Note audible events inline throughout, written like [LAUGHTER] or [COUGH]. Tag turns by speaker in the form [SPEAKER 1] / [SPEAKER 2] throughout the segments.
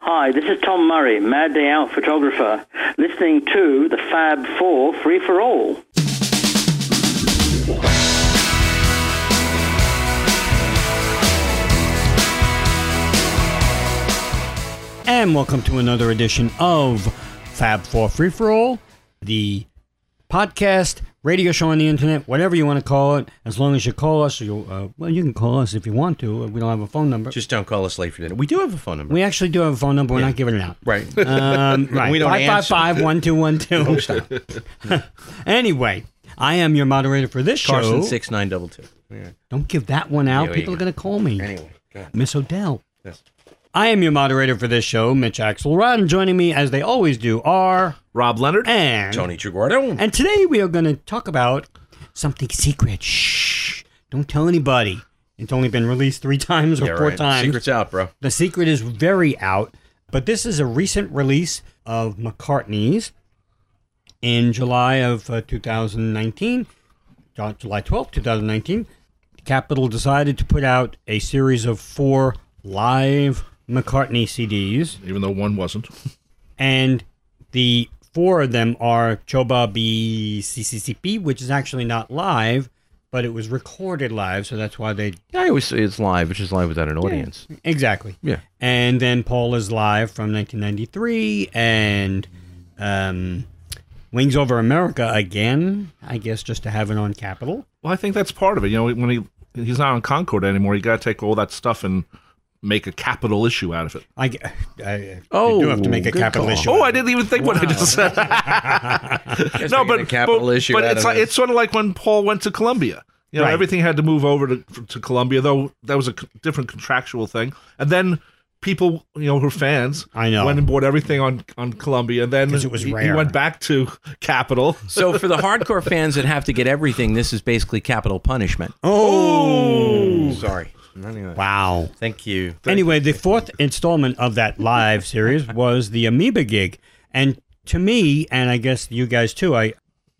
[SPEAKER 1] Hi, this is Tom Murray, Mad Day Out photographer, listening to the Fab Four Free for All.
[SPEAKER 2] And welcome to another edition of Fab Four Free for All, the podcast, radio show on the internet, whatever you want to call it. As long as you call us, you uh, well, you can call us if you want to. We don't have a phone number.
[SPEAKER 3] Just don't call us late for dinner. We do have a phone number.
[SPEAKER 2] we actually do have a phone number. We're not giving it out.
[SPEAKER 3] right.
[SPEAKER 2] Um,
[SPEAKER 3] [LAUGHS]
[SPEAKER 2] right.
[SPEAKER 3] We don't answer. Oh,
[SPEAKER 2] 555 1212. [LAUGHS] Anyway, I am your moderator for this
[SPEAKER 3] Carson
[SPEAKER 2] show.
[SPEAKER 3] six nine double two. Yeah.
[SPEAKER 2] Don't give that one out.
[SPEAKER 3] Yeah,
[SPEAKER 2] People
[SPEAKER 3] yeah.
[SPEAKER 2] are going to call me.
[SPEAKER 3] Anyway, go ahead.
[SPEAKER 2] Miss Odell.
[SPEAKER 3] Yes.
[SPEAKER 2] I am your moderator for this show, Mitch Axelrod, and joining me, as they always do, are
[SPEAKER 4] Rob Leonard.
[SPEAKER 2] and
[SPEAKER 3] Tony Triguardo.
[SPEAKER 2] And today we are going to talk about something secret. Shh! Don't tell anybody. It's only been released three [LAUGHS] times or
[SPEAKER 3] Yeah,
[SPEAKER 2] four
[SPEAKER 3] right.
[SPEAKER 2] times.
[SPEAKER 3] Secrets out, bro.
[SPEAKER 2] The secret is very out, but this is a recent release of McCartney's in July of uh, 2019, Ju- July 12, 2019. Capitol decided to put out a series of four live McCartney CDs,
[SPEAKER 4] Even though one wasn't.
[SPEAKER 2] and the four of them are Choba BCCCP, which is actually not live, but it was recorded live, so that's why they
[SPEAKER 5] I always say it's live, which is live without an audience.
[SPEAKER 2] exactly.
[SPEAKER 5] Yeah.
[SPEAKER 2] and then Paul is live from 1993, and um, Wings Over America again, I guess, just to have it on Capitol.
[SPEAKER 4] Well, I think that's part of it. You know, when he he's not on Concord anymore, you got to take all that stuff and make a capital issue out of it.
[SPEAKER 2] I, g- I-
[SPEAKER 5] Oh,
[SPEAKER 2] you do have to make a
[SPEAKER 5] good
[SPEAKER 2] capital
[SPEAKER 5] call.
[SPEAKER 2] issue.
[SPEAKER 4] Oh, I didn't even think what I just said. [LAUGHS] no,
[SPEAKER 3] making
[SPEAKER 4] but
[SPEAKER 3] a capital
[SPEAKER 4] but,
[SPEAKER 3] issue
[SPEAKER 4] but
[SPEAKER 3] out
[SPEAKER 4] it's
[SPEAKER 3] of
[SPEAKER 4] like
[SPEAKER 3] it.
[SPEAKER 4] it's sort of like when Paul went to Columbia. You know,
[SPEAKER 2] Right.
[SPEAKER 4] everything had to move over to to Columbia, though that was a c- different contractual thing. And then people, you know, who are fans,
[SPEAKER 2] I know.
[SPEAKER 4] went and bought everything on on Columbia. And then
[SPEAKER 2] 'Cause it was
[SPEAKER 4] he, he
[SPEAKER 2] rare.
[SPEAKER 4] went back to [LAUGHS] Capitol.
[SPEAKER 3] So for the hardcore fans that have to get everything, this is basically capital punishment.
[SPEAKER 2] Oh,
[SPEAKER 3] Sorry. Anyway.
[SPEAKER 2] wow.
[SPEAKER 3] Thank you.
[SPEAKER 2] Anyway, the fourth installment of that live series was the Amoeba gig, and to me, and I guess you guys too, I,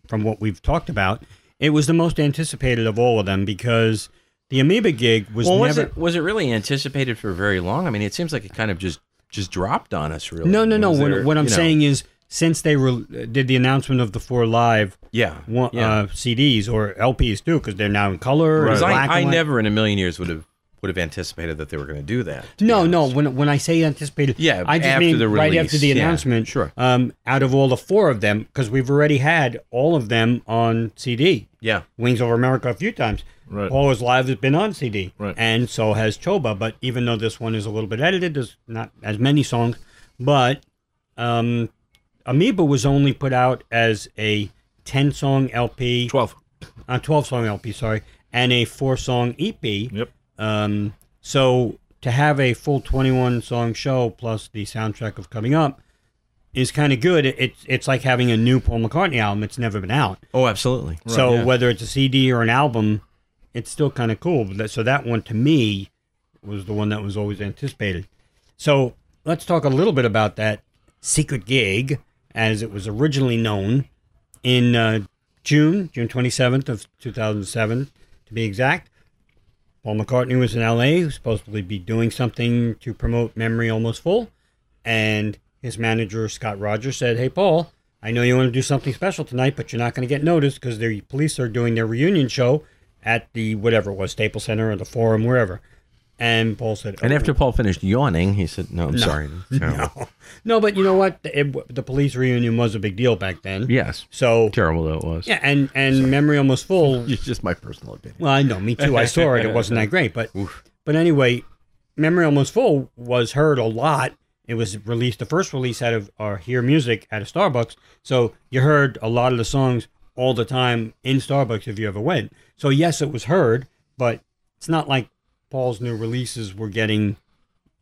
[SPEAKER 2] from what we've talked about, it was the most anticipated of all of them because the Amoeba gig was
[SPEAKER 3] well, was
[SPEAKER 2] never.
[SPEAKER 3] it was it really anticipated for very long? I mean, it seems like it kind of just just dropped on us, really.
[SPEAKER 2] No, no, no.
[SPEAKER 3] Was
[SPEAKER 2] What,
[SPEAKER 3] there-
[SPEAKER 2] what I'm
[SPEAKER 3] you know-
[SPEAKER 2] saying is, since they re- did the announcement of the four live
[SPEAKER 3] yeah,
[SPEAKER 2] one,
[SPEAKER 3] yeah.
[SPEAKER 2] Uh, CDs or LPs too, because they're now in color. and
[SPEAKER 3] 'Cause I,
[SPEAKER 2] black
[SPEAKER 3] I
[SPEAKER 2] and white.
[SPEAKER 3] never in a million years would have would have anticipated that they were going to do that. to be
[SPEAKER 2] No, no.
[SPEAKER 3] honest.
[SPEAKER 2] When when I say anticipated,
[SPEAKER 3] Yeah,
[SPEAKER 2] I just
[SPEAKER 3] after
[SPEAKER 2] mean
[SPEAKER 3] the
[SPEAKER 2] right
[SPEAKER 3] release,
[SPEAKER 2] after the
[SPEAKER 3] yeah,
[SPEAKER 2] announcement.
[SPEAKER 3] sure.
[SPEAKER 2] Um, out of all the four of them, because we've already had all of them on CD.
[SPEAKER 3] Yeah.
[SPEAKER 2] Wings Over America a few times.
[SPEAKER 4] Right.
[SPEAKER 2] All is live has been on CD.
[SPEAKER 4] Right.
[SPEAKER 2] And so has Choba. But even though this one is a little bit edited, there's not as many songs. But um, Amoeba was only put out as a 10 song LP,
[SPEAKER 4] Twelve.
[SPEAKER 2] uh, 12 song LP, sorry, and a four song EP.
[SPEAKER 4] Yep.
[SPEAKER 2] Um, so to have a full 21 song show plus the soundtrack of Coming Up is kind of good. It, it's it's like having a new Paul McCartney album. It's never been out.
[SPEAKER 3] Oh, absolutely.
[SPEAKER 2] so whether it's a CD or an album, it's still kind of cool. But that- So that one to me was the one that was always anticipated. So let's talk a little bit about that secret gig as it was originally known in uh, June, June 27th of 2007 to be exact. Paul McCartney was in LA, he was supposedly be doing something to promote Memory Almost Full. And his manager, Scott Rogers, said, Hey, Paul, I know you want to do something special tonight, but you're not going to get noticed because the police are doing their reunion show at the whatever it was, Staples Center or the Forum, wherever. And Paul said,
[SPEAKER 3] And
[SPEAKER 2] "Oh."
[SPEAKER 3] after Paul finished yawning, he said, "No, I'm sorry." No.
[SPEAKER 2] [LAUGHS] No, but you know what? It, the police reunion was a big deal back then.
[SPEAKER 5] Yes.
[SPEAKER 2] So,
[SPEAKER 5] Terrible though it was.
[SPEAKER 2] yeah, [LAUGHS] and, and Memory Almost Full
[SPEAKER 5] It's just my personal opinion.
[SPEAKER 2] Well, I know, me too. I saw it. It wasn't that great, but but anyway, "Memory Almost Full" was heard a lot. It was released, the first release out of our Hear Music at a Starbucks, so you heard a lot of the songs all the time in Starbucks if you ever went. So yes, it was heard, but it's not like Paul's new releases were getting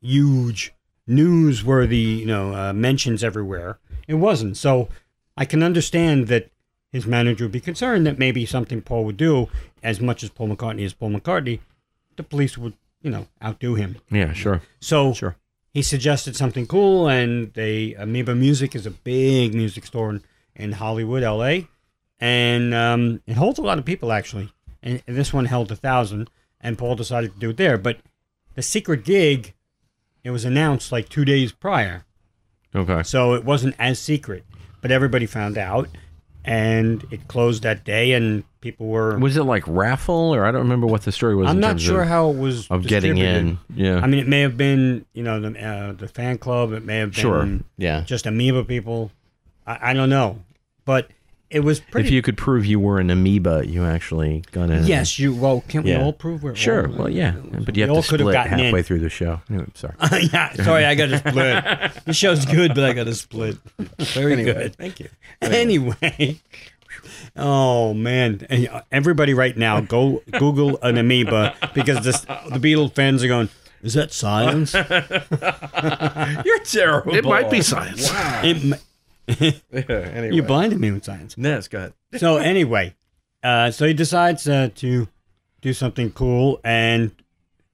[SPEAKER 2] huge newsworthy, you know, uh, mentions everywhere. It wasn't. So I can understand that his manager would be concerned that maybe something Paul would do, as much as Paul McCartney is Paul McCartney, the police would, you know, outdo him.
[SPEAKER 5] Yeah, sure.
[SPEAKER 2] So
[SPEAKER 5] Sure.
[SPEAKER 2] he suggested something cool, and they Amoeba Music is a big music store in, in Hollywood, L.A., and um, it holds a lot of people actually. And, and this one held a thousand, and Paul decided to do it there. But the secret gig, it was announced like two days prior,
[SPEAKER 5] Okay.
[SPEAKER 2] So it wasn't as secret, but everybody found out, and it closed that day, and people were.
[SPEAKER 5] Was it like raffle or I don't remember what the story was?
[SPEAKER 2] I'm
[SPEAKER 5] in
[SPEAKER 2] not
[SPEAKER 5] terms
[SPEAKER 2] sure
[SPEAKER 5] of,
[SPEAKER 2] how it was
[SPEAKER 5] of getting in.
[SPEAKER 2] distributed.
[SPEAKER 5] Yeah.
[SPEAKER 2] I mean, it may have been you know the uh, the fan club. It may have been
[SPEAKER 5] sure. Yeah.
[SPEAKER 2] just amoeba people. I, I don't know, but it was pretty.
[SPEAKER 5] If you could prove you were an amoeba, you actually got in.
[SPEAKER 2] yes, you well, can't
[SPEAKER 5] Yeah.
[SPEAKER 2] we all prove we're
[SPEAKER 5] Sure.
[SPEAKER 2] all-
[SPEAKER 5] Well, yeah. But
[SPEAKER 2] we
[SPEAKER 5] you have
[SPEAKER 2] all
[SPEAKER 5] to
[SPEAKER 2] could have
[SPEAKER 5] split
[SPEAKER 2] gotten
[SPEAKER 5] halfway
[SPEAKER 2] in.
[SPEAKER 5] through the show. Anyway, sorry.
[SPEAKER 2] [LAUGHS] yeah, sorry, I got to split. the show's good, but I got to split. Very good. Thank you. [LAUGHS] Anyway. Oh man! And, uh, Everybody right now, go Google an amoeba because this, the Beatles fans are going. Is that science? [LAUGHS] It,
[SPEAKER 5] You're terrible.
[SPEAKER 2] Oh,
[SPEAKER 4] It
[SPEAKER 2] [LAUGHS]
[SPEAKER 4] might be science.
[SPEAKER 2] m-
[SPEAKER 6] anyway.
[SPEAKER 2] you blinded me with science.
[SPEAKER 5] Yes, go ahead.
[SPEAKER 2] So anyway, uh, so he decides uh, to do something cool, and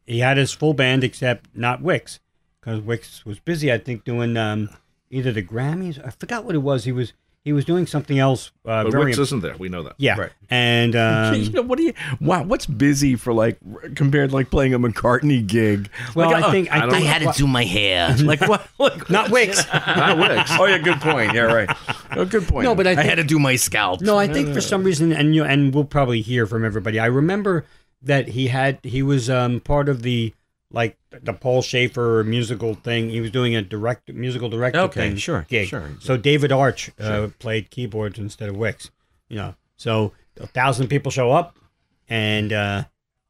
[SPEAKER 2] he had his full band except not Wicks, because Wicks was busy, I think, doing um, either the Grammys. I forgot what it was. He was he was doing something else. Uh,
[SPEAKER 4] But
[SPEAKER 2] very
[SPEAKER 4] Wix isn't there. We know that.
[SPEAKER 2] yeah,
[SPEAKER 5] Right.
[SPEAKER 2] and um,
[SPEAKER 5] [LAUGHS] you know what do you? Wow, what's busy for like compared to like playing a McCartney gig?
[SPEAKER 2] well,
[SPEAKER 5] like,
[SPEAKER 2] I think I,
[SPEAKER 4] I don't
[SPEAKER 2] think
[SPEAKER 4] know.
[SPEAKER 2] had it
[SPEAKER 5] do my hair. [LAUGHS] like what? Like,
[SPEAKER 2] not
[SPEAKER 5] [LAUGHS]
[SPEAKER 2] Wicks.
[SPEAKER 4] Not Wix.
[SPEAKER 5] oh yeah, good point. Yeah, right. Oh, good point.
[SPEAKER 2] No, but I think-
[SPEAKER 5] had to do my scalp.
[SPEAKER 2] No, I think for some reason, and you and we'll probably hear from everybody. I remember that he had he was um, part of the like the Paul Schaefer musical thing. He was doing a direct musical director
[SPEAKER 5] Okay,
[SPEAKER 2] thing.
[SPEAKER 5] sure,
[SPEAKER 2] gig.
[SPEAKER 5] sure.
[SPEAKER 2] So David Arch uh, played keyboards instead of Wicks. You know, so a thousand people show up, and uh,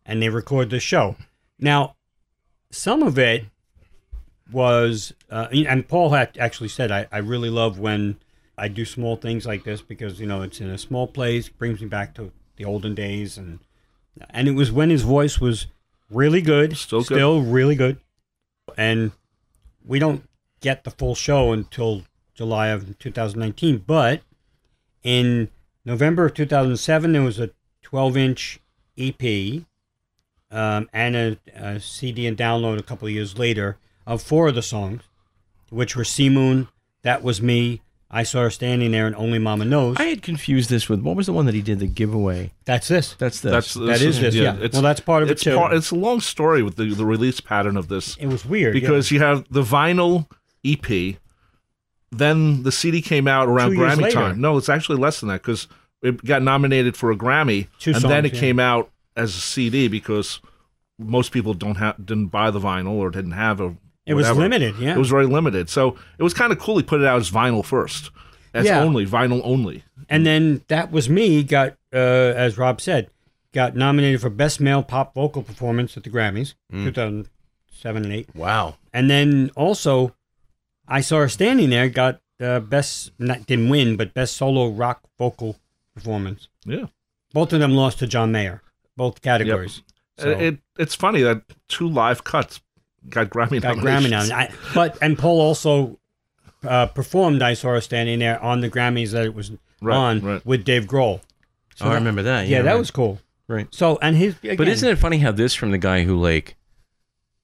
[SPEAKER 2] and they record the show. Now, some of it was, uh, and Paul had actually said, I, I really love when I do small things like this because, you know, it's in a small place, brings me back to the olden days. And, and it was when his voice was really good,
[SPEAKER 4] Still good.
[SPEAKER 2] still really good. And we don't get the full show until July of 2019. But in November of 2007, there was a 12 inch EP um, and a, a CD and download a couple of years later of four of the songs, which were Sea Moon, That Was Me, I Saw Her Standing There, and Only Mama Knows.
[SPEAKER 5] I had confused this with what was the one that he did the giveaway.
[SPEAKER 2] That's this.
[SPEAKER 5] That's this.
[SPEAKER 4] That's
[SPEAKER 2] That is this, yeah. Well, that's part of it
[SPEAKER 4] it's
[SPEAKER 2] too.
[SPEAKER 4] part- it's a long story with the, the release pattern of this
[SPEAKER 2] It was weird. yeah.
[SPEAKER 4] because you have the vinyl EP, then the CD came out around
[SPEAKER 2] Two years
[SPEAKER 4] Grammy
[SPEAKER 2] later.
[SPEAKER 4] time. No, it's actually less than that because it got nominated for a Grammy,
[SPEAKER 2] Two
[SPEAKER 4] and then
[SPEAKER 2] songs,
[SPEAKER 4] it
[SPEAKER 2] yeah.
[SPEAKER 4] came out as a CD because most people don't have didn't buy the vinyl or didn't have a.
[SPEAKER 2] it was
[SPEAKER 4] whatever.
[SPEAKER 2] limited. Yeah.
[SPEAKER 4] It was very limited, so it was kind of cool. He put it out as vinyl first, as
[SPEAKER 2] Yeah.
[SPEAKER 4] only vinyl only.
[SPEAKER 2] and then That Was Me got, uh, as Rob said, got nominated for Best Male Pop Vocal Performance at the Grammys,
[SPEAKER 4] Mm.
[SPEAKER 2] 2007 and 8.
[SPEAKER 5] wow.
[SPEAKER 2] And then also, I saw her standing there. Got uh, best, not didn't win, but best solo rock vocal performance.
[SPEAKER 4] Yeah.
[SPEAKER 2] Both of them lost to John Mayer. Both categories. So,
[SPEAKER 5] Uh,
[SPEAKER 4] It, it it's funny that two live cuts got Grammy
[SPEAKER 2] got Grammy
[SPEAKER 4] nominations.
[SPEAKER 2] now. I, but and Paul also uh, performed "I Saw Her Standing There" on the Grammys that it was
[SPEAKER 4] Right,
[SPEAKER 2] on
[SPEAKER 4] right.
[SPEAKER 2] with Dave Grohl.
[SPEAKER 5] Oh, I remember that.
[SPEAKER 2] Yeah, that
[SPEAKER 5] right.
[SPEAKER 2] was cool.
[SPEAKER 5] right.
[SPEAKER 2] So and his
[SPEAKER 5] But isn't it funny how this from the guy who like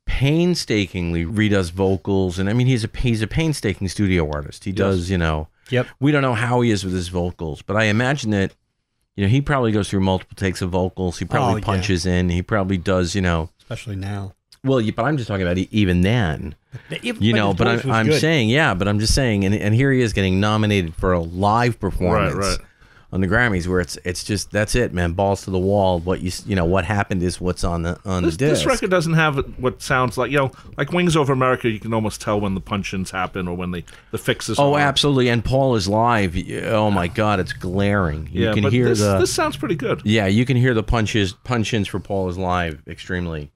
[SPEAKER 5] painstakingly redoes vocals and I mean he's a he's a painstaking studio artist. He does, you know.
[SPEAKER 2] Yep.
[SPEAKER 5] We don't know how he is with his vocals, but I imagine that you know, he probably goes through multiple takes of vocals. He
[SPEAKER 2] Oh,
[SPEAKER 5] probably
[SPEAKER 2] yeah.
[SPEAKER 5] punches in. He probably does, you know.
[SPEAKER 2] especially now?
[SPEAKER 5] Well, you- but I'm just talking about e- even then, you know. But I'm, I'm saying, yeah. But I'm just saying, and, and here he is getting nominated for a live performance
[SPEAKER 4] right.
[SPEAKER 5] on the Grammys, where it's it's just that's it, man. Balls to the wall. What you s- you know what happened is what's on the on
[SPEAKER 4] This,
[SPEAKER 5] the disc.
[SPEAKER 4] this record doesn't have what sounds like you know, like Wings Over America. You can almost tell when the punch-ins happen or when the the fixes.
[SPEAKER 5] Oh,
[SPEAKER 4] are.
[SPEAKER 5] absolutely. And Paul is live. Y- Oh my God, it's glaring. You
[SPEAKER 4] Yeah,
[SPEAKER 5] can
[SPEAKER 4] but
[SPEAKER 5] hear
[SPEAKER 4] this,
[SPEAKER 5] the
[SPEAKER 4] this sounds pretty good.
[SPEAKER 5] yeah. You can hear the punches punch ins for Paul is live extremely.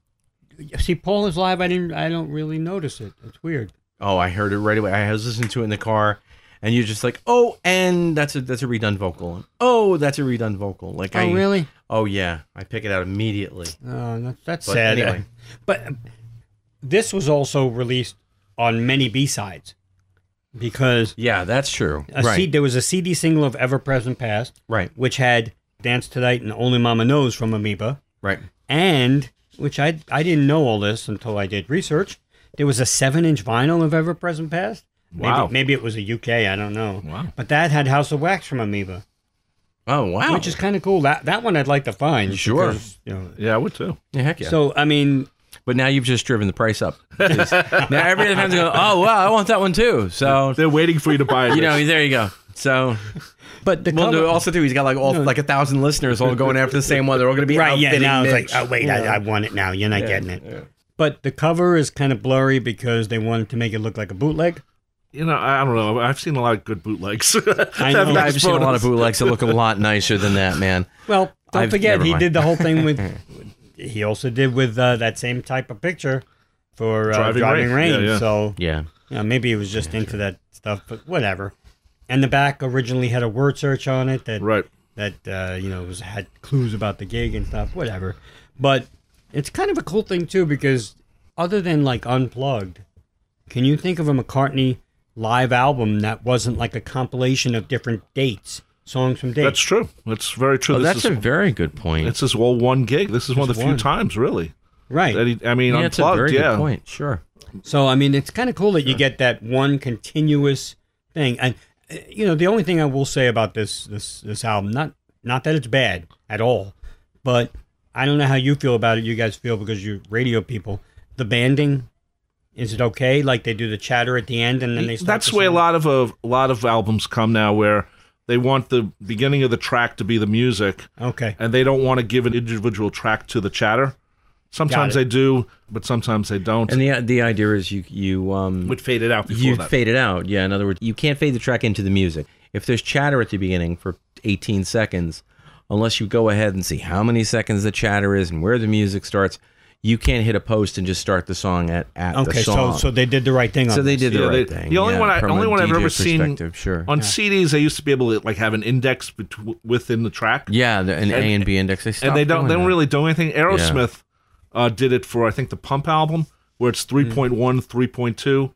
[SPEAKER 2] See, Paul is live. I didn't. I don't really notice it. It's weird.
[SPEAKER 5] Oh, I heard it right away. I was listening to it in the car, and you're just like, oh, and that's a that's a redone vocal. Oh, that's a redone vocal. Like, I,
[SPEAKER 2] oh, really?
[SPEAKER 5] Oh yeah, I pick it out immediately.
[SPEAKER 2] Oh, that's, that's
[SPEAKER 5] But
[SPEAKER 2] sad.
[SPEAKER 5] anyway.
[SPEAKER 2] But um, this was also released on many B sides because
[SPEAKER 5] Yeah, that's true.
[SPEAKER 2] a
[SPEAKER 5] right,
[SPEAKER 2] C- there was a CD single of Ever Present Past,
[SPEAKER 5] right,
[SPEAKER 2] which had Dance Tonight and Only Mama Knows from Amoeba,
[SPEAKER 5] right.
[SPEAKER 2] and which I I didn't know all this until I did research. There was a seven inch vinyl of Ever Present Past.
[SPEAKER 4] Wow.
[SPEAKER 2] Maybe, maybe it was a UK. I don't know.
[SPEAKER 4] Wow.
[SPEAKER 2] But that had House of Wax from Amoeba,
[SPEAKER 5] Oh wow,
[SPEAKER 2] which is kind of cool. That that one I'd like to find.
[SPEAKER 5] Sure.
[SPEAKER 2] because, you know,
[SPEAKER 4] Yeah, I would too.
[SPEAKER 5] yeah, heck yeah.
[SPEAKER 2] So I mean,
[SPEAKER 5] But now you've just driven the
[SPEAKER 2] [LAUGHS]
[SPEAKER 5] price up. 'Cause now every other fan's going, oh wow, I want that one too. So
[SPEAKER 4] They're waiting for you
[SPEAKER 5] [LAUGHS]
[SPEAKER 4] to buy it.
[SPEAKER 5] you know, there you go. So,
[SPEAKER 2] But the
[SPEAKER 5] well,
[SPEAKER 2] cover-
[SPEAKER 5] also too, he's got like all like a thousand listeners all going after the same one. They're all going to be
[SPEAKER 2] right, yeah.
[SPEAKER 5] outbidding
[SPEAKER 2] Now it's like,
[SPEAKER 5] Mitch.
[SPEAKER 2] oh wait, I, I want it now. You're not getting it. But the cover is kind of blurry because they wanted to make it look like a bootleg.
[SPEAKER 4] you know, I I don't know. I've seen a lot of good bootlegs. [LAUGHS]
[SPEAKER 2] I know.
[SPEAKER 5] I've seen a lot of bootlegs that look a lot nicer than that, man.
[SPEAKER 2] Well, don't
[SPEAKER 5] I've-
[SPEAKER 2] forget
[SPEAKER 5] never
[SPEAKER 2] he
[SPEAKER 5] mind.
[SPEAKER 2] did the whole thing [LAUGHS] with. he also did with uh, that same type of picture for uh, driving,
[SPEAKER 4] Driving
[SPEAKER 2] rain.
[SPEAKER 4] Rain. Yeah, yeah.
[SPEAKER 2] So
[SPEAKER 5] Yeah.
[SPEAKER 2] you know, maybe he was just into that stuff, but whatever. And the back originally had a word search on it that
[SPEAKER 4] Right.
[SPEAKER 2] that uh, you know was had clues about the gig and stuff, whatever. But it's kind of a cool thing too because other than like unplugged, can you think of a McCartney live album that wasn't like a compilation of different dates, songs from dates?
[SPEAKER 4] That's true. That's very true.
[SPEAKER 5] Oh,
[SPEAKER 4] this
[SPEAKER 5] that's
[SPEAKER 4] is,
[SPEAKER 5] a very good point.
[SPEAKER 4] this is all one gig. This is one of the
[SPEAKER 2] one.
[SPEAKER 4] few times, really.
[SPEAKER 2] right.
[SPEAKER 4] That he, I mean,
[SPEAKER 5] yeah, it's a
[SPEAKER 4] unplugged.
[SPEAKER 5] very
[SPEAKER 4] yeah.
[SPEAKER 5] good point. Sure.
[SPEAKER 2] So I mean, it's kind of cool that you get that one continuous thing. And uh, you know, the only thing I will say about this this this album not not that it's bad at all, but I don't know how you feel about it. You guys feel because you're radio people. The banding is it okay? Like they do the chatter at the end, and then they start
[SPEAKER 4] that's
[SPEAKER 2] the
[SPEAKER 4] where a
[SPEAKER 2] song?
[SPEAKER 4] lot of a lot of albums come now, where they want the beginning of the track to be the music,
[SPEAKER 2] Okay,
[SPEAKER 4] and they don't want to give an individual track to the chatter. Sometimes
[SPEAKER 2] it.
[SPEAKER 4] they do, but sometimes they don't.
[SPEAKER 5] And the the idea is you you um
[SPEAKER 4] would fade it out before
[SPEAKER 5] you
[SPEAKER 4] that.
[SPEAKER 5] fade it out. Yeah. In other words, you can't fade the track into the music. If there's chatter at the beginning for 18 seconds, unless you go ahead and see how many seconds the chatter is and where the music starts, you can't hit a post and just start the song at, at
[SPEAKER 2] okay.
[SPEAKER 5] the
[SPEAKER 2] So
[SPEAKER 5] song.
[SPEAKER 2] so they did the right thing. On
[SPEAKER 5] So they
[SPEAKER 2] this.
[SPEAKER 5] did the
[SPEAKER 4] Yeah,
[SPEAKER 5] right
[SPEAKER 4] they-
[SPEAKER 5] thing.
[SPEAKER 4] the only
[SPEAKER 5] yeah,
[SPEAKER 4] one I-
[SPEAKER 5] from
[SPEAKER 4] only
[SPEAKER 5] a
[SPEAKER 4] one I've
[SPEAKER 5] DJ
[SPEAKER 4] ever seen
[SPEAKER 5] perspective, Sure.
[SPEAKER 4] On CDs, they used to be able to like have an index betw within the track,
[SPEAKER 5] yeah, the, an A and B index. They
[SPEAKER 4] and they don't they don't really do anything. Aerosmith uh, did it for I think the Pump album, where it's 3.1, 3.2. So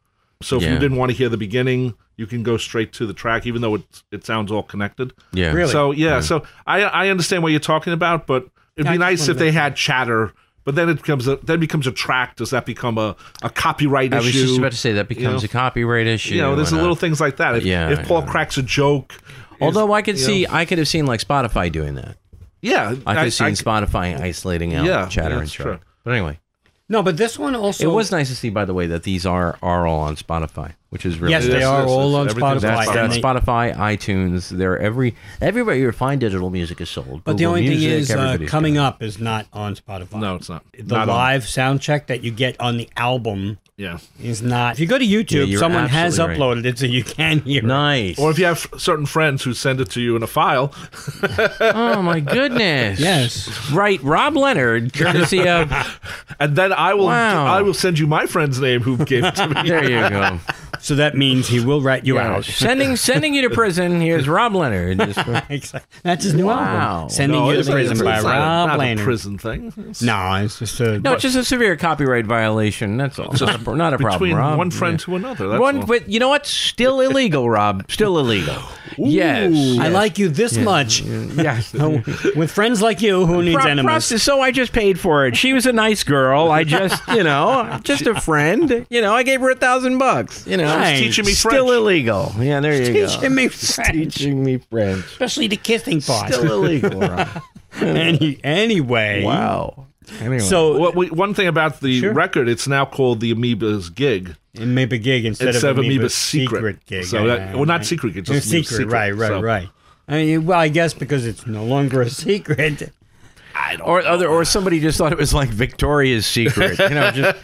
[SPEAKER 4] if
[SPEAKER 5] Mm. Yeah.
[SPEAKER 4] you didn't want to hear the beginning, you can go straight to the track, even though it it sounds all connected.
[SPEAKER 5] Yeah.
[SPEAKER 2] Really?
[SPEAKER 4] So yeah, so I I understand what you're talking about, but it'd
[SPEAKER 2] I
[SPEAKER 4] be
[SPEAKER 2] just
[SPEAKER 4] nice
[SPEAKER 2] wanted
[SPEAKER 4] if
[SPEAKER 2] to-
[SPEAKER 4] they had chatter. But then it becomes a then becomes a track. Does that become a, a copyright
[SPEAKER 5] I
[SPEAKER 4] issue?
[SPEAKER 5] was just about to say that
[SPEAKER 4] you know?
[SPEAKER 5] becomes a copyright issue.
[SPEAKER 4] you know, there's
[SPEAKER 5] and uh,
[SPEAKER 4] a little things like that. If,
[SPEAKER 5] Yeah,
[SPEAKER 4] if Paul
[SPEAKER 5] yeah.
[SPEAKER 4] cracks a joke,
[SPEAKER 5] Although I could
[SPEAKER 4] you
[SPEAKER 5] see,
[SPEAKER 4] know.
[SPEAKER 5] I could have seen like Spotify doing that.
[SPEAKER 4] yeah,
[SPEAKER 5] I could have seen
[SPEAKER 4] I-
[SPEAKER 5] Spotify isolating out
[SPEAKER 4] Yeah,
[SPEAKER 5] chatter and
[SPEAKER 4] that's
[SPEAKER 5] track.
[SPEAKER 4] true.
[SPEAKER 5] But anyway,
[SPEAKER 2] no, but this one also
[SPEAKER 5] it was nice to see, by the way, that these are are all on Spotify, which is really
[SPEAKER 2] Yes, they
[SPEAKER 4] Yes,
[SPEAKER 2] are
[SPEAKER 4] yes,
[SPEAKER 2] all
[SPEAKER 4] yes,
[SPEAKER 2] on
[SPEAKER 4] everything's
[SPEAKER 2] Spotify.
[SPEAKER 4] on
[SPEAKER 5] That's,
[SPEAKER 2] and
[SPEAKER 5] that's
[SPEAKER 2] they-
[SPEAKER 5] Spotify, iTunes. They're every everywhere you find digital music is sold.
[SPEAKER 2] But the
[SPEAKER 5] Google
[SPEAKER 2] only thing
[SPEAKER 5] Music,
[SPEAKER 2] is, uh,
[SPEAKER 5] everybody's
[SPEAKER 2] coming
[SPEAKER 5] got
[SPEAKER 2] up is not on Spotify.
[SPEAKER 4] No, it's not.
[SPEAKER 2] the
[SPEAKER 4] Not on-
[SPEAKER 2] live sound check that you get on the album
[SPEAKER 4] yeah.
[SPEAKER 2] is not. If you go to
[SPEAKER 5] Yeah,
[SPEAKER 2] YouTube,
[SPEAKER 5] you're
[SPEAKER 2] someone has
[SPEAKER 5] absolutely
[SPEAKER 2] uploaded it, so you can hear.
[SPEAKER 5] it.
[SPEAKER 2] it.
[SPEAKER 5] Nice.
[SPEAKER 4] Or if you have certain friends who send it to you in a file,
[SPEAKER 5] oh my goodness.
[SPEAKER 2] [LAUGHS] Yes.
[SPEAKER 5] Right, Rob Leonard, courtesy
[SPEAKER 2] [LAUGHS]
[SPEAKER 5] of.
[SPEAKER 4] and then I will
[SPEAKER 5] Wow.
[SPEAKER 4] I will send you my friend's name who gave it to
[SPEAKER 2] [LAUGHS]
[SPEAKER 4] me.
[SPEAKER 5] There you go.
[SPEAKER 2] So that means he will rat you out. [LAUGHS]
[SPEAKER 5] Sending sending you to prison. Here's Rob Leonard. Just-
[SPEAKER 2] That's his new
[SPEAKER 5] Wow.
[SPEAKER 2] album. Sending you
[SPEAKER 4] it's
[SPEAKER 2] to
[SPEAKER 4] not-
[SPEAKER 2] prison
[SPEAKER 4] it's
[SPEAKER 2] by
[SPEAKER 4] not a-
[SPEAKER 2] Rob
[SPEAKER 4] not a
[SPEAKER 2] Lehner.
[SPEAKER 4] prison thing. It's
[SPEAKER 2] No, it's just a.
[SPEAKER 5] no, it's just a severe copyright violation. That's all. Not a, pro- not a problem.
[SPEAKER 4] between
[SPEAKER 5] Rob.
[SPEAKER 4] one friend
[SPEAKER 5] Yeah.
[SPEAKER 4] to another. That's
[SPEAKER 5] One,
[SPEAKER 4] all.
[SPEAKER 5] but you know what? Still illegal, Rob. Still illegal. Yes.
[SPEAKER 2] I like you this much.
[SPEAKER 5] Yes.
[SPEAKER 2] No, with friends like you, who needs
[SPEAKER 5] Pro-
[SPEAKER 2] enemies?
[SPEAKER 5] prosti- so I just paid for it. She was a nice girl. I just, you know, just a friend. You know, I gave her a thousand bucks. You know,
[SPEAKER 2] Nice.
[SPEAKER 4] Teaching me
[SPEAKER 5] still
[SPEAKER 4] French.
[SPEAKER 5] illegal. Yeah, there you
[SPEAKER 2] [LAUGHS]
[SPEAKER 5] go.
[SPEAKER 2] Teaching me French,
[SPEAKER 5] Teaching me French.
[SPEAKER 2] especially the kissing part.
[SPEAKER 5] Still illegal. [LAUGHS] Rob.
[SPEAKER 2] [LAUGHS] Any, anyway,
[SPEAKER 5] Wow. Anyway.
[SPEAKER 2] So
[SPEAKER 4] What we, one thing about the record, it's now called the Amoeba's Gig
[SPEAKER 2] it may be gig instead
[SPEAKER 4] instead
[SPEAKER 2] of
[SPEAKER 4] of
[SPEAKER 2] amoeba
[SPEAKER 4] Amoeba's
[SPEAKER 2] secret,
[SPEAKER 4] Secret.
[SPEAKER 2] gig.
[SPEAKER 4] So
[SPEAKER 2] I-
[SPEAKER 4] that- well,
[SPEAKER 2] I-
[SPEAKER 4] not secret gig, just
[SPEAKER 2] It's
[SPEAKER 4] Amoeba's
[SPEAKER 2] secret,
[SPEAKER 4] secret,
[SPEAKER 2] right, right,
[SPEAKER 4] so.
[SPEAKER 2] right. I mean, well, I guess because it's no longer a [LAUGHS] secret.
[SPEAKER 5] or other, or somebody just thought it was like Victoria's Secret, you know, just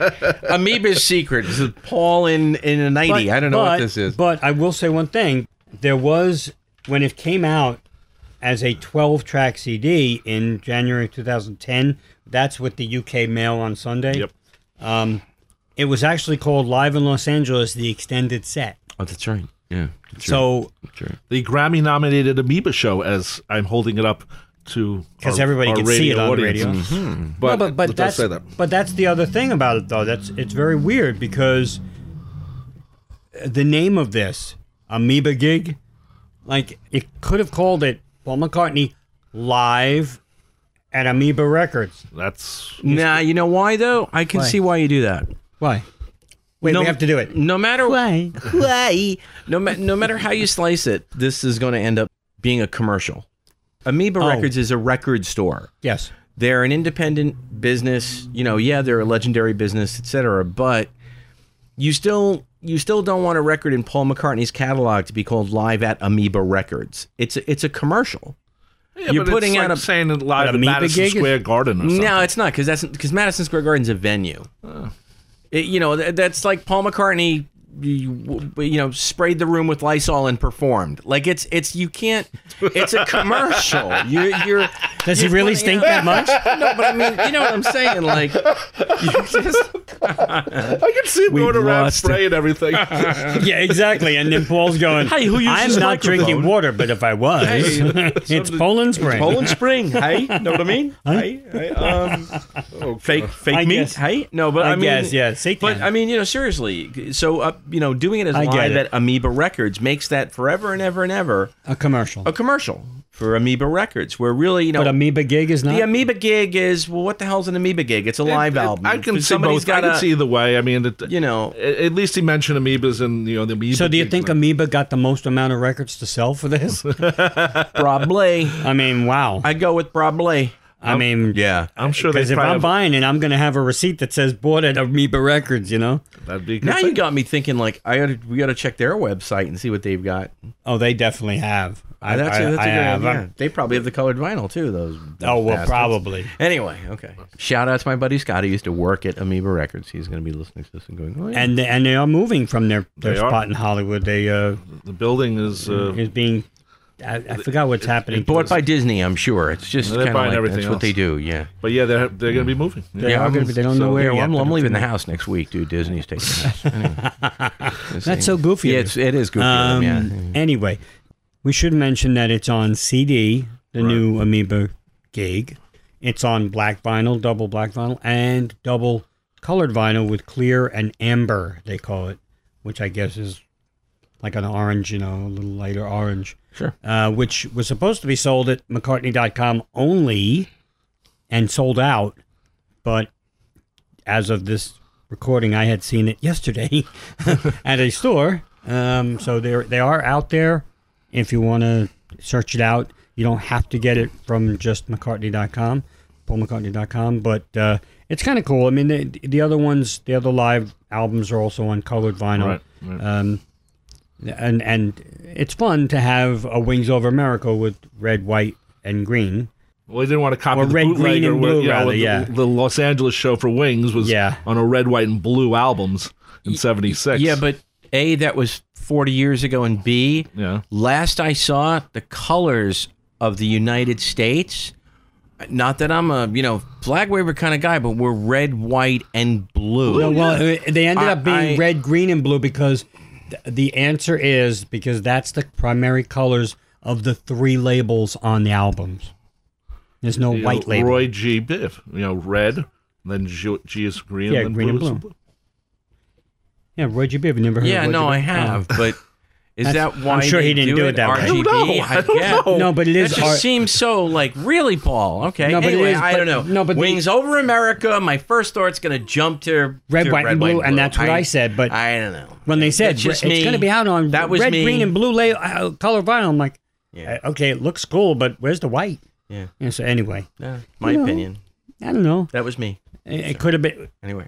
[SPEAKER 5] Amoeba's Secret. This is Paul in in a ninety. I don't know what
[SPEAKER 2] but-
[SPEAKER 5] this is.
[SPEAKER 2] But I will say one thing: there was when it came out as a 12-track CD in January 2010. That's with the UK Mail on Sunday.
[SPEAKER 4] Yep.
[SPEAKER 2] Um, it was actually called Live in Los Angeles: The Extended Set.
[SPEAKER 5] oh, that's right. Yeah.
[SPEAKER 2] So
[SPEAKER 4] the Grammy nominated Amoeba Show, as I'm holding it up to
[SPEAKER 2] because
[SPEAKER 4] our-
[SPEAKER 2] everybody
[SPEAKER 4] our
[SPEAKER 2] could
[SPEAKER 4] radio
[SPEAKER 2] see it on the
[SPEAKER 4] audience.
[SPEAKER 2] radio. Mm-hmm.
[SPEAKER 4] But,
[SPEAKER 2] No, but but
[SPEAKER 4] it does
[SPEAKER 2] that's
[SPEAKER 4] say that.
[SPEAKER 2] but that's the other thing about it though. That's it's very weird because the name of this amoeba gig, like it could have called it Paul McCartney live at Amoeba Records.
[SPEAKER 4] That's
[SPEAKER 5] Nah, you know why though? I can
[SPEAKER 2] Why?
[SPEAKER 5] see why you do that.
[SPEAKER 2] Why? Wait,
[SPEAKER 5] no,
[SPEAKER 2] we have to do it.
[SPEAKER 5] No matter
[SPEAKER 2] Why?
[SPEAKER 5] Why? No, ma- no matter how you slice it, this is going to end up being a commercial. Amoeba
[SPEAKER 2] Oh.
[SPEAKER 5] Records is a record store.
[SPEAKER 2] Yes.
[SPEAKER 5] They're an independent business, you know, yeah, they're a legendary business, etc., but you still you still don't want a record in Paul McCartney's catalog to be called Live at Amoeba Records. It's a, it's a commercial.
[SPEAKER 4] Yeah,
[SPEAKER 5] You're
[SPEAKER 4] but
[SPEAKER 5] putting
[SPEAKER 4] it's like
[SPEAKER 5] out a-
[SPEAKER 4] saying it live
[SPEAKER 2] an
[SPEAKER 4] at
[SPEAKER 2] amoeba
[SPEAKER 4] Madison
[SPEAKER 2] gig?
[SPEAKER 4] Square Garden or something.
[SPEAKER 5] No, it's not because that's because Madison Square Garden's a venue. It- you know, th- that's like Paul McCartney. You, you know, sprayed the room with Lysol and performed. Like it's it's you can't. It's [LAUGHS] a commercial. You, you're
[SPEAKER 2] Does he
[SPEAKER 5] you're
[SPEAKER 2] really
[SPEAKER 5] putting
[SPEAKER 2] stink that
[SPEAKER 5] out-
[SPEAKER 2] much?
[SPEAKER 5] [LAUGHS] No, but I mean, you know what I'm saying. Like, you [LAUGHS] just
[SPEAKER 4] I can see him
[SPEAKER 5] We've
[SPEAKER 4] going around
[SPEAKER 5] lost- [LAUGHS]
[SPEAKER 4] spraying everything.
[SPEAKER 2] yeah, exactly. And then Paul's going,
[SPEAKER 5] Hey, who uses
[SPEAKER 2] I'm not
[SPEAKER 5] microphone?
[SPEAKER 2] drinking water, but if I was, it's Poland Spring.
[SPEAKER 5] [LAUGHS] Poland Spring. Hey, know what I mean? Hey, hey, um, fake fake
[SPEAKER 2] I
[SPEAKER 5] meat.
[SPEAKER 2] guess-
[SPEAKER 5] Hey, no, but I,
[SPEAKER 2] I
[SPEAKER 5] mean,
[SPEAKER 2] guess, yeah, say
[SPEAKER 5] But
[SPEAKER 2] can.
[SPEAKER 5] I mean, you know, seriously. So, uh, you know, doing it as
[SPEAKER 2] I get
[SPEAKER 5] live
[SPEAKER 2] it.
[SPEAKER 5] at Amoeba Records makes that forever and ever and ever
[SPEAKER 2] a commercial.
[SPEAKER 5] a commercial for Amoeba Records, where really, you know,
[SPEAKER 2] But Amoeba gig is not.
[SPEAKER 5] the Amoeba gig is well, what the hell's an Amoeba gig? It's a live
[SPEAKER 4] It- it-
[SPEAKER 5] album.
[SPEAKER 4] I can see
[SPEAKER 5] Somebody's
[SPEAKER 4] both. I
[SPEAKER 5] got
[SPEAKER 4] can
[SPEAKER 5] to,
[SPEAKER 4] see either way. I mean, it,
[SPEAKER 5] you know,
[SPEAKER 4] a- at least he mentioned amoebas and you know the amoeba.
[SPEAKER 2] so do you
[SPEAKER 4] gigs
[SPEAKER 2] think
[SPEAKER 4] and-
[SPEAKER 2] Amoeba got the most amount of records to sell for this?
[SPEAKER 5] probably.
[SPEAKER 2] [LAUGHS] I mean, wow. I,
[SPEAKER 5] I go with probably.
[SPEAKER 2] mean,
[SPEAKER 5] Yeah.
[SPEAKER 4] I'm sure they
[SPEAKER 2] Because if
[SPEAKER 4] probably
[SPEAKER 2] I'm
[SPEAKER 4] have-
[SPEAKER 2] buying it, I'm going to have a receipt that says bought at Amoeba Records, you know?
[SPEAKER 4] that'd be a good
[SPEAKER 5] Now you
[SPEAKER 4] thing.
[SPEAKER 5] got me thinking. Like I gotta, we gotta check their website and see what they've got.
[SPEAKER 2] Oh, they definitely have. I,
[SPEAKER 5] that's, a-
[SPEAKER 2] I-
[SPEAKER 5] that's a
[SPEAKER 2] I
[SPEAKER 5] good
[SPEAKER 2] have.
[SPEAKER 5] idea.
[SPEAKER 2] I'm-
[SPEAKER 5] They probably have the colored vinyl too. Those. those
[SPEAKER 2] Oh, well,
[SPEAKER 5] bastards.
[SPEAKER 2] probably.
[SPEAKER 5] Anyway, okay. Shout out to my buddy Scott. who used to work at Amoeba Records. He's going to be listening to this and going, oh, yeah.
[SPEAKER 2] And and they are moving from their, their
[SPEAKER 4] They are.
[SPEAKER 2] spot in Hollywood. They uh,
[SPEAKER 4] the building is. Uh,
[SPEAKER 2] is being. I, I forgot what's happening.
[SPEAKER 5] bought by Disney, I'm sure. It's just
[SPEAKER 4] They're
[SPEAKER 5] kind of
[SPEAKER 4] buying
[SPEAKER 5] like
[SPEAKER 4] everything
[SPEAKER 5] that's what they
[SPEAKER 4] else.
[SPEAKER 5] do. Yeah.
[SPEAKER 4] But yeah, they're they're going to be moving. Yeah.
[SPEAKER 2] They are
[SPEAKER 5] I'm-
[SPEAKER 2] gonna be- they don't know
[SPEAKER 5] so-
[SPEAKER 2] where
[SPEAKER 5] yeah, well,
[SPEAKER 2] yet,
[SPEAKER 5] I'm,
[SPEAKER 2] but
[SPEAKER 5] I'm
[SPEAKER 2] it's
[SPEAKER 5] leaving the house next week, dude. Disney's taking us. Anyway.
[SPEAKER 2] [LAUGHS] That's so goofy of
[SPEAKER 5] Yeah,
[SPEAKER 2] you.
[SPEAKER 5] it's, it is goofy. of
[SPEAKER 2] Um,
[SPEAKER 5] them, yeah.
[SPEAKER 2] Anyway, we should mention that it's on CD, the new Amoeba gig. It's on black vinyl, double black vinyl, and double colored vinyl with clear and amber, they call it, which I guess is like an orange, you know, a little lighter orange.
[SPEAKER 5] Sure.
[SPEAKER 2] Uh, which was supposed to be sold at McCartney.com only and sold out, but as of this recording, I had seen it yesterday [LAUGHS] at a store. Um, so they they are out there. If you want to search it out, you don't have to get it from just McCartney.com, PaulMcCartney.com. But uh, it's kind of cool. I mean, the, the other ones, the other live albums are also on colored vinyl.
[SPEAKER 4] Right, right.
[SPEAKER 2] Um, and and it's fun to have a Wings Over America with red, white, and green.
[SPEAKER 4] Well, they didn't want to copy
[SPEAKER 2] Or
[SPEAKER 4] the
[SPEAKER 2] red, green,
[SPEAKER 4] bootlegger
[SPEAKER 2] and
[SPEAKER 4] where-
[SPEAKER 2] blue,
[SPEAKER 4] you know,
[SPEAKER 2] rather,
[SPEAKER 4] the-
[SPEAKER 2] yeah.
[SPEAKER 4] The Los Angeles show for Wings was
[SPEAKER 2] Yeah.
[SPEAKER 4] on a red, white, and blue albums in '76.
[SPEAKER 5] Yeah, but A, that was 40 years ago, and B,
[SPEAKER 4] yeah,
[SPEAKER 5] last I saw the colors of the United States, not that I'm a, you know, flag waver kind of guy, but we're red, white, and blue.
[SPEAKER 2] No, well, uh, they ended
[SPEAKER 5] I-
[SPEAKER 2] up being
[SPEAKER 5] I-
[SPEAKER 2] red, green, and blue because th- the answer is because that's the primary colors of the three labels on the albums. There's no
[SPEAKER 4] You know,
[SPEAKER 2] white label.
[SPEAKER 4] Roy G. Biv. You know, red, then G, G is green,
[SPEAKER 2] Yeah,
[SPEAKER 4] and then
[SPEAKER 2] green and
[SPEAKER 4] blue is
[SPEAKER 2] blue. yeah, Roy G. Biv. Never heard
[SPEAKER 5] yeah,
[SPEAKER 2] of Roy
[SPEAKER 5] no,
[SPEAKER 2] G. Oh.
[SPEAKER 5] I
[SPEAKER 2] Biv. [LAUGHS]
[SPEAKER 5] have, but is
[SPEAKER 2] That's-
[SPEAKER 5] that
[SPEAKER 2] I'm
[SPEAKER 5] why
[SPEAKER 2] sure
[SPEAKER 5] they
[SPEAKER 2] he didn't do it that way. I
[SPEAKER 5] RGB?
[SPEAKER 4] don't know. I don't
[SPEAKER 5] [LAUGHS] yeah.
[SPEAKER 4] know.
[SPEAKER 2] Oh. No, but it
[SPEAKER 5] That
[SPEAKER 2] is.
[SPEAKER 5] just
[SPEAKER 2] R-
[SPEAKER 5] seems so like really, Paul. Okay,
[SPEAKER 2] No, but it
[SPEAKER 5] anyway,
[SPEAKER 2] is,
[SPEAKER 5] I
[SPEAKER 2] but-
[SPEAKER 5] don't know.
[SPEAKER 2] no, but the-
[SPEAKER 5] wings over America. My first thought's gonna jump to
[SPEAKER 2] Red,
[SPEAKER 5] to
[SPEAKER 2] white, and blue, and that's what I said, but
[SPEAKER 5] I don't know
[SPEAKER 2] when they said
[SPEAKER 5] That's
[SPEAKER 2] re-
[SPEAKER 5] just
[SPEAKER 2] it's
[SPEAKER 5] me.
[SPEAKER 2] going to be out on
[SPEAKER 5] that was
[SPEAKER 2] red,
[SPEAKER 5] me.
[SPEAKER 2] green, and blue la- uh, color vinyl, I'm like,
[SPEAKER 5] Yeah.
[SPEAKER 2] uh, okay, it looks cool, but where's the white?
[SPEAKER 5] Yeah.
[SPEAKER 2] And so anyway,
[SPEAKER 5] Yeah, my
[SPEAKER 2] You know.
[SPEAKER 5] opinion.
[SPEAKER 2] I don't know.
[SPEAKER 5] That was me.
[SPEAKER 2] It, it could have been.
[SPEAKER 5] Anyway,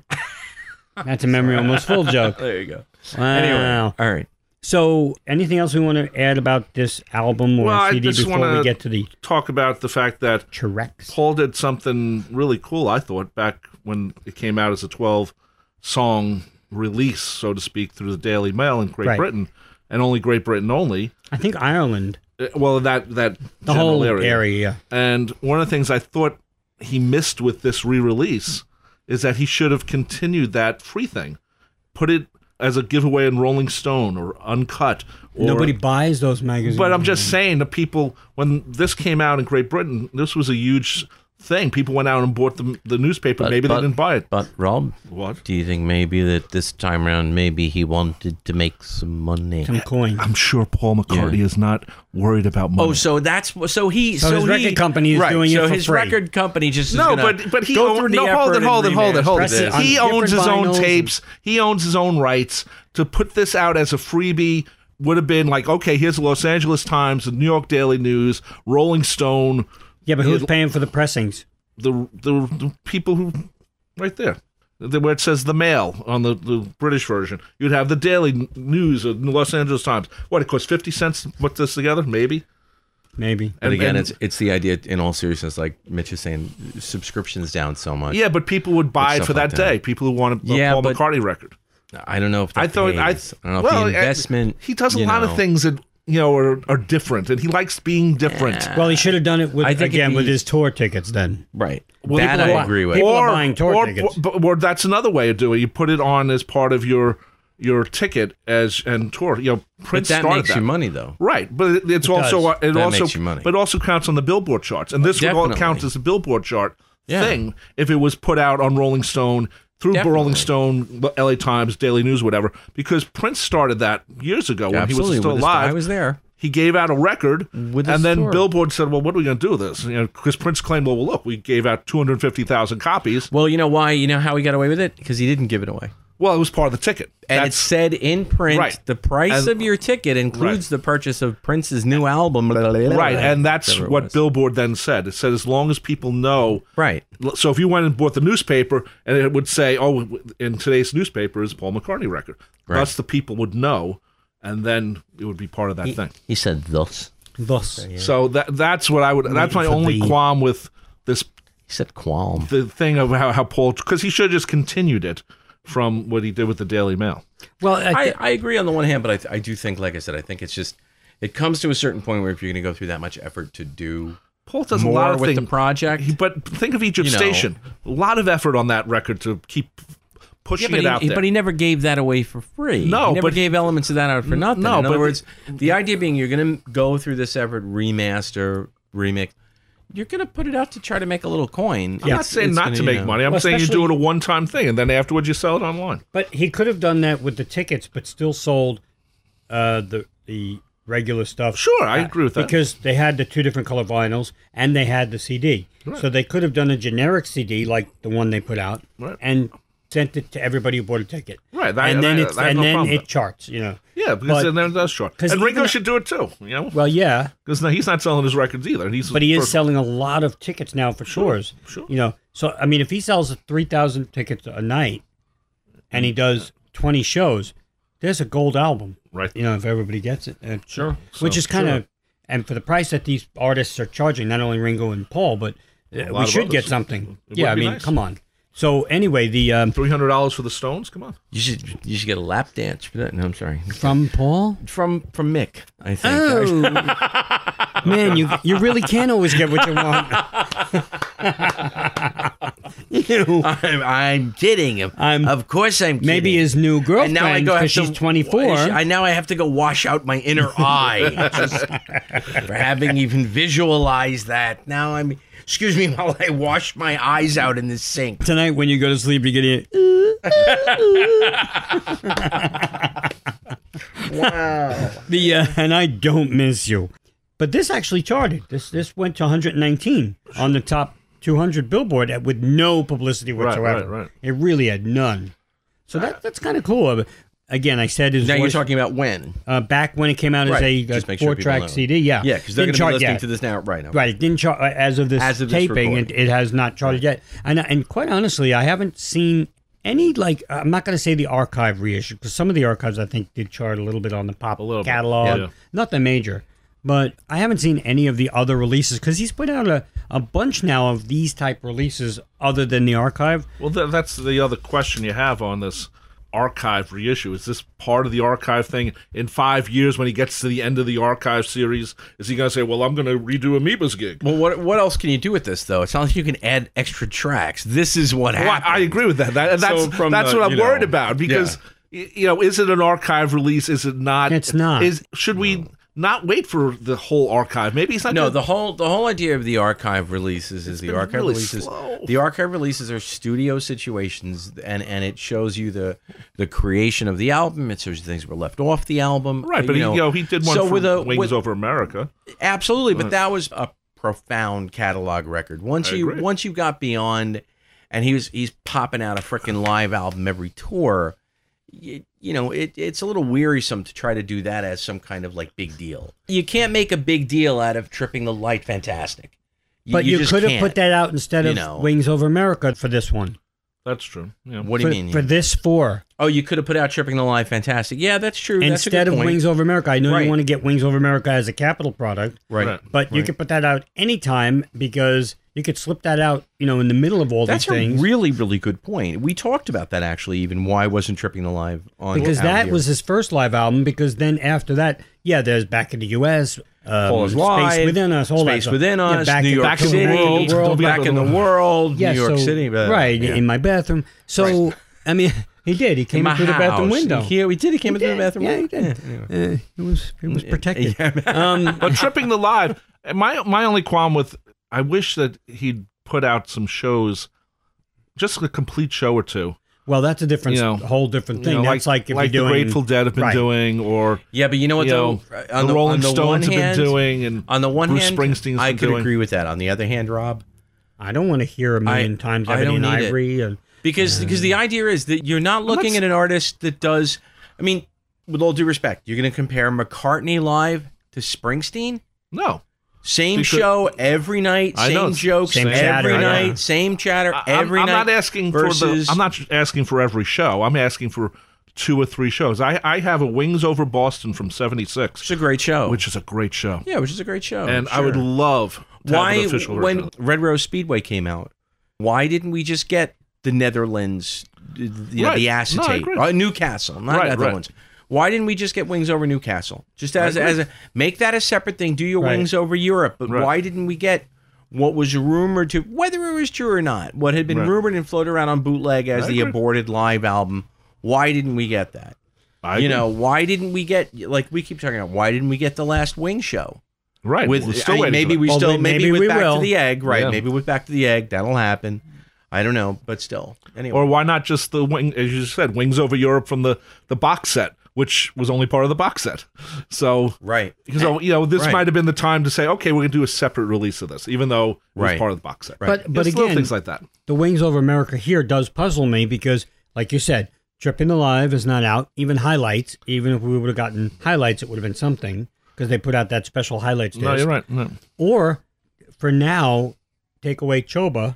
[SPEAKER 5] [LAUGHS]
[SPEAKER 2] That's a memory almost full joke.
[SPEAKER 4] [LAUGHS]
[SPEAKER 5] there you go.
[SPEAKER 2] Wow.
[SPEAKER 5] Anyway, all right.
[SPEAKER 2] So, anything else we want to add about this album or
[SPEAKER 4] Well, I
[SPEAKER 2] CD
[SPEAKER 4] just
[SPEAKER 2] before
[SPEAKER 4] wanna-
[SPEAKER 2] we get to the
[SPEAKER 4] Talk about the fact that
[SPEAKER 2] Trex?
[SPEAKER 4] Paul did something really cool, I thought, back when it came out as a 12 song release, so to speak, through the Daily Mail in Great
[SPEAKER 2] Right.
[SPEAKER 4] Britain, and only Great Britain only.
[SPEAKER 2] I think Ireland,
[SPEAKER 4] Uh, Well, that that
[SPEAKER 2] the
[SPEAKER 4] general
[SPEAKER 2] whole
[SPEAKER 4] area.
[SPEAKER 2] area.
[SPEAKER 4] And one of the things I thought he missed with this re-release is that he should have continued that free thing, put it as a giveaway in Rolling Stone or uncut. Or,
[SPEAKER 2] Nobody buys those magazines.
[SPEAKER 4] But I'm just saying the people when this came out in Great Britain, this was a huge thing. People went out and bought the, the newspaper.
[SPEAKER 5] But-
[SPEAKER 4] Maybe
[SPEAKER 5] but-
[SPEAKER 4] they didn't buy it.
[SPEAKER 5] But Rob,
[SPEAKER 4] What?
[SPEAKER 5] do you think maybe that this time around, maybe he wanted to make some money?
[SPEAKER 2] some coin.
[SPEAKER 4] I'm sure Paul McCartney is not worried about money.
[SPEAKER 5] Oh, so that's so he so,
[SPEAKER 2] So his
[SPEAKER 5] he,
[SPEAKER 2] record company is
[SPEAKER 5] right,
[SPEAKER 2] doing it
[SPEAKER 5] so
[SPEAKER 2] for
[SPEAKER 5] his
[SPEAKER 2] free.
[SPEAKER 5] record company just
[SPEAKER 4] no,
[SPEAKER 5] is gonna
[SPEAKER 4] but but he
[SPEAKER 5] go
[SPEAKER 4] own-
[SPEAKER 5] through the
[SPEAKER 4] no hold
[SPEAKER 5] effort
[SPEAKER 4] it hold it
[SPEAKER 5] and
[SPEAKER 4] hold it hold it.
[SPEAKER 2] remaster it on
[SPEAKER 4] He owns his
[SPEAKER 2] different
[SPEAKER 4] own
[SPEAKER 2] vinyls
[SPEAKER 4] tapes. He owns his own rights to put this out as a freebie. Would have been like okay, here's the Los Angeles Times, the New York Daily News, Rolling Stone.
[SPEAKER 2] yeah, but who's paying for the pressings?
[SPEAKER 4] the the, the people who right there the- where it says the mail on the, the british version you'd have the daily news of the los angeles times what it costs 50 cents to put this together maybe
[SPEAKER 2] Maybe.
[SPEAKER 5] But
[SPEAKER 4] And-
[SPEAKER 5] again,
[SPEAKER 4] and-
[SPEAKER 5] it's it's the idea. In all seriousness, like Mitch is saying, subscriptions down so much.
[SPEAKER 4] yeah but people would buy it
[SPEAKER 5] Stuff
[SPEAKER 4] for
[SPEAKER 5] like
[SPEAKER 4] that,
[SPEAKER 5] that.
[SPEAKER 4] day people who want a, a
[SPEAKER 5] Yeah,
[SPEAKER 4] paul
[SPEAKER 5] but-
[SPEAKER 4] mccartney record
[SPEAKER 5] I don't know if
[SPEAKER 4] i thought I,
[SPEAKER 5] I, don't know
[SPEAKER 4] well,
[SPEAKER 5] if the
[SPEAKER 4] I-
[SPEAKER 5] investment.
[SPEAKER 4] he does a
[SPEAKER 5] you
[SPEAKER 4] lot
[SPEAKER 5] know.
[SPEAKER 4] of things that you know are, are different and he likes being different
[SPEAKER 2] Well, he should have done it with
[SPEAKER 5] I think
[SPEAKER 2] again
[SPEAKER 5] it'd be-
[SPEAKER 2] with his tour tickets. Then
[SPEAKER 5] Right.
[SPEAKER 4] Well,
[SPEAKER 5] that
[SPEAKER 4] people
[SPEAKER 5] I
[SPEAKER 4] are-
[SPEAKER 5] agree with.
[SPEAKER 2] people are
[SPEAKER 4] or,
[SPEAKER 2] buying tour
[SPEAKER 4] or,
[SPEAKER 2] tickets.
[SPEAKER 4] b- or that's another way of doing it. You put it on as part of your your ticket as and tour. You know,
[SPEAKER 5] but
[SPEAKER 4] Prince
[SPEAKER 5] that
[SPEAKER 4] started
[SPEAKER 5] makes
[SPEAKER 4] that.
[SPEAKER 5] you money, though.
[SPEAKER 4] Right, but it, it's also
[SPEAKER 2] does.
[SPEAKER 4] it
[SPEAKER 5] That
[SPEAKER 4] also
[SPEAKER 5] makes you money.
[SPEAKER 4] but it also counts on the Billboard charts, and this would all
[SPEAKER 5] Definitely.
[SPEAKER 4] count as a Billboard chart
[SPEAKER 5] Yeah.
[SPEAKER 4] thing if it was put out on Rolling Stone through
[SPEAKER 5] Definitely.
[SPEAKER 4] Rolling Stone, L.A. Times, Daily News, whatever. Because Prince started that years ago when
[SPEAKER 5] Absolutely.
[SPEAKER 4] he was still
[SPEAKER 5] with his-
[SPEAKER 4] alive
[SPEAKER 5] I was there.
[SPEAKER 4] he gave out a record,
[SPEAKER 5] With his
[SPEAKER 4] and then
[SPEAKER 5] store.
[SPEAKER 4] Billboard said, "Well, what are we going to do with this?" You know, because Prince claimed, "Well, look, we gave out two hundred fifty thousand copies.
[SPEAKER 5] Well, you know why? You know how he got away with it? Because he didn't give it away.
[SPEAKER 4] Well, it was part of the ticket."
[SPEAKER 5] And it
[SPEAKER 4] That's-
[SPEAKER 5] said in print,
[SPEAKER 4] Right.
[SPEAKER 5] the price
[SPEAKER 4] And-
[SPEAKER 5] of your ticket includes the purchase of Prince's new album.
[SPEAKER 4] right, and that's
[SPEAKER 5] Whatever it
[SPEAKER 4] what
[SPEAKER 5] was.
[SPEAKER 4] Billboard then said. It said, "As long as people know."
[SPEAKER 5] Right.
[SPEAKER 4] So if you went and bought the newspaper, and it would say, "Oh, in today's newspaper is Paul McCartney record," thus the people would know, and then it would be part of that thing.
[SPEAKER 7] He said thus.
[SPEAKER 2] thus,
[SPEAKER 4] So that that's what I would. That's my
[SPEAKER 2] for
[SPEAKER 4] only
[SPEAKER 2] the-
[SPEAKER 4] qualm with this
[SPEAKER 7] He said qualm.
[SPEAKER 4] the thing of how, how Paul because he should have just continued it from what he did with the Daily Mail.
[SPEAKER 2] well, I,
[SPEAKER 5] I, I agree on the one hand, but I, th- I do think, like I said, I think it's just it comes to a certain point where if you're going to go through that much effort to do
[SPEAKER 4] Paul does a
[SPEAKER 5] more
[SPEAKER 4] lot of
[SPEAKER 5] with
[SPEAKER 4] things,
[SPEAKER 5] the project,
[SPEAKER 4] but think of Egypt
[SPEAKER 5] You know.
[SPEAKER 4] Station. A lot of effort on that record to keep
[SPEAKER 5] yeah,
[SPEAKER 4] pushing
[SPEAKER 5] but,
[SPEAKER 4] it
[SPEAKER 5] he,
[SPEAKER 4] out
[SPEAKER 5] he-
[SPEAKER 4] there.
[SPEAKER 5] but he never gave that away for free.
[SPEAKER 4] No,
[SPEAKER 5] he never
[SPEAKER 4] but-
[SPEAKER 5] gave elements of that out for nothing.
[SPEAKER 4] no,
[SPEAKER 5] in other
[SPEAKER 4] but-
[SPEAKER 5] words, the idea being you're going to go through this effort, remaster, remix. You're going to put it out to try to make a little coin.
[SPEAKER 4] I'm not saying not to make money. I'm
[SPEAKER 2] Well,
[SPEAKER 4] saying you do it
[SPEAKER 2] especially-
[SPEAKER 4] a one-time thing, and then afterwards you sell it online.
[SPEAKER 2] but he could have done that with the tickets, but still sold uh, the the regular stuff.
[SPEAKER 4] Sure, I agree with that.
[SPEAKER 2] because they had the two different color vinyls and they had the CD. So they could have done a generic CD like the one they put out
[SPEAKER 4] Right.
[SPEAKER 2] and sent it to everybody who bought a ticket.
[SPEAKER 4] Right, I-
[SPEAKER 2] and then
[SPEAKER 4] I-
[SPEAKER 2] it's
[SPEAKER 4] I have
[SPEAKER 2] and
[SPEAKER 4] no
[SPEAKER 2] then
[SPEAKER 4] problem with
[SPEAKER 2] it charts. You know.
[SPEAKER 4] yeah, because
[SPEAKER 2] But-
[SPEAKER 4] then that's short.
[SPEAKER 2] 'cause
[SPEAKER 4] And Ringo
[SPEAKER 2] even-
[SPEAKER 4] should do it too. You know,
[SPEAKER 2] Well, yeah,
[SPEAKER 4] because now he's not selling his records either. He's
[SPEAKER 2] but he is
[SPEAKER 4] perfect.
[SPEAKER 2] selling a lot of tickets now for tours.
[SPEAKER 4] sure.
[SPEAKER 2] You know. So I mean, if he sells three thousand tickets a night, and he does twenty shows, there's a gold album.
[SPEAKER 4] Right.
[SPEAKER 2] You know, if everybody gets it. And-
[SPEAKER 4] Sure.
[SPEAKER 2] which
[SPEAKER 4] So,
[SPEAKER 2] is kind of
[SPEAKER 4] sure.
[SPEAKER 2] and for the price that these artists are charging not only ringo and paul but uh,
[SPEAKER 4] lot
[SPEAKER 2] we
[SPEAKER 4] of
[SPEAKER 2] should get
[SPEAKER 4] others.
[SPEAKER 2] something
[SPEAKER 4] It
[SPEAKER 2] yeah
[SPEAKER 4] would
[SPEAKER 2] i
[SPEAKER 4] be
[SPEAKER 2] mean
[SPEAKER 4] nice.
[SPEAKER 2] come on so anyway the um,
[SPEAKER 4] three hundred dollars for the Stones. Come on,
[SPEAKER 7] You should you should get a lap dance for that. No, I'm sorry.
[SPEAKER 2] from paul
[SPEAKER 5] From from Mick, I think. [LAUGHS]
[SPEAKER 4] [LAUGHS]
[SPEAKER 2] oh man you you really can always get what you want [LAUGHS] you
[SPEAKER 7] I'm, I'm kidding. Of-
[SPEAKER 2] I'm-
[SPEAKER 7] of course I'm kidding.
[SPEAKER 2] maybe his new girlfriend
[SPEAKER 7] and now I go have
[SPEAKER 2] because
[SPEAKER 7] to-
[SPEAKER 2] she's 24
[SPEAKER 7] I now I have to go wash out my
[SPEAKER 2] [LAUGHS]
[SPEAKER 7] inner eye Just [LAUGHS] for having even visualized that. Now I'm excuse me [LAUGHS] while I wash my eyes out in the sink.
[SPEAKER 2] tonight when you go to sleep you get
[SPEAKER 4] [LAUGHS]
[SPEAKER 2] it the uh, and I don't miss you. But this actually charted. This this went to 119 on the top 200 Billboard at, with no publicity
[SPEAKER 4] Right, right,
[SPEAKER 2] whatsoever.
[SPEAKER 4] right.
[SPEAKER 2] It really had none. So that that's kind of cool. Uh, Again, I said his
[SPEAKER 5] now you're
[SPEAKER 2] voice,
[SPEAKER 5] talking about when?
[SPEAKER 2] uh, back when it came out
[SPEAKER 5] Right,
[SPEAKER 2] as
[SPEAKER 5] just
[SPEAKER 2] a, uh,
[SPEAKER 5] make
[SPEAKER 2] four
[SPEAKER 5] sure people
[SPEAKER 2] track
[SPEAKER 5] know.
[SPEAKER 2] CD. Yeah,
[SPEAKER 7] Uh,
[SPEAKER 5] Yeah, because they're
[SPEAKER 2] Didn't
[SPEAKER 5] going to be
[SPEAKER 2] chart
[SPEAKER 5] listening
[SPEAKER 2] yet.
[SPEAKER 5] to this now. Right. okay.
[SPEAKER 2] Right, it didn't chart as of this
[SPEAKER 5] As of this
[SPEAKER 2] taping.
[SPEAKER 5] recording.
[SPEAKER 2] it, it has not charted yet, and uh, and quite honestly, I haven't seen any like I'm not going to say the archive reissue because some of the archives I think did chart a little bit on the pop
[SPEAKER 4] little bit,
[SPEAKER 2] catalog,
[SPEAKER 4] yeah.
[SPEAKER 2] nothing major, but I haven't seen any of the other releases because he's put out a, a bunch now of these type releases other than the archive.
[SPEAKER 4] Well, th- that's the other question you have on this archive reissue. Is this part of the archive thing? In five years, when he gets to the end of the archive series, is he going to say, "Well, I'm going to redo Amoeba's gig"?
[SPEAKER 5] Well, what what else can you do with this though? It's not like you can add extra tracks. This is what
[SPEAKER 4] Well, I,
[SPEAKER 5] happened.
[SPEAKER 4] I agree with that. that that's
[SPEAKER 5] So from
[SPEAKER 4] that's
[SPEAKER 5] the-
[SPEAKER 4] what I'm
[SPEAKER 5] you know,
[SPEAKER 4] worried about because y you know, is it an archive release? Is it not?
[SPEAKER 2] It's not.
[SPEAKER 4] Is should we not wait for the whole archive? Maybe he's not.
[SPEAKER 5] No,
[SPEAKER 4] gonna-
[SPEAKER 5] the whole the whole idea of the archive releases is the
[SPEAKER 4] been
[SPEAKER 5] archive
[SPEAKER 4] really
[SPEAKER 5] releases.
[SPEAKER 4] slow.
[SPEAKER 5] The archive releases are studio situations, and and it shows you the the creation of the album. It shows you things that were left off the album.
[SPEAKER 4] right, but
[SPEAKER 5] Uh, you
[SPEAKER 4] he, you know, he did one
[SPEAKER 5] so
[SPEAKER 4] for
[SPEAKER 5] with a
[SPEAKER 4] Wings
[SPEAKER 5] with,
[SPEAKER 4] Over America.
[SPEAKER 5] absolutely, but that was a profound catalog record. Once
[SPEAKER 4] I
[SPEAKER 5] you
[SPEAKER 4] agree.
[SPEAKER 5] once you got beyond, and he was he's popping out a freaking live album every tour. You, you know, it, it's a little wearisome to try to do that as some kind of like big deal. You can't make a big deal out of tripping the light fantastic.
[SPEAKER 2] But you,
[SPEAKER 5] just
[SPEAKER 2] could have
[SPEAKER 5] can't.
[SPEAKER 2] put that out instead
[SPEAKER 5] you
[SPEAKER 2] of
[SPEAKER 5] know.
[SPEAKER 2] Wings Over America for this one.
[SPEAKER 4] That's true. Yeah.
[SPEAKER 5] What do you
[SPEAKER 2] for,
[SPEAKER 5] mean?
[SPEAKER 2] For this four.
[SPEAKER 5] oh, you could have put out "Tripping the Lie." Fantastic. Yeah, that's true. that's a good
[SPEAKER 2] instead of
[SPEAKER 5] point.
[SPEAKER 2] Wings Over America. I know
[SPEAKER 5] Right.
[SPEAKER 2] you want to get Wings Over America as a capital product,
[SPEAKER 5] right.
[SPEAKER 4] Right.
[SPEAKER 2] but you
[SPEAKER 5] Right.
[SPEAKER 2] could put that out anytime because you could slip that out, you know, in the middle of all
[SPEAKER 5] That's
[SPEAKER 2] these things.
[SPEAKER 5] a really, really good point. We talked about that actually. Even why wasn't tripping the live on
[SPEAKER 2] because
[SPEAKER 5] out
[SPEAKER 2] that
[SPEAKER 5] here.
[SPEAKER 2] was his first live album. Because then after that, yeah, there's Back in the U.S., um,
[SPEAKER 5] Paul is
[SPEAKER 2] Space
[SPEAKER 5] Live,
[SPEAKER 2] Within Us, all that
[SPEAKER 5] Space
[SPEAKER 2] stuff.
[SPEAKER 5] Within
[SPEAKER 2] Yeah,
[SPEAKER 5] Us, New
[SPEAKER 2] in-
[SPEAKER 5] York
[SPEAKER 4] Back in the
[SPEAKER 5] City,
[SPEAKER 4] World, Don't be
[SPEAKER 5] back in the world,
[SPEAKER 2] Yeah,
[SPEAKER 5] New York
[SPEAKER 2] so-
[SPEAKER 5] City, but-
[SPEAKER 2] right
[SPEAKER 5] yeah.
[SPEAKER 2] in my bathroom. So I mean, [LAUGHS] he did. He came
[SPEAKER 5] my
[SPEAKER 2] in through the bathroom
[SPEAKER 5] house.
[SPEAKER 2] window.
[SPEAKER 5] Here we did. He came in through the
[SPEAKER 2] did.
[SPEAKER 5] bathroom.
[SPEAKER 2] Yeah,
[SPEAKER 5] window.
[SPEAKER 2] he did. Uh, it was it was protected. Um,
[SPEAKER 4] but tripping the live [LAUGHS] my my only qualm with i wish that he'd put out some shows just a complete show or two
[SPEAKER 2] well, that's a different,
[SPEAKER 4] You know,
[SPEAKER 2] whole different
[SPEAKER 4] You
[SPEAKER 2] thing.
[SPEAKER 4] know,
[SPEAKER 2] that's like, if
[SPEAKER 4] like
[SPEAKER 2] you're
[SPEAKER 4] the
[SPEAKER 2] doing
[SPEAKER 4] grateful dead have been
[SPEAKER 2] right.
[SPEAKER 4] doing or
[SPEAKER 5] Yeah, but you know what
[SPEAKER 4] you know,
[SPEAKER 5] though? On
[SPEAKER 4] the, rolling
[SPEAKER 5] on the one
[SPEAKER 4] stones have
[SPEAKER 5] hand-
[SPEAKER 4] been doing and
[SPEAKER 5] On the one
[SPEAKER 4] Bruce
[SPEAKER 5] hand,
[SPEAKER 4] Springsteen's
[SPEAKER 5] I
[SPEAKER 4] been
[SPEAKER 5] could
[SPEAKER 4] doing.
[SPEAKER 5] agree with that. On the other hand, Rob,
[SPEAKER 2] I don't want to hear a million
[SPEAKER 5] I-
[SPEAKER 2] times
[SPEAKER 5] I
[SPEAKER 2] Ebony
[SPEAKER 5] don't
[SPEAKER 2] and
[SPEAKER 5] need it.
[SPEAKER 2] Ivory. And,
[SPEAKER 5] because because the idea is that you're not looking at an artist that does. I mean, with all due respect, you're going to compare McCartney live to Springsteen.
[SPEAKER 4] no
[SPEAKER 5] Same
[SPEAKER 4] Because-
[SPEAKER 5] show every night,
[SPEAKER 4] I
[SPEAKER 5] same
[SPEAKER 4] know, it's
[SPEAKER 5] jokes
[SPEAKER 2] Same
[SPEAKER 5] every
[SPEAKER 2] chatter, I
[SPEAKER 5] night,
[SPEAKER 2] know.
[SPEAKER 5] same chatter
[SPEAKER 4] I-
[SPEAKER 5] every
[SPEAKER 4] I'm,
[SPEAKER 5] night.
[SPEAKER 4] I'm not asking
[SPEAKER 5] versus
[SPEAKER 4] for the i'm not asking for every show i'm asking for two or three shows i i have a wings over boston from 76
[SPEAKER 5] It's a great show.
[SPEAKER 4] which is a great show
[SPEAKER 5] yeah, which is a great show.
[SPEAKER 4] and i would
[SPEAKER 5] Oh, sure.
[SPEAKER 4] love to have
[SPEAKER 5] why
[SPEAKER 4] an official version
[SPEAKER 5] when
[SPEAKER 4] of it.
[SPEAKER 5] Red Rose Speedway came out, why didn't we just get the Netherlands, you know,
[SPEAKER 4] Right.
[SPEAKER 5] the
[SPEAKER 4] No, I
[SPEAKER 5] acetate,
[SPEAKER 4] agree.
[SPEAKER 5] uh, Newcastle, not
[SPEAKER 4] Right,
[SPEAKER 5] Netherlands? Why didn't we just get wings over Newcastle? Just as
[SPEAKER 4] agree.
[SPEAKER 5] as a, make that a separate thing. Do your
[SPEAKER 2] Right.
[SPEAKER 5] wings over Europe, but
[SPEAKER 4] Right.
[SPEAKER 5] why didn't we get? What was rumored to, whether it was true or not, what had been
[SPEAKER 4] Right.
[SPEAKER 5] rumored and floated around on bootleg as
[SPEAKER 4] I
[SPEAKER 5] the
[SPEAKER 4] agree.
[SPEAKER 5] aborted live album, why didn't we get that?
[SPEAKER 4] I
[SPEAKER 5] you
[SPEAKER 4] agree.
[SPEAKER 5] know, why didn't we get like we keep talking about? Why didn't we get the last wing show?
[SPEAKER 4] right
[SPEAKER 5] with
[SPEAKER 4] we're still
[SPEAKER 5] I-
[SPEAKER 4] waiting
[SPEAKER 5] maybe
[SPEAKER 4] for
[SPEAKER 5] we
[SPEAKER 2] Well,
[SPEAKER 5] still
[SPEAKER 2] we-
[SPEAKER 5] maybe,
[SPEAKER 2] maybe
[SPEAKER 5] with
[SPEAKER 2] we
[SPEAKER 5] back
[SPEAKER 2] will.
[SPEAKER 5] to the egg right
[SPEAKER 4] Yeah.
[SPEAKER 5] maybe with back to the egg that'll happen i don't know but still
[SPEAKER 4] that.
[SPEAKER 5] anyway
[SPEAKER 4] or why not just the wing as you said wings over europe from the the box set which was only part of the box set so
[SPEAKER 5] right
[SPEAKER 4] because you know this
[SPEAKER 5] Right.
[SPEAKER 4] might have been the time to say okay we're going to do a separate release of this even though it was
[SPEAKER 5] Right.
[SPEAKER 4] part of the box set
[SPEAKER 2] But but
[SPEAKER 4] It's little
[SPEAKER 2] again,
[SPEAKER 4] things like that
[SPEAKER 2] the Wings Over America here does puzzle me because, like you said, Tripping Alive is not out. Even highlights, even if we would have gotten highlights, it would have been something because they put out that special highlights disc.
[SPEAKER 4] no you're right no.
[SPEAKER 2] Or for now, take away Choba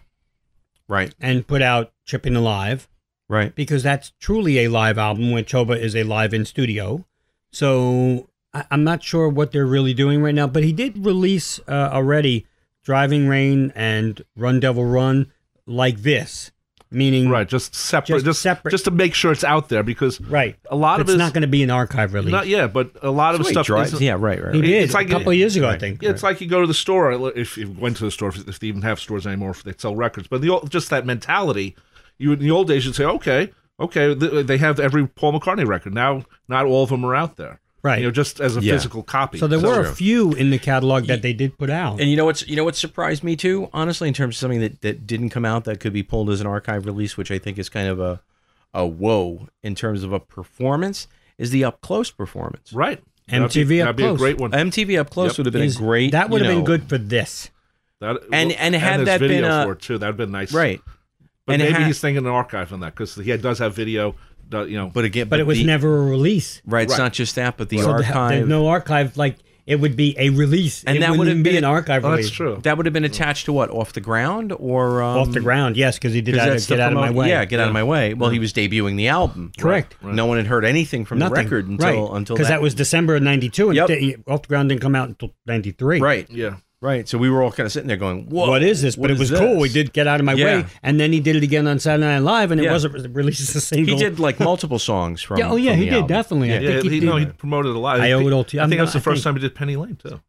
[SPEAKER 5] right
[SPEAKER 2] and put out Tripping Alive
[SPEAKER 5] right
[SPEAKER 2] because that's truly a live album when Choba is a live in studio. So I, I'm not sure what they're really doing right now, but he did release uh, already Driving Rain and Run Devil Run like this,
[SPEAKER 5] Mm.
[SPEAKER 2] meaning
[SPEAKER 4] right just separate
[SPEAKER 2] Just
[SPEAKER 4] just,
[SPEAKER 2] separate.
[SPEAKER 4] just to make sure it's out there because
[SPEAKER 2] right.
[SPEAKER 4] a lot
[SPEAKER 2] it's
[SPEAKER 4] of his
[SPEAKER 2] not going to be an archive release.
[SPEAKER 4] not yeah but a lot of his stuff
[SPEAKER 5] drives
[SPEAKER 4] is-
[SPEAKER 5] yeah right right,
[SPEAKER 2] he
[SPEAKER 5] right.
[SPEAKER 2] did
[SPEAKER 4] it's like-
[SPEAKER 2] a couple of years ago, I think.
[SPEAKER 4] Yeah, it's like you go to the store. uh, If you went to the store, if they even have stores anymore, if they sell records, but the old, just that mentality. You in the old days, you'd say, okay, okay, th- uh, they have every Paul McCartney record. Now, not all of them are out there,
[SPEAKER 2] Right.
[SPEAKER 4] You know, just as a
[SPEAKER 5] Yeah.
[SPEAKER 4] physical copy.
[SPEAKER 2] So there were
[SPEAKER 5] true.
[SPEAKER 2] a few in the catalog that they did put out.
[SPEAKER 5] and you know what's you know what surprised me too honestly in terms of something that that didn't come out that could be pulled as an archive release which i think is kind of a a whoa in terms of a performance is the up close performance
[SPEAKER 4] right.
[SPEAKER 2] MTV
[SPEAKER 4] that'd be,
[SPEAKER 2] Up
[SPEAKER 4] that'd be
[SPEAKER 2] Close.
[SPEAKER 4] a great one.
[SPEAKER 5] mtv up close
[SPEAKER 4] Yep.
[SPEAKER 5] would have been
[SPEAKER 2] Is-
[SPEAKER 5] a great
[SPEAKER 2] That would
[SPEAKER 5] you
[SPEAKER 2] have been
[SPEAKER 5] know,
[SPEAKER 2] good for this.
[SPEAKER 4] That, uh,
[SPEAKER 5] and- and had
[SPEAKER 4] there's
[SPEAKER 5] that been
[SPEAKER 4] video
[SPEAKER 5] a-
[SPEAKER 4] for it too, that'd been nice,
[SPEAKER 5] right
[SPEAKER 4] But
[SPEAKER 5] and
[SPEAKER 4] maybe
[SPEAKER 5] ha-
[SPEAKER 4] he's thinking an archive on that because he does have video. do- You know,
[SPEAKER 5] but again
[SPEAKER 2] But it was
[SPEAKER 5] the-
[SPEAKER 2] never a release.
[SPEAKER 5] right it's
[SPEAKER 4] Right.
[SPEAKER 5] not just that but the
[SPEAKER 2] So th-
[SPEAKER 5] archive
[SPEAKER 2] there's no archive. Like it would be a release,
[SPEAKER 5] And
[SPEAKER 2] It
[SPEAKER 5] that
[SPEAKER 2] wouldn't
[SPEAKER 5] would have
[SPEAKER 2] even be
[SPEAKER 5] been-
[SPEAKER 2] an archive
[SPEAKER 4] oh,
[SPEAKER 2] release.
[SPEAKER 4] that's true.
[SPEAKER 5] That would have been attached to what? Off the ground or um,
[SPEAKER 2] Off the ground, yes, because he did
[SPEAKER 5] 'cause
[SPEAKER 2] that.
[SPEAKER 5] that's the
[SPEAKER 2] Get out of my
[SPEAKER 5] promo-
[SPEAKER 2] way. Mm-hmm.
[SPEAKER 5] Yeah, get out of my way. Well, he was debuting the album.
[SPEAKER 2] Correct.
[SPEAKER 5] No one had heard anything from
[SPEAKER 2] Nothing.
[SPEAKER 5] the record until
[SPEAKER 2] right.
[SPEAKER 5] until
[SPEAKER 2] because that. was December of '92, and
[SPEAKER 5] Yep.
[SPEAKER 2] th- off the ground didn't come out until '93.
[SPEAKER 5] right.
[SPEAKER 4] yeah,
[SPEAKER 5] Right. So we were all kind of sitting there going, "Whoa,
[SPEAKER 2] What is this? But
[SPEAKER 5] what
[SPEAKER 2] it
[SPEAKER 5] is
[SPEAKER 2] was cool. We
[SPEAKER 5] this?
[SPEAKER 2] did get out of my
[SPEAKER 5] Yeah.
[SPEAKER 2] way, and then he did it again on Saturday Night Live, and
[SPEAKER 5] Yeah.
[SPEAKER 2] it wasn't re- released as a
[SPEAKER 5] He
[SPEAKER 2] single.
[SPEAKER 5] did like multiple songs from.
[SPEAKER 2] Yeah, oh yeah,
[SPEAKER 5] from
[SPEAKER 2] he
[SPEAKER 5] the
[SPEAKER 2] did
[SPEAKER 5] album.
[SPEAKER 2] definitely. I
[SPEAKER 4] yeah.
[SPEAKER 2] think he,
[SPEAKER 4] he, no, he
[SPEAKER 2] did
[SPEAKER 4] promoted a lot.
[SPEAKER 2] I owe
[SPEAKER 4] think-
[SPEAKER 2] it all to you.
[SPEAKER 4] I
[SPEAKER 2] I'm
[SPEAKER 4] think
[SPEAKER 2] not-
[SPEAKER 4] that's the
[SPEAKER 2] I
[SPEAKER 4] first
[SPEAKER 2] think-
[SPEAKER 4] time he did Penny Lane too.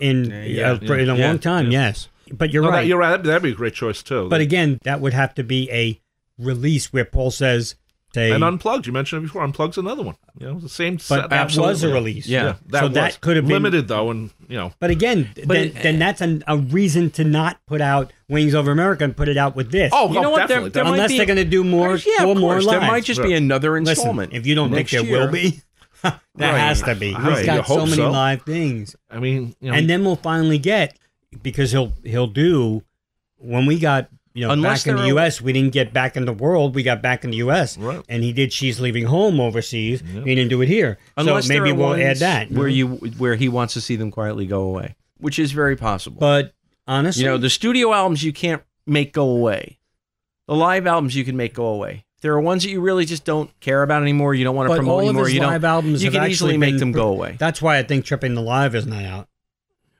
[SPEAKER 2] in
[SPEAKER 5] Yeah,
[SPEAKER 2] uh, for- in a
[SPEAKER 5] yeah,
[SPEAKER 2] long time.
[SPEAKER 4] yeah.
[SPEAKER 2] Yes, but you're
[SPEAKER 4] No,
[SPEAKER 2] right.
[SPEAKER 4] Oh, that- you're right. That'd be, that'd be a great choice too.
[SPEAKER 2] But again, that would have to be a release where Paul says, "Say."
[SPEAKER 4] and unplugged. You mentioned it before. Unplugged's another one. You know, the same.
[SPEAKER 2] but
[SPEAKER 4] set.
[SPEAKER 2] that was a
[SPEAKER 5] absolutely.
[SPEAKER 2] release.
[SPEAKER 5] Yeah.
[SPEAKER 4] that
[SPEAKER 2] so
[SPEAKER 4] was.
[SPEAKER 2] that could have been-
[SPEAKER 4] limited though, and you know,
[SPEAKER 2] But again, th-
[SPEAKER 5] But
[SPEAKER 2] then,
[SPEAKER 5] it-
[SPEAKER 2] then that's an, a reason to not put out Wings Over America and put it out with this.
[SPEAKER 4] oh,
[SPEAKER 5] You know
[SPEAKER 4] oh,
[SPEAKER 5] what? There-
[SPEAKER 4] Definitely,
[SPEAKER 5] there might
[SPEAKER 4] definitely.
[SPEAKER 2] unless
[SPEAKER 5] be- Oh,
[SPEAKER 2] they're going to do more,
[SPEAKER 5] Yeah,
[SPEAKER 2] four
[SPEAKER 5] of
[SPEAKER 2] more
[SPEAKER 5] course.
[SPEAKER 2] lives.
[SPEAKER 5] There might just be another
[SPEAKER 2] Listen,
[SPEAKER 5] installment.
[SPEAKER 2] if you don't think
[SPEAKER 5] next
[SPEAKER 2] there
[SPEAKER 5] year.
[SPEAKER 2] will be, [LAUGHS] there
[SPEAKER 5] Right.
[SPEAKER 2] has to be.
[SPEAKER 4] Right.
[SPEAKER 2] He's
[SPEAKER 4] You
[SPEAKER 2] got so
[SPEAKER 4] hope
[SPEAKER 2] many
[SPEAKER 4] so.
[SPEAKER 2] live things,
[SPEAKER 4] I mean, you know,
[SPEAKER 2] and then we'll finally get because he'll he'll do when we got. You know,
[SPEAKER 5] Unless
[SPEAKER 2] back in
[SPEAKER 5] there
[SPEAKER 2] the
[SPEAKER 5] are-
[SPEAKER 2] U.S., we didn't get back in the world. We got back in the U.S.,
[SPEAKER 4] Right.
[SPEAKER 2] and he did. She's leaving home overseas. He didn't do it here,
[SPEAKER 5] Unless
[SPEAKER 2] so maybe
[SPEAKER 5] there are
[SPEAKER 2] we'll add
[SPEAKER 5] ones
[SPEAKER 2] that.
[SPEAKER 5] where you where he wants to see them quietly go away, which is very possible.
[SPEAKER 2] But Honestly,
[SPEAKER 3] You know, the studio albums you can't make go away. The live albums you can make go away. There are ones that you really just don't care about anymore. You don't want to
[SPEAKER 2] but
[SPEAKER 3] promote
[SPEAKER 2] all of
[SPEAKER 3] anymore.
[SPEAKER 2] his
[SPEAKER 3] you
[SPEAKER 2] live
[SPEAKER 3] don't.
[SPEAKER 2] albums
[SPEAKER 3] you
[SPEAKER 2] have
[SPEAKER 3] can
[SPEAKER 2] actually
[SPEAKER 3] easily make
[SPEAKER 2] been
[SPEAKER 3] them go
[SPEAKER 2] pre-
[SPEAKER 3] away.
[SPEAKER 2] That's why I think Tripping the Live is not out.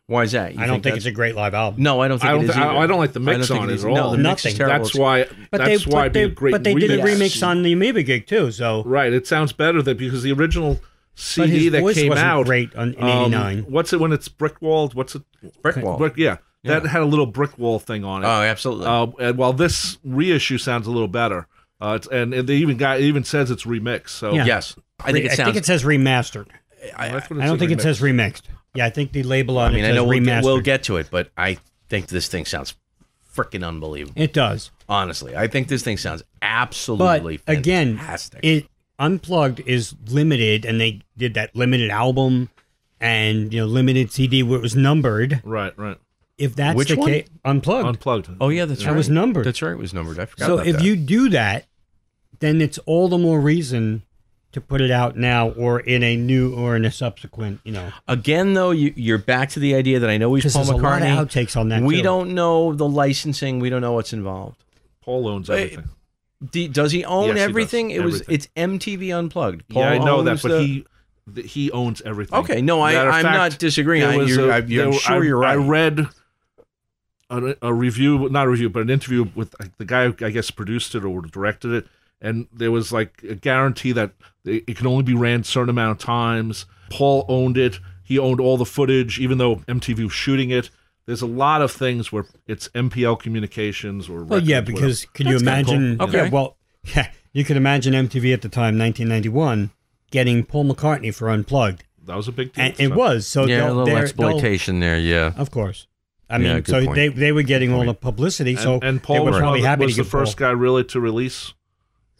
[SPEAKER 3] Why is that? You
[SPEAKER 2] I don't think, it's a
[SPEAKER 3] that's-
[SPEAKER 2] great live album.
[SPEAKER 3] No, I don't think
[SPEAKER 4] I don't
[SPEAKER 3] it is
[SPEAKER 4] thi- I-
[SPEAKER 3] either.
[SPEAKER 4] I don't like the mix
[SPEAKER 3] think
[SPEAKER 4] on it
[SPEAKER 3] is.
[SPEAKER 4] at
[SPEAKER 3] No,
[SPEAKER 4] all.
[SPEAKER 3] the mix is
[SPEAKER 2] Nothing.
[SPEAKER 3] terrible.
[SPEAKER 4] That's why.
[SPEAKER 2] but
[SPEAKER 4] that's
[SPEAKER 2] they, but
[SPEAKER 4] why it'd be
[SPEAKER 2] they,
[SPEAKER 4] a great.
[SPEAKER 2] but they
[SPEAKER 4] remix.
[SPEAKER 2] did a remix on the Amoeba gig too. So
[SPEAKER 4] Right, it sounds better than because the original
[SPEAKER 2] but
[SPEAKER 4] CD
[SPEAKER 2] his
[SPEAKER 4] that
[SPEAKER 2] voice
[SPEAKER 4] came
[SPEAKER 2] wasn't
[SPEAKER 4] out.
[SPEAKER 2] great on, in
[SPEAKER 4] um,
[SPEAKER 2] '89.
[SPEAKER 4] what's it when it's brick walled? What's it?
[SPEAKER 3] brick wall.
[SPEAKER 4] Brick, yeah, that
[SPEAKER 3] Yeah.
[SPEAKER 4] had a little brick wall thing on it.
[SPEAKER 3] Oh, absolutely.
[SPEAKER 4] Uh, and while this reissue sounds a little better, uh, it's, and, and they even got it even says it's remixed. So
[SPEAKER 2] Yeah.
[SPEAKER 3] yes, I think it
[SPEAKER 2] I
[SPEAKER 3] sounds.
[SPEAKER 2] think it says remastered.
[SPEAKER 4] Well, that's what
[SPEAKER 2] I don't think it
[SPEAKER 4] remixed.
[SPEAKER 2] says remixed. Yeah, I think the label on
[SPEAKER 5] I mean,
[SPEAKER 2] it
[SPEAKER 5] I
[SPEAKER 2] says
[SPEAKER 5] know we'll
[SPEAKER 2] remastered.
[SPEAKER 5] get, we'll get to it, but I think this thing sounds freaking unbelievable.
[SPEAKER 2] it does.
[SPEAKER 5] Honestly, I think this thing sounds
[SPEAKER 2] But
[SPEAKER 5] absolutely
[SPEAKER 2] again,
[SPEAKER 5] fantastic.
[SPEAKER 2] it unplugged is limited, and they did that limited album and you know limited CD where it was numbered.
[SPEAKER 4] Right, right.
[SPEAKER 2] If that's
[SPEAKER 3] Which
[SPEAKER 2] the
[SPEAKER 3] one?
[SPEAKER 2] case, unplugged.
[SPEAKER 4] Unplugged.
[SPEAKER 3] oh yeah, that's
[SPEAKER 2] That
[SPEAKER 3] right.
[SPEAKER 2] was numbered.
[SPEAKER 3] That's right. It was numbered. I forgot.
[SPEAKER 2] so
[SPEAKER 3] about
[SPEAKER 2] if
[SPEAKER 3] that.
[SPEAKER 2] you do that, then it's all the more reason to put it out now or in a new or in a subsequent. You know,
[SPEAKER 3] Again, though, you, you're back to the idea that I know he's
[SPEAKER 2] 'Cause
[SPEAKER 3] Paul
[SPEAKER 2] there's a lot
[SPEAKER 3] McCartney.
[SPEAKER 2] of outtakes on that,
[SPEAKER 3] We
[SPEAKER 2] too.
[SPEAKER 3] don't know the licensing. We don't know what's involved.
[SPEAKER 4] Paul owns
[SPEAKER 3] But-
[SPEAKER 4] everything.
[SPEAKER 3] D does he own
[SPEAKER 4] Yes, he does.
[SPEAKER 3] everything? It was
[SPEAKER 4] Everything.
[SPEAKER 3] it's MTV Unplugged.
[SPEAKER 4] yeah, I know that,
[SPEAKER 3] owns
[SPEAKER 4] but
[SPEAKER 3] the-
[SPEAKER 4] he th- he owns everything.
[SPEAKER 3] Okay, no, I-
[SPEAKER 4] Matter of
[SPEAKER 3] I'm not disagreeing.
[SPEAKER 4] there
[SPEAKER 3] I-
[SPEAKER 4] was
[SPEAKER 3] you're-
[SPEAKER 4] a-
[SPEAKER 3] I- you're-
[SPEAKER 4] there
[SPEAKER 3] I'm
[SPEAKER 4] were-
[SPEAKER 3] sure
[SPEAKER 4] I-
[SPEAKER 3] you're
[SPEAKER 4] I
[SPEAKER 3] right.
[SPEAKER 4] read a, a review, not a review, but an interview with like, the guy who I guess produced it or directed it, and there was like a guarantee that it, it can only be ran a certain amount of times. Paul owned it. He owned all the footage, even though MTV was shooting it. There's a lot of things where it's MPL communications or
[SPEAKER 2] Well, yeah,
[SPEAKER 4] records,
[SPEAKER 2] because can you
[SPEAKER 3] That's kinda cool.
[SPEAKER 2] imagine?
[SPEAKER 3] Okay.
[SPEAKER 2] Yeah, well, [LAUGHS] yeah, you can imagine MTV at the time, 1991, getting Paul McCartney for Unplugged,
[SPEAKER 4] whatever. that was a big deal.
[SPEAKER 2] and it was so.
[SPEAKER 3] yeah,
[SPEAKER 2] they'll-
[SPEAKER 3] a little
[SPEAKER 2] they'll-
[SPEAKER 3] exploitation there. Yeah,
[SPEAKER 2] they'll- Of course, I
[SPEAKER 3] Yeah,
[SPEAKER 2] mean,
[SPEAKER 3] good
[SPEAKER 2] so
[SPEAKER 3] point.
[SPEAKER 2] they they were getting all the publicity,
[SPEAKER 4] And,
[SPEAKER 2] so
[SPEAKER 4] and Paul
[SPEAKER 2] they were
[SPEAKER 4] was,
[SPEAKER 2] probably
[SPEAKER 4] one of the-
[SPEAKER 2] happy
[SPEAKER 4] was
[SPEAKER 2] to
[SPEAKER 4] the
[SPEAKER 2] give
[SPEAKER 4] first
[SPEAKER 2] Paul.
[SPEAKER 4] guy really to release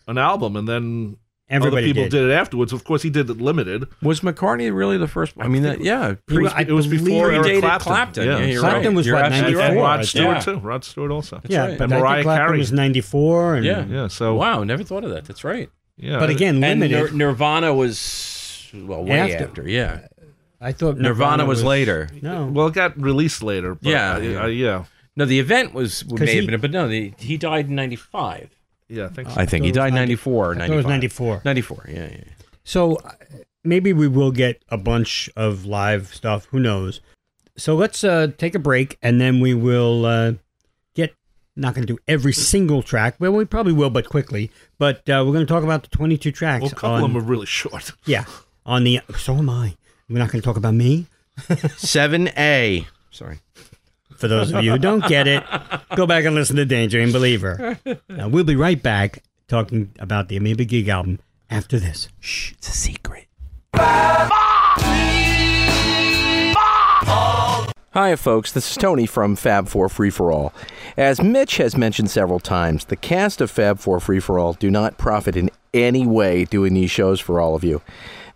[SPEAKER 4] an album, and then
[SPEAKER 2] Everybody
[SPEAKER 4] other people
[SPEAKER 2] did.
[SPEAKER 4] did. it afterwards. Of course, he did it limited.
[SPEAKER 3] was McCartney really the first? I mean, that, yeah,
[SPEAKER 4] It was,
[SPEAKER 2] I
[SPEAKER 4] it was before
[SPEAKER 2] believe
[SPEAKER 4] Eric
[SPEAKER 3] predated
[SPEAKER 4] Clapton.
[SPEAKER 3] Yeah, you're
[SPEAKER 2] Clapton
[SPEAKER 3] right.
[SPEAKER 2] was,
[SPEAKER 3] You're
[SPEAKER 2] what,
[SPEAKER 3] absolutely right.
[SPEAKER 4] and Rod
[SPEAKER 2] 94?
[SPEAKER 4] Stewart
[SPEAKER 3] Yeah.
[SPEAKER 4] too. Rod Stewart also.
[SPEAKER 2] yeah,
[SPEAKER 3] right.
[SPEAKER 2] but
[SPEAKER 4] And
[SPEAKER 2] I
[SPEAKER 4] Mariah
[SPEAKER 2] think Clapton
[SPEAKER 4] Carey.
[SPEAKER 2] was 94, and
[SPEAKER 3] Yeah.
[SPEAKER 4] Yeah. So
[SPEAKER 3] Wow, never thought of that. That's right.
[SPEAKER 4] Yeah.
[SPEAKER 2] but again,
[SPEAKER 3] And
[SPEAKER 2] limited.
[SPEAKER 3] Nir- Nirvana was well way after.
[SPEAKER 2] After.
[SPEAKER 3] yeah,
[SPEAKER 2] I thought
[SPEAKER 3] Nirvana was later.
[SPEAKER 2] No,
[SPEAKER 4] well, it got released later. But
[SPEAKER 3] Yeah,
[SPEAKER 4] I- I-
[SPEAKER 3] yeah.
[SPEAKER 4] yeah. yeah.
[SPEAKER 3] No, the event was may
[SPEAKER 2] he-
[SPEAKER 3] have been, but no, the, he died in '95.
[SPEAKER 4] I think so.
[SPEAKER 3] I think
[SPEAKER 2] thought
[SPEAKER 3] he
[SPEAKER 2] it was
[SPEAKER 3] died
[SPEAKER 2] 90
[SPEAKER 3] '94 or
[SPEAKER 2] I thought it was
[SPEAKER 3] 95.
[SPEAKER 2] 94.
[SPEAKER 3] 94. Yeah, yeah.
[SPEAKER 2] So uh, maybe we will get a bunch of live stuff. Who knows? So let's uh, take a break, and then we will uh, get. Not going to do every single track. Well, we probably will, but quickly. But uh, we're going to talk about the 22 tracks.
[SPEAKER 4] Well, a couple
[SPEAKER 2] on,
[SPEAKER 4] of them are really short.
[SPEAKER 2] Yeah, on the. So am I. We're not going to talk about me.
[SPEAKER 3] Seven A. Sorry.
[SPEAKER 2] For those of you who don't get it, go back and listen to Danger and Believer. Now, we'll be right back talking about the Amoeba Gig album after this.
[SPEAKER 3] It's a secret.
[SPEAKER 8] Hi, folks. This is Tony from Fab Four Free for All. As Mitch has mentioned several times, the cast of Fab Four Free for All do not profit in any way doing these shows for all of you.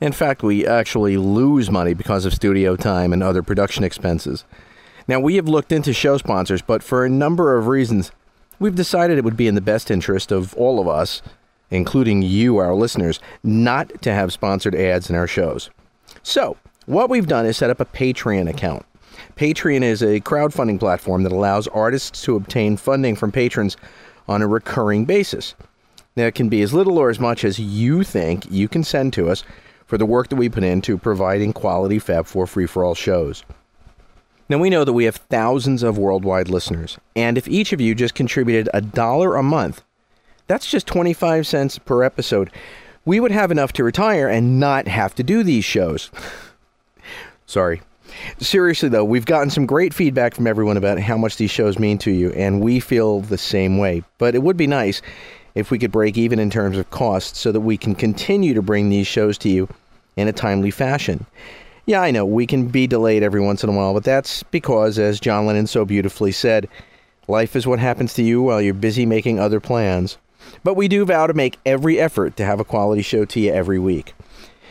[SPEAKER 8] In fact, we actually lose money because of studio time and other production expenses. Now, we have looked into show sponsors, but for a number of reasons, we've decided it would be in the best interest of all of us, including you, our listeners, not to have sponsored ads in our shows. So, what we've done is set up a Patreon account. Patreon is a crowdfunding platform that allows artists to obtain funding from patrons on a recurring basis. Now, it can be as little or as much as you think you can send to us for the work that we put into providing quality Fab4 free for all shows. Now, we know that we have thousands of worldwide listeners, and if each of you just contributed a dollar a month, that's just 25 cents per episode. We would have enough to retire and not have to do these shows. Sorry. Seriously, though, we've gotten some great feedback from everyone about how much these shows mean to you, and we feel the same way. But it would be nice if we could break even in terms of cost so that we can continue to bring these shows to you in a timely fashion. Yeah, I know, we can be delayed every once in a while, but that's because, as John Lennon so beautifully said, life is what happens to you while you're busy making other plans. But we do vow to make every effort to have a quality show to you every week.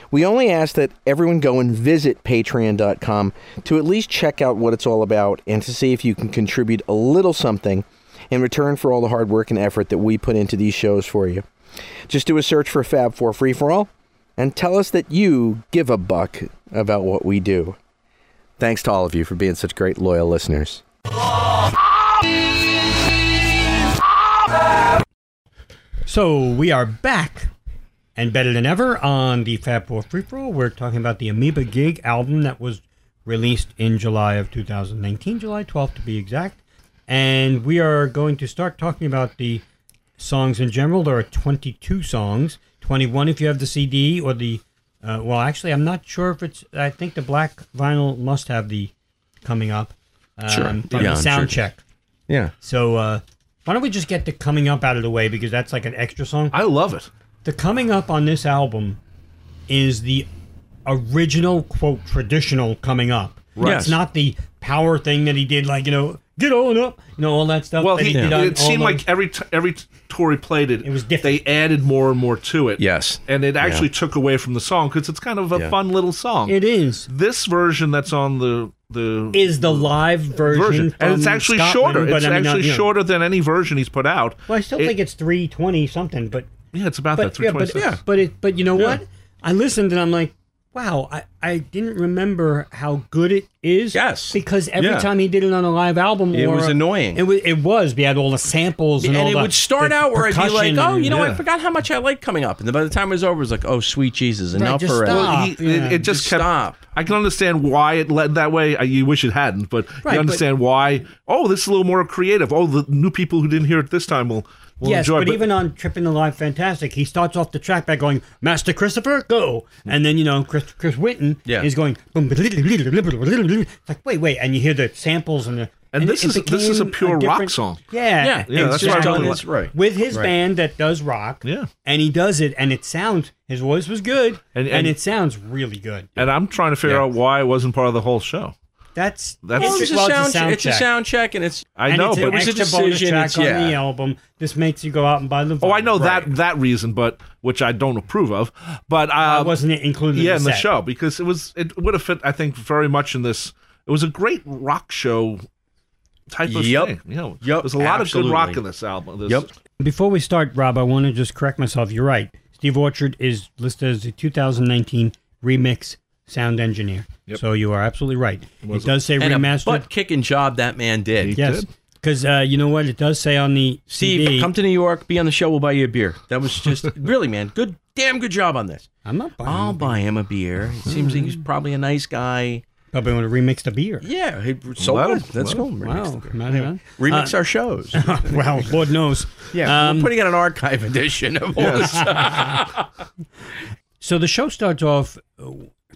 [SPEAKER 8] We only ask that everyone go and visit patreon.com to at least check out what it's all about and to see if you can contribute a little something in return for all the hard work and effort that we put into these shows for you. Just do a search for Fab for Free for All and tell us that you give a buck about what we do. Thanks to all of you for being such great loyal listeners.
[SPEAKER 2] So we are back and better than ever on the Fab Four Free For All. We're talking about the Amoeba Gig album that was released in July of 2019, July 12th to be exact. And we are going to start talking about the songs in general. There are 22 songs, 21 if you have the CD or the. Uh, well, actually, I'm not sure if it's. I think the black vinyl must have the coming up. Um,
[SPEAKER 9] Sure.
[SPEAKER 2] From
[SPEAKER 5] Yeah,
[SPEAKER 2] the
[SPEAKER 5] I'm
[SPEAKER 2] sound
[SPEAKER 5] sure.
[SPEAKER 2] check.
[SPEAKER 5] Yeah.
[SPEAKER 2] So uh, why don't we just get the coming up out of the way because that's like an extra song.
[SPEAKER 4] I love it.
[SPEAKER 2] The coming up on this album is the original quote traditional coming up.
[SPEAKER 5] Right.
[SPEAKER 2] It's not the power thing that he did like you know get on up you know all that stuff.
[SPEAKER 4] Well,
[SPEAKER 2] that
[SPEAKER 4] he,
[SPEAKER 2] did on
[SPEAKER 4] it seemed
[SPEAKER 2] all
[SPEAKER 4] like
[SPEAKER 2] those-
[SPEAKER 4] every t- every t- tour he played it,
[SPEAKER 2] It was different.
[SPEAKER 4] They added more and more to it.
[SPEAKER 5] Yes.
[SPEAKER 4] and it actually took away from the song because it's kind of a
[SPEAKER 5] Yeah.
[SPEAKER 4] fun little song.
[SPEAKER 2] it is
[SPEAKER 4] this version that's on the the
[SPEAKER 2] is the live version,
[SPEAKER 4] version, and it's
[SPEAKER 2] from
[SPEAKER 4] actually
[SPEAKER 2] Scotland,
[SPEAKER 4] shorter.
[SPEAKER 2] but
[SPEAKER 4] It's
[SPEAKER 2] I mean, not-
[SPEAKER 4] actually
[SPEAKER 2] you know.
[SPEAKER 4] shorter than any version he's put out.
[SPEAKER 2] Well, I still
[SPEAKER 4] It-
[SPEAKER 2] think it's three twenty something, but
[SPEAKER 4] yeah, it's about that
[SPEAKER 2] but
[SPEAKER 4] three
[SPEAKER 2] yeah,
[SPEAKER 4] twenty
[SPEAKER 2] but,
[SPEAKER 4] six.
[SPEAKER 2] but it but you know what? I listened and I'm like, wow, I, I didn't remember how good it is.
[SPEAKER 5] Yes.
[SPEAKER 2] because every
[SPEAKER 5] Yeah.
[SPEAKER 2] time he did it on a live album,
[SPEAKER 5] It
[SPEAKER 2] or
[SPEAKER 5] was
[SPEAKER 2] a-
[SPEAKER 5] annoying.
[SPEAKER 2] It was it was. We had all the samples and,
[SPEAKER 5] and
[SPEAKER 2] all
[SPEAKER 5] it
[SPEAKER 2] the-
[SPEAKER 5] would start
[SPEAKER 2] the
[SPEAKER 5] out where I'd be like,
[SPEAKER 2] percussion
[SPEAKER 5] "Oh, you know,
[SPEAKER 2] and-
[SPEAKER 5] I forgot how much I like coming up," and then by the time it was over, it was like, "Oh, sweet Jesus, enough
[SPEAKER 2] just
[SPEAKER 5] already!"
[SPEAKER 2] stop.
[SPEAKER 4] He-
[SPEAKER 2] yeah.
[SPEAKER 4] it, it just,
[SPEAKER 5] Just
[SPEAKER 4] kept.
[SPEAKER 5] stop.
[SPEAKER 4] I can understand why it led that way. I, you wish it hadn't, but
[SPEAKER 2] Right, but-
[SPEAKER 4] you understand why. Oh, this is a little more creative. Oh, the new people who didn't hear it this time will, will
[SPEAKER 2] Yes,
[SPEAKER 4] enjoy.
[SPEAKER 2] but, even on Tripping the Live Fantastic, he starts off the track by going, Master Christopher, go. And then, you know, Chris, Chris Whitten
[SPEAKER 5] Yeah.
[SPEAKER 2] is going, boom, it's like, wait, wait. And you hear the samples and the.
[SPEAKER 4] And this
[SPEAKER 2] it
[SPEAKER 4] is- this is a
[SPEAKER 2] became
[SPEAKER 4] pure rock
[SPEAKER 2] different-
[SPEAKER 4] song.
[SPEAKER 2] Yeah.
[SPEAKER 5] Yeah,
[SPEAKER 4] Yeah,
[SPEAKER 5] it's
[SPEAKER 4] that's what
[SPEAKER 5] just
[SPEAKER 4] I'm
[SPEAKER 5] done
[SPEAKER 4] talking
[SPEAKER 5] this
[SPEAKER 4] about.
[SPEAKER 5] right.
[SPEAKER 2] With his band that does rock.
[SPEAKER 4] Yeah.
[SPEAKER 2] And he does it, and it sounds, his voice was good,
[SPEAKER 4] And-
[SPEAKER 2] and,
[SPEAKER 4] and-
[SPEAKER 2] it sounds really good.
[SPEAKER 4] and I'm trying to figure
[SPEAKER 5] Yeah.
[SPEAKER 4] out why it wasn't part of the whole show.
[SPEAKER 2] That's.
[SPEAKER 4] That's-
[SPEAKER 5] Well, it's,
[SPEAKER 2] well,
[SPEAKER 5] a sound, it's
[SPEAKER 2] check.
[SPEAKER 5] a sound check, and it's
[SPEAKER 4] I
[SPEAKER 2] And
[SPEAKER 4] know,
[SPEAKER 2] it's an
[SPEAKER 4] but
[SPEAKER 5] was a
[SPEAKER 2] extra bonus
[SPEAKER 5] decision,
[SPEAKER 2] track
[SPEAKER 5] it's-
[SPEAKER 2] on
[SPEAKER 5] yeah.
[SPEAKER 2] the album. This makes you go out and buy the.
[SPEAKER 4] oh, I know
[SPEAKER 5] Right.
[SPEAKER 4] that that reason, but which I don't approve of. But uh,
[SPEAKER 2] That wasn't included.
[SPEAKER 4] yeah, in the
[SPEAKER 2] set.
[SPEAKER 4] show because it was it would have fit. I think very much in this. It was a great rock show type of
[SPEAKER 5] Yep.
[SPEAKER 4] thing. You know,
[SPEAKER 5] Yep,
[SPEAKER 4] there's a lot
[SPEAKER 5] absolutely.
[SPEAKER 4] of good rock in this album. This,
[SPEAKER 5] Yep.
[SPEAKER 2] Before we start, Rob, I want to just correct myself. You're right. Steve Orchard is listed as the 2019 remix sound engineer. So you are absolutely right. It does say
[SPEAKER 5] and a
[SPEAKER 2] remastered.
[SPEAKER 5] butt kicking job that man did.
[SPEAKER 2] yes,
[SPEAKER 4] did.
[SPEAKER 2] because uh, you know what? It does say on the CD.
[SPEAKER 5] Steve, come to New York, be on the show, we'll buy you a beer. That was
[SPEAKER 2] [LAUGHS]
[SPEAKER 5] just really, man, good, damn good job on this.
[SPEAKER 2] I'm not buying.
[SPEAKER 5] I'll
[SPEAKER 2] I'll
[SPEAKER 5] buy him a beer. It seems he's probably a nice guy.
[SPEAKER 2] probably want to remix the beer.
[SPEAKER 5] Hmm. Yeah, he, so
[SPEAKER 4] Well,
[SPEAKER 5] good. That's
[SPEAKER 4] well,
[SPEAKER 5] cool.
[SPEAKER 2] Wow,
[SPEAKER 5] Remix,
[SPEAKER 2] not even.
[SPEAKER 5] the- remix our shows.
[SPEAKER 2] [LAUGHS] well, Lord knows.
[SPEAKER 5] [LAUGHS] Yeah,
[SPEAKER 2] Um,
[SPEAKER 5] we're putting out an archive edition of all this.
[SPEAKER 2] so the show starts off uh,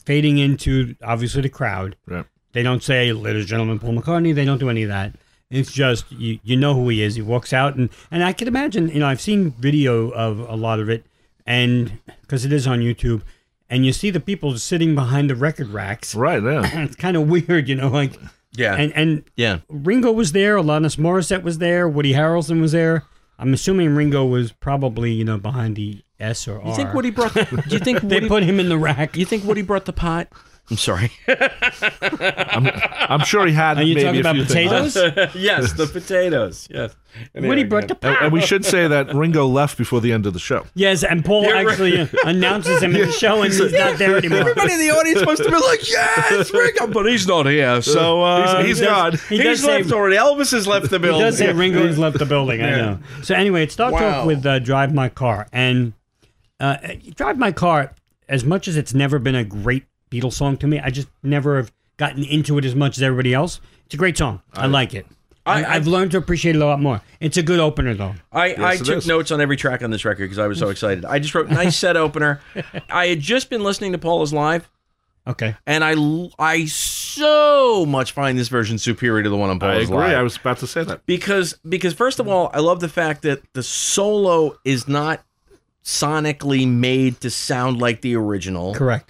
[SPEAKER 2] fading into obviously the crowd.
[SPEAKER 4] Right.
[SPEAKER 2] They don't say, ladies and gentlemen, Paul McCartney. They don't do any of that. It's just you, you know who he is. He walks out, and, and I can imagine, you know, I've seen video of a lot of it, and because it is on YouTube, and you see the people sitting behind the record racks.
[SPEAKER 4] Right. Yeah.
[SPEAKER 2] And it's kind of weird, you know, like,
[SPEAKER 5] Yeah,
[SPEAKER 2] and, and
[SPEAKER 5] yeah.
[SPEAKER 2] Ringo was there, Alanis Morissette was there, Woody Harrelson was there. I'm assuming Ringo was probably, you know, behind the S or R.
[SPEAKER 5] You think Woody brought? Do you
[SPEAKER 2] [LAUGHS]
[SPEAKER 5] think
[SPEAKER 2] They
[SPEAKER 5] Woody,
[SPEAKER 2] put him in the rack.
[SPEAKER 5] You think Woody brought the pot? [LAUGHS] I'm sorry.
[SPEAKER 4] I'm sure he had.
[SPEAKER 2] Are you
[SPEAKER 4] maybe
[SPEAKER 2] talking
[SPEAKER 4] a
[SPEAKER 2] about
[SPEAKER 4] few things.
[SPEAKER 2] potatoes?
[SPEAKER 5] [LAUGHS] yes, the potatoes. Yes.
[SPEAKER 2] Woody brought the pot.
[SPEAKER 4] [LAUGHS] And we should say that Ringo left before the end of
[SPEAKER 2] [LAUGHS]
[SPEAKER 4] the show.
[SPEAKER 2] Yes, and Paul actually uh,
[SPEAKER 5] [LAUGHS]
[SPEAKER 2] announces him in the show, and he's not there anymore.
[SPEAKER 5] Everybody in the audience must have been like, "Yes, Ringo," but he's not
[SPEAKER 4] [LAUGHS]
[SPEAKER 5] here. So uh,
[SPEAKER 4] He's- he's
[SPEAKER 5] does-
[SPEAKER 4] gone.
[SPEAKER 2] He does
[SPEAKER 5] he's
[SPEAKER 2] say-
[SPEAKER 5] left already. Elvis has left the
[SPEAKER 2] He
[SPEAKER 5] building.
[SPEAKER 2] does say Ringo has left the building. I know. So anyway, it starts
[SPEAKER 5] Wow.
[SPEAKER 2] off with uh, "Drive My Car," and uh, "Drive My Car." As much as it's never been a great Beatles song to me, I just never have gotten into it as much as everybody else. It's a great song. I, like it. I,
[SPEAKER 5] I-
[SPEAKER 2] I, have learned to appreciate it a lot more. It's a good opener, though.
[SPEAKER 5] I, I
[SPEAKER 4] it
[SPEAKER 5] took
[SPEAKER 4] is.
[SPEAKER 5] notes on every track on this record because
[SPEAKER 2] [LAUGHS]
[SPEAKER 5] I was so excited. I just wrote nice set opener. I had just been listening to Paula's live,
[SPEAKER 2] Okay.
[SPEAKER 5] and I l- I so much find this version superior to the one on
[SPEAKER 4] I
[SPEAKER 5] Paula's
[SPEAKER 4] agree.
[SPEAKER 5] live.
[SPEAKER 4] I was about to say that.
[SPEAKER 5] because because first of all, I love the fact that the solo is not sonically made to sound like the original.
[SPEAKER 2] Correct.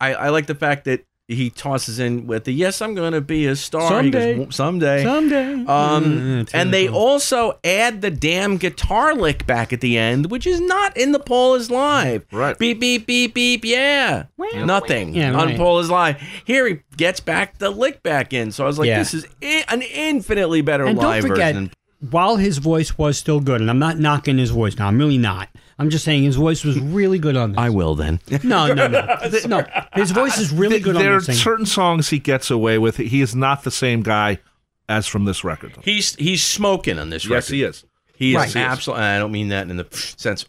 [SPEAKER 5] I, I like the fact that he tosses in with the yes, I'm going to be a star. He goes,
[SPEAKER 2] Someday.
[SPEAKER 5] "Whoop, someday.
[SPEAKER 2] Someday. Mm,
[SPEAKER 5] Um,
[SPEAKER 2] it's
[SPEAKER 5] and
[SPEAKER 2] really
[SPEAKER 5] they
[SPEAKER 2] cool.
[SPEAKER 5] also add the damn guitar lick back at the end, which is not in the Paul is live.
[SPEAKER 4] Right.
[SPEAKER 5] Beep beep beep beep. Yeah. Nothing
[SPEAKER 2] Yeah,
[SPEAKER 5] on
[SPEAKER 2] right.
[SPEAKER 5] Paul is live. Here he gets back the lick back in. So I was like,
[SPEAKER 2] Yeah.
[SPEAKER 5] this is I- an infinitely better
[SPEAKER 2] And
[SPEAKER 5] live
[SPEAKER 2] don't forget,
[SPEAKER 5] version.
[SPEAKER 2] while his voice was still good, and I'm not knocking his voice now, I'm really not. I'm just saying his voice was really good on this.
[SPEAKER 5] I will then. [LAUGHS]
[SPEAKER 2] no, no, no, no. His voice is really good on
[SPEAKER 4] there are
[SPEAKER 2] this thing.
[SPEAKER 4] certain songs he gets away with. He is not the same guy as from this record.
[SPEAKER 5] He's he's smoking on this
[SPEAKER 4] Yes,
[SPEAKER 5] record.
[SPEAKER 4] he is.
[SPEAKER 5] He is
[SPEAKER 4] Right. Yes, he is.
[SPEAKER 5] absolutely. I don't mean that in the sense.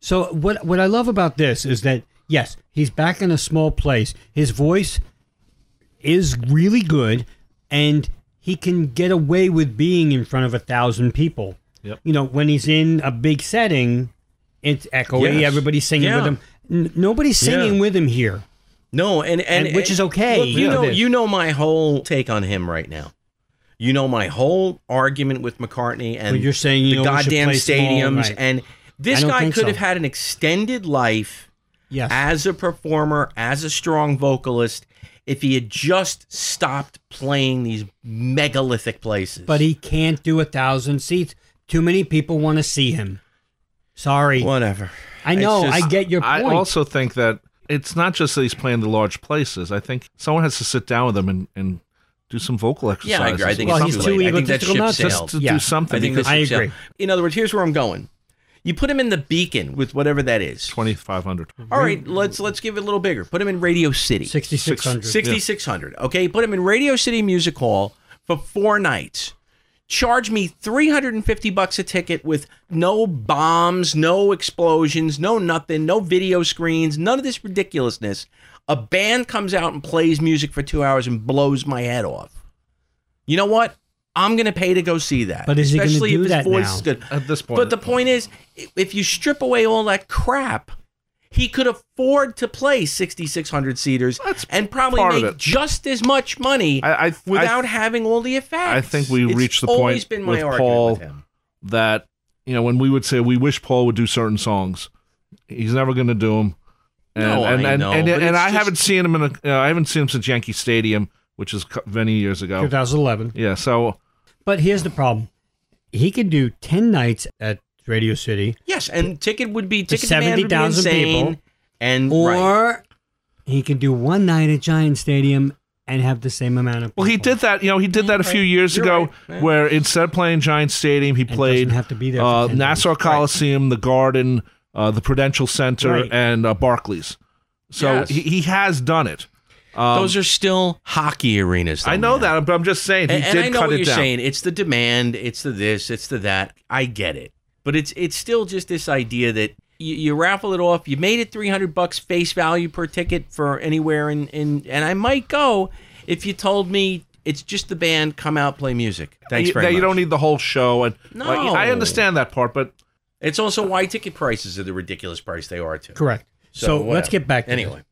[SPEAKER 2] So what what I love about this is that yes, he's back in a small place. His voice is really good, and he can get away with being in front of a thousand people.
[SPEAKER 4] Yep.
[SPEAKER 2] You know, when he's in a big setting, it's echoey.
[SPEAKER 5] Yes.
[SPEAKER 2] Everybody's singing with
[SPEAKER 5] Yeah.
[SPEAKER 2] him. N- nobody's singing
[SPEAKER 5] Yeah.
[SPEAKER 2] with him here.
[SPEAKER 5] No, and and,
[SPEAKER 2] And- which is okay.
[SPEAKER 5] Look, you
[SPEAKER 2] Yeah.
[SPEAKER 5] know, you know my whole take on him right now. You know my whole argument with McCartney and
[SPEAKER 2] Well, you're saying, you
[SPEAKER 5] the
[SPEAKER 2] know, we should
[SPEAKER 5] goddamn
[SPEAKER 2] play small,
[SPEAKER 5] stadiums,
[SPEAKER 2] right.
[SPEAKER 5] and
[SPEAKER 2] I
[SPEAKER 5] this
[SPEAKER 2] don't
[SPEAKER 5] guy
[SPEAKER 2] think
[SPEAKER 5] could
[SPEAKER 2] so.
[SPEAKER 5] have had an extended life
[SPEAKER 2] Yes.
[SPEAKER 5] as a performer, as a strong vocalist, if he had just stopped playing these megalithic places.
[SPEAKER 2] but he can't do a thousand seats. Too many people want to see him. Sorry,
[SPEAKER 5] whatever.
[SPEAKER 2] I know.
[SPEAKER 5] it's just-
[SPEAKER 2] I get your
[SPEAKER 4] I
[SPEAKER 2] point.
[SPEAKER 4] also think that it's not just that he's playing the large places. I think someone has to sit down with him and, and do some vocal exercises.
[SPEAKER 5] Yeah, I agree. I think
[SPEAKER 2] Well,
[SPEAKER 5] it's
[SPEAKER 2] he's
[SPEAKER 5] too
[SPEAKER 2] too
[SPEAKER 5] late. I think that
[SPEAKER 2] egotistical
[SPEAKER 5] ship
[SPEAKER 2] not just
[SPEAKER 5] sailed.
[SPEAKER 4] to
[SPEAKER 2] Yeah.
[SPEAKER 4] do something.
[SPEAKER 5] I think this
[SPEAKER 4] because
[SPEAKER 2] I
[SPEAKER 5] ship
[SPEAKER 2] agree.
[SPEAKER 5] sailed. In other words, here's where I'm going. You put him in the Beacon with whatever that is.
[SPEAKER 4] twenty five hundred.
[SPEAKER 5] All right, let's let's give it a little bigger. Put him in Radio City.
[SPEAKER 2] sixty-six hundred.
[SPEAKER 5] 6600 okay put him in radio city music hall for four nights charge me 350 bucks a ticket with no bombs no explosions no nothing no video screens none of this ridiculousness a band comes out and plays music for two hours and blows my head off you know what i'm gonna pay to go see that
[SPEAKER 2] But is he gonna
[SPEAKER 5] especially
[SPEAKER 2] do
[SPEAKER 5] if his
[SPEAKER 2] that
[SPEAKER 5] voice
[SPEAKER 2] now?
[SPEAKER 5] is good
[SPEAKER 4] At this point-
[SPEAKER 5] but the point is if you strip away all that crap he could afford to play 6600 seaters
[SPEAKER 4] That's
[SPEAKER 5] and probably
[SPEAKER 4] part of
[SPEAKER 5] make
[SPEAKER 4] it.
[SPEAKER 5] just as much money
[SPEAKER 4] I- I-
[SPEAKER 5] without
[SPEAKER 4] I-
[SPEAKER 5] having all the effects.
[SPEAKER 4] I think we
[SPEAKER 5] It's
[SPEAKER 4] reached the
[SPEAKER 5] always
[SPEAKER 4] point
[SPEAKER 5] been my
[SPEAKER 4] with
[SPEAKER 5] argument
[SPEAKER 4] Paul
[SPEAKER 5] with him.
[SPEAKER 4] that you know when we would say we wish Paul would do certain songs, he's never going to do them. And,
[SPEAKER 5] No, I
[SPEAKER 4] and, and,
[SPEAKER 5] know,
[SPEAKER 4] and,
[SPEAKER 5] but
[SPEAKER 4] and
[SPEAKER 5] it's
[SPEAKER 4] I
[SPEAKER 5] just-
[SPEAKER 4] haven't seen him in a. Uh, I haven't seen him since Yankee Stadium, which is cu- many years ago.
[SPEAKER 2] 2011.
[SPEAKER 4] Yeah, so
[SPEAKER 2] But here's the problem: he could do ten nights at Radio City,
[SPEAKER 5] Yes, and ticket would be ticket demand would be
[SPEAKER 2] 70,000
[SPEAKER 5] insane,
[SPEAKER 2] people.
[SPEAKER 5] and
[SPEAKER 2] or
[SPEAKER 5] right.
[SPEAKER 2] he could do one night at Giant Stadium and have the same amount of. People.
[SPEAKER 4] well, he did that. You know, he did that a few years
[SPEAKER 5] You're
[SPEAKER 4] ago,
[SPEAKER 5] right. Yeah.
[SPEAKER 4] where instead of playing Giant Stadium, he
[SPEAKER 2] doesn't
[SPEAKER 4] played
[SPEAKER 2] have to be there for
[SPEAKER 4] uh,
[SPEAKER 2] 10
[SPEAKER 4] Nassau
[SPEAKER 2] days.
[SPEAKER 4] Coliseum, the Garden, uh, the Prudential Center,
[SPEAKER 2] Right.
[SPEAKER 4] and uh, Barclays. So
[SPEAKER 5] Yes.
[SPEAKER 4] he, he has done it. Um,
[SPEAKER 5] those are still hockey arenas. though,
[SPEAKER 4] I know
[SPEAKER 5] man.
[SPEAKER 4] that, but I'm just saying he
[SPEAKER 5] and, and
[SPEAKER 4] did
[SPEAKER 5] I know
[SPEAKER 4] cut
[SPEAKER 5] what
[SPEAKER 4] it
[SPEAKER 5] you're
[SPEAKER 4] down.
[SPEAKER 5] saying. It's the demand. It's the this. It's the that. I get it, but it's it's still just this idea that you, you raffle it off. You made it 300 bucks face value per ticket for anywhere, in, in and I might go if you told me it's just the band come out play music. Thanks
[SPEAKER 4] you,
[SPEAKER 5] very
[SPEAKER 4] that
[SPEAKER 5] much.
[SPEAKER 4] you don't need the whole show, and like,
[SPEAKER 5] No.
[SPEAKER 4] I understand that part, but
[SPEAKER 5] It's also why ticket prices are the ridiculous price they are too.
[SPEAKER 2] correct. So, let's
[SPEAKER 5] whatever.
[SPEAKER 2] get back to
[SPEAKER 5] anyway.